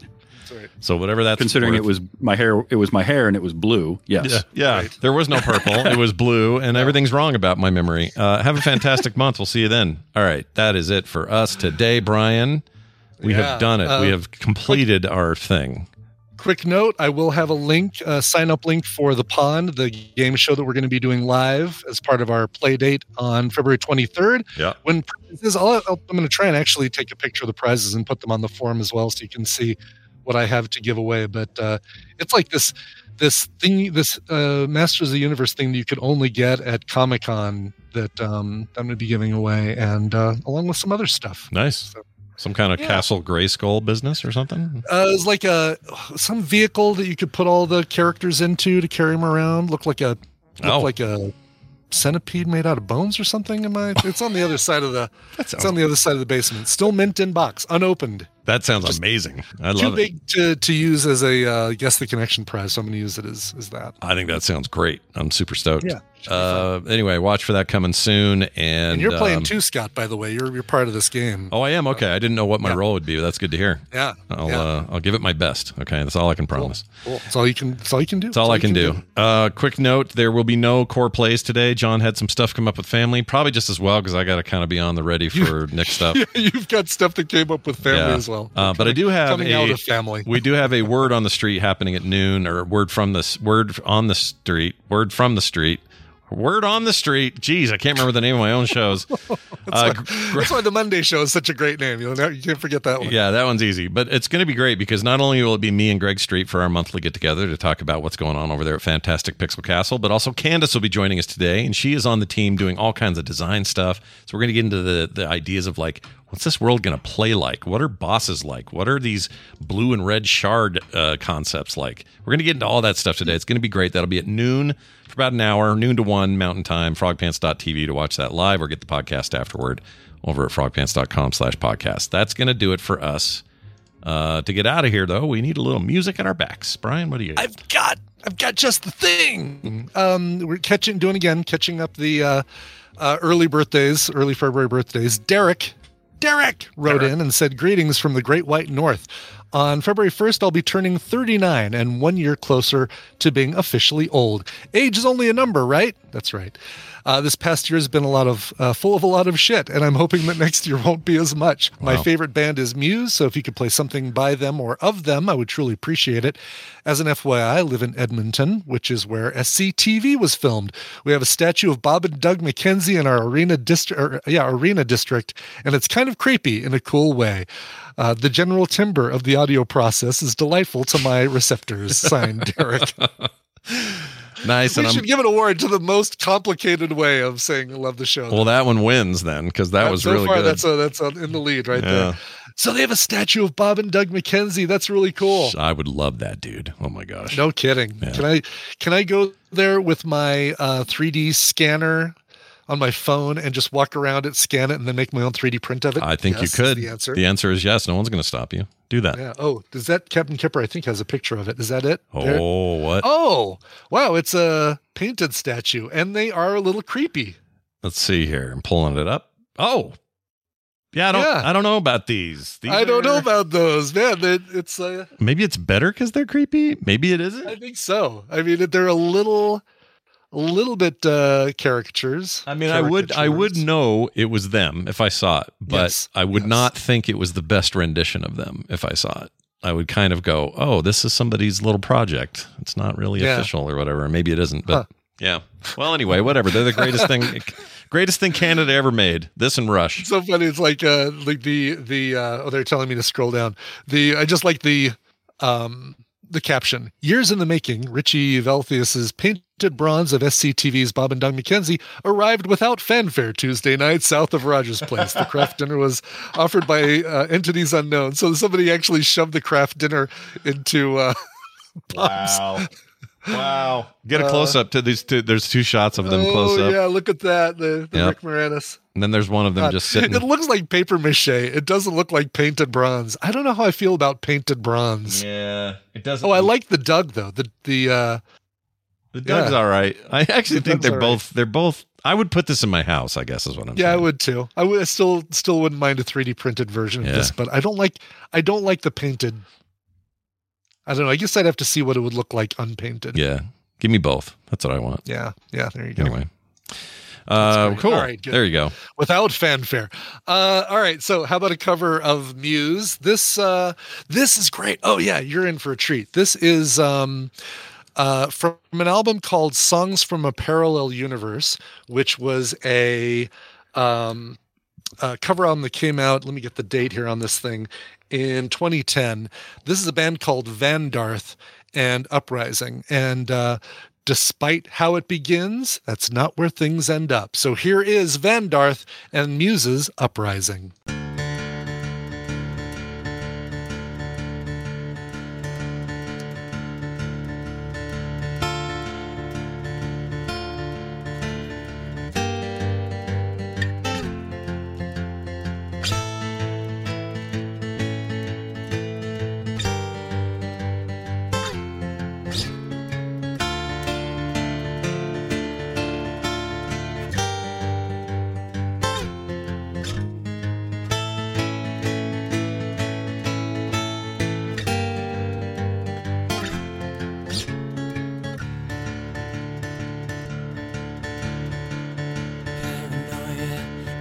Speaker 2: So whatever that's
Speaker 15: Considering it
Speaker 2: worth-
Speaker 15: was my hair, it was my hair, and it was blue. Yes.
Speaker 2: Yeah, yeah. there was no purple. it was blue, and everything's wrong about my memory. Uh, have a fantastic month. We'll see you then. All right, that is it for us today, Brian. We
Speaker 1: Yeah,
Speaker 2: have done it. we
Speaker 1: uh,
Speaker 2: have completed our thing.
Speaker 1: Quick note: I will have a link, a sign-up link for the Pond, the game show that we're going to be doing live as part of our play date on February 23rd.
Speaker 2: Yeah.
Speaker 1: When prizes, I'll, I'll, I'm going to try and actually take a picture of the prizes and put them on the form as well, so you can see what I have to give away. But uh, it's like this, this thing, this uh, Masters of the Universe thing that you could only get at Comic Con that um, I'm going to be giving away, and uh, along with some other stuff.
Speaker 2: Nice. Some kind of
Speaker 1: Yeah.
Speaker 2: Castle Gray Skull business or something.
Speaker 1: Uh, it was like a some vehicle that you could put all the characters into to carry them around. Looked like a looked
Speaker 2: Oh.
Speaker 1: like a centipede made out of bones or something. Am I? It's on the other side of the. it's on the other side of the basement. Still mint in box, unopened.
Speaker 2: That sounds amazing. I
Speaker 1: Too
Speaker 2: love it.
Speaker 1: big to, to use as a uh, guess the connection prize. So I'm going to use it as as that.
Speaker 2: I think that sounds great. I'm super stoked.
Speaker 1: Yeah,
Speaker 2: Uh, anyway, watch for that coming soon. And,
Speaker 1: And you're playing
Speaker 2: um,
Speaker 1: too, Scott. By the way, you're you're part of this game.
Speaker 2: Oh, I am. Okay, I didn't know what my role would be. But that's good to hear.
Speaker 1: Yeah,
Speaker 2: I'll
Speaker 1: yeah.
Speaker 2: Uh, I'll give it my best. Okay, that's all I can promise.
Speaker 1: Cool. It's all you can. It's all you can do.
Speaker 2: That's all I can do. Uh, quick note: there will be no core plays today. John had some stuff come up with family, probably just as well because I got to kind of be on the ready for next stuff.
Speaker 1: You've got stuff that came up with family
Speaker 2: Yeah.
Speaker 1: as well.
Speaker 2: Uh, but I do have
Speaker 1: coming
Speaker 2: a
Speaker 1: out of family.
Speaker 2: We do have a word on the street happening at noon, or word from the s- word on the street, word from the street, word on the street. Geez, I can't remember the name of my own shows. Uh,
Speaker 1: That's why the Monday show is such a great name. You'll never, you can't forget that one.
Speaker 2: Yeah, that one's easy. But it's going to be great because not only will it be me and Greg Street for our monthly get together to talk about what's going on over there at Fantastic Pixel Castle, but also Candace will be joining us today. And she is on the team doing all kinds of design stuff. So we're going to get into the, the ideas of like, what's this world going to play like? What are bosses like? What are these blue and red shard uh, concepts like? We're going to get into all that stuff today. It's going to be great. That'll be at noon for about an hour, noon to one Mountain Time, frogpants.tv to watch that live or get the podcast afterward over at frogpants.com slash podcast. That's going to do it for us. Uh, to get out of here, though, we need a little music in our backs. Brian, what do you?
Speaker 1: I've got I've got just the thing. Um, we're catching doing again, catching up the uh, uh, early birthdays, early February birthdays. Derek, Derek wrote in and said greetings from the Great White North. On February 1st, I'll be turning 39 and one year closer to being officially old. Age is only a number, right? That's right. Uh, this past year has been a lot of uh, full of a lot of shit, and I'm hoping that next year won't be as much. My
Speaker 7: Wow.
Speaker 1: favorite band is Muse, so if you could play something by them or of them, I would truly appreciate it. As an FYI, I live in Edmonton, which is where SCTV was filmed. We have a statue of Bob and Doug McKenzie in our arena district, yeah, arena district, and it's kind of creepy in a cool way. Uh, the general timbre of the audio process is delightful to my receptors. Signed, Derek.
Speaker 2: Nice.
Speaker 1: we
Speaker 2: and I'm-
Speaker 1: should give an award to the most complicated way of saying "I love the show."
Speaker 2: well, that one wins then because that
Speaker 1: Uh,
Speaker 2: was
Speaker 1: so
Speaker 2: really
Speaker 1: far,
Speaker 2: good.
Speaker 1: That's a, that's a, in the lead right
Speaker 2: Yeah.
Speaker 1: there. So they have a statue of Bob and Doug McKenzie. That's really cool.
Speaker 2: I would love that, dude. Oh my gosh.
Speaker 1: No kidding. Can I can I go there with my uh, 3D scanner on my phone and just walk around it, scan it, and then make my own 3D print of it?
Speaker 2: I think
Speaker 1: Yes, is
Speaker 2: you could.
Speaker 1: The answer.
Speaker 2: The answer is yes. No one's going to stop you. Do that.
Speaker 1: Yeah. Oh, does that Captain Kipper? I think has a picture of it. Is that it? There?
Speaker 2: Oh, what?
Speaker 1: Oh, wow! It's a painted statue, and they are a little creepy.
Speaker 2: Let's see here. I'm pulling it up. Oh, yeah. I don't.
Speaker 1: Yeah.
Speaker 2: I don't know about these. These
Speaker 1: I don't
Speaker 2: are-
Speaker 1: know about those, man. They- it's uh,
Speaker 2: Maybe it's better because they're creepy. Maybe it isn't.
Speaker 1: I think so. I mean, they're a little, a little bit uh, caricatures.
Speaker 2: I mean, I would. I would
Speaker 1: Caricatures.
Speaker 2: know it was them if I saw it, but
Speaker 1: Yes,
Speaker 2: I would not think it was the best rendition of them if I saw it. I would kind of go, "Oh, this is somebody's little project. It's not really
Speaker 7: Yeah.
Speaker 2: official or whatever. Maybe it isn't." But
Speaker 7: Huh.
Speaker 2: yeah. Well, anyway, whatever. They're the greatest thing, greatest thing Canada ever made. This and Rush.
Speaker 1: It's so funny. It's like uh, like the the uh, oh, they're telling me to scroll down. The I just like the um the caption. Years in the making, Richie Valthius's painted bronze of SCTV's Bob and Doug McKenzie arrived without fanfare Tuesday night south of Rogers Place. The craft dinner was offered by uh, entities unknown. So somebody actually shoved the craft dinner into. Uh, Bob's.
Speaker 2: Wow.
Speaker 16: Wow.
Speaker 2: Get a
Speaker 1: Uh,
Speaker 2: close up to these two. There's two shots of them
Speaker 1: oh,
Speaker 2: close up,
Speaker 1: Yeah, look at that. The, the
Speaker 2: Yep.
Speaker 1: Rick Moranis.
Speaker 2: and then there's one of them
Speaker 1: God.
Speaker 2: just sitting.
Speaker 1: It looks like paper mache. It doesn't look like painted bronze. I don't know how I feel about painted bronze.
Speaker 2: Yeah, it doesn't.
Speaker 1: Oh, I like the Doug though. The the uh
Speaker 2: The Doug's
Speaker 1: yeah.
Speaker 2: all right. I actually
Speaker 1: The
Speaker 2: think
Speaker 1: Doug's
Speaker 2: they're
Speaker 1: all right.
Speaker 2: both. They're both. I would put this in my house. I guess is what I'm.
Speaker 1: Yeah, I would too. I would I still still wouldn't mind a 3D printed version of this,
Speaker 2: Yeah.
Speaker 1: but I don't like I don't like the painted. I don't know. I guess I'd have to see what it would look like unpainted.
Speaker 2: Yeah, give me both. That's what I want.
Speaker 1: Yeah. Yeah. There you go.
Speaker 2: Anyway, uh,
Speaker 1: great.
Speaker 2: cool.
Speaker 1: All right, good.
Speaker 2: there you go.
Speaker 1: without fanfare. Uh, all right, so how about a cover of Muse? This uh, this is great. Oh yeah, you're in for a treat. This is um, uh, from an album called "Songs from a Parallel Universe," which was a um, uh, cover album that came out. Let me get the date here on this thing in 2010. This is a band called Van Darth and Uprising, and uh, despite how it begins, that's not where things end up. So here is Van Darth and Muse's Uprising.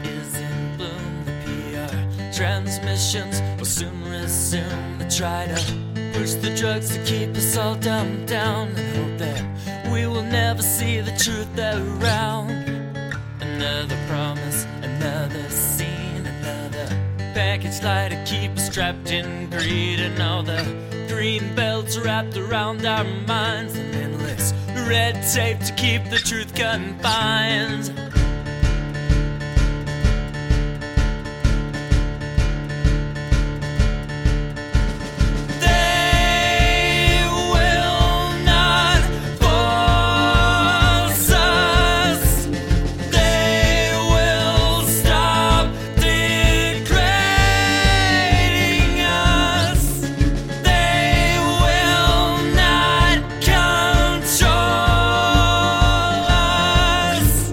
Speaker 17: is in bloom. The PR transmissions will soon resume. They try to push the drugs to keep us all dumbed down and hope that we will never see the truth around. Another promise, another scene, another package lie to keep us trapped in greed and all the green belts wrapped around our minds and endless red tape to keep the truth confined. They will not force us. They will stop degrading us. They will not control us.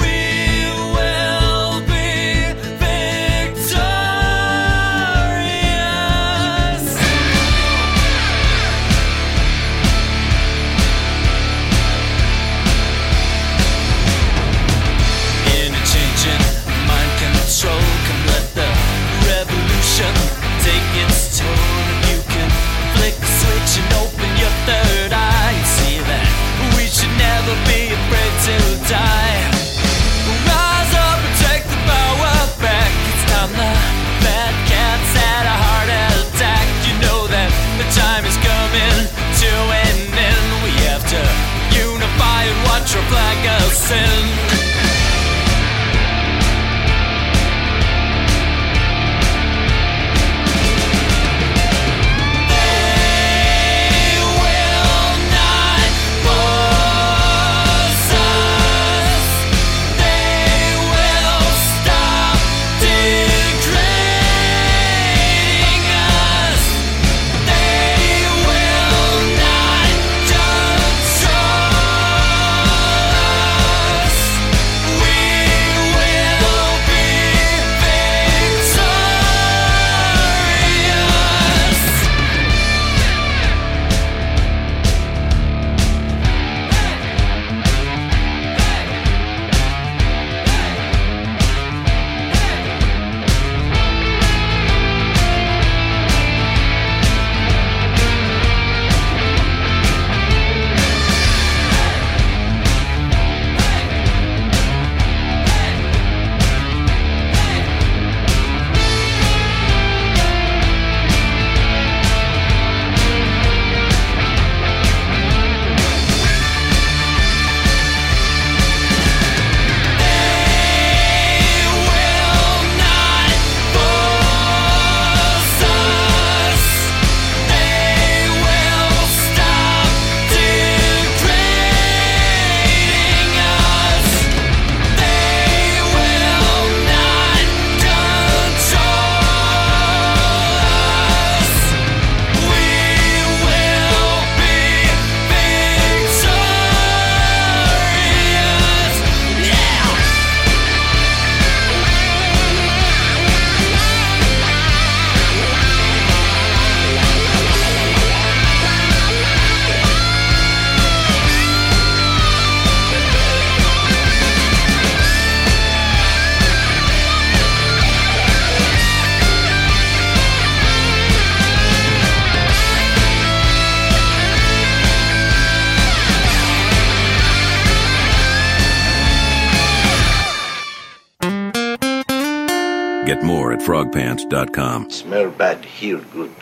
Speaker 17: We
Speaker 18: Get more at frogpants.com.
Speaker 2: Smell bad, hear good.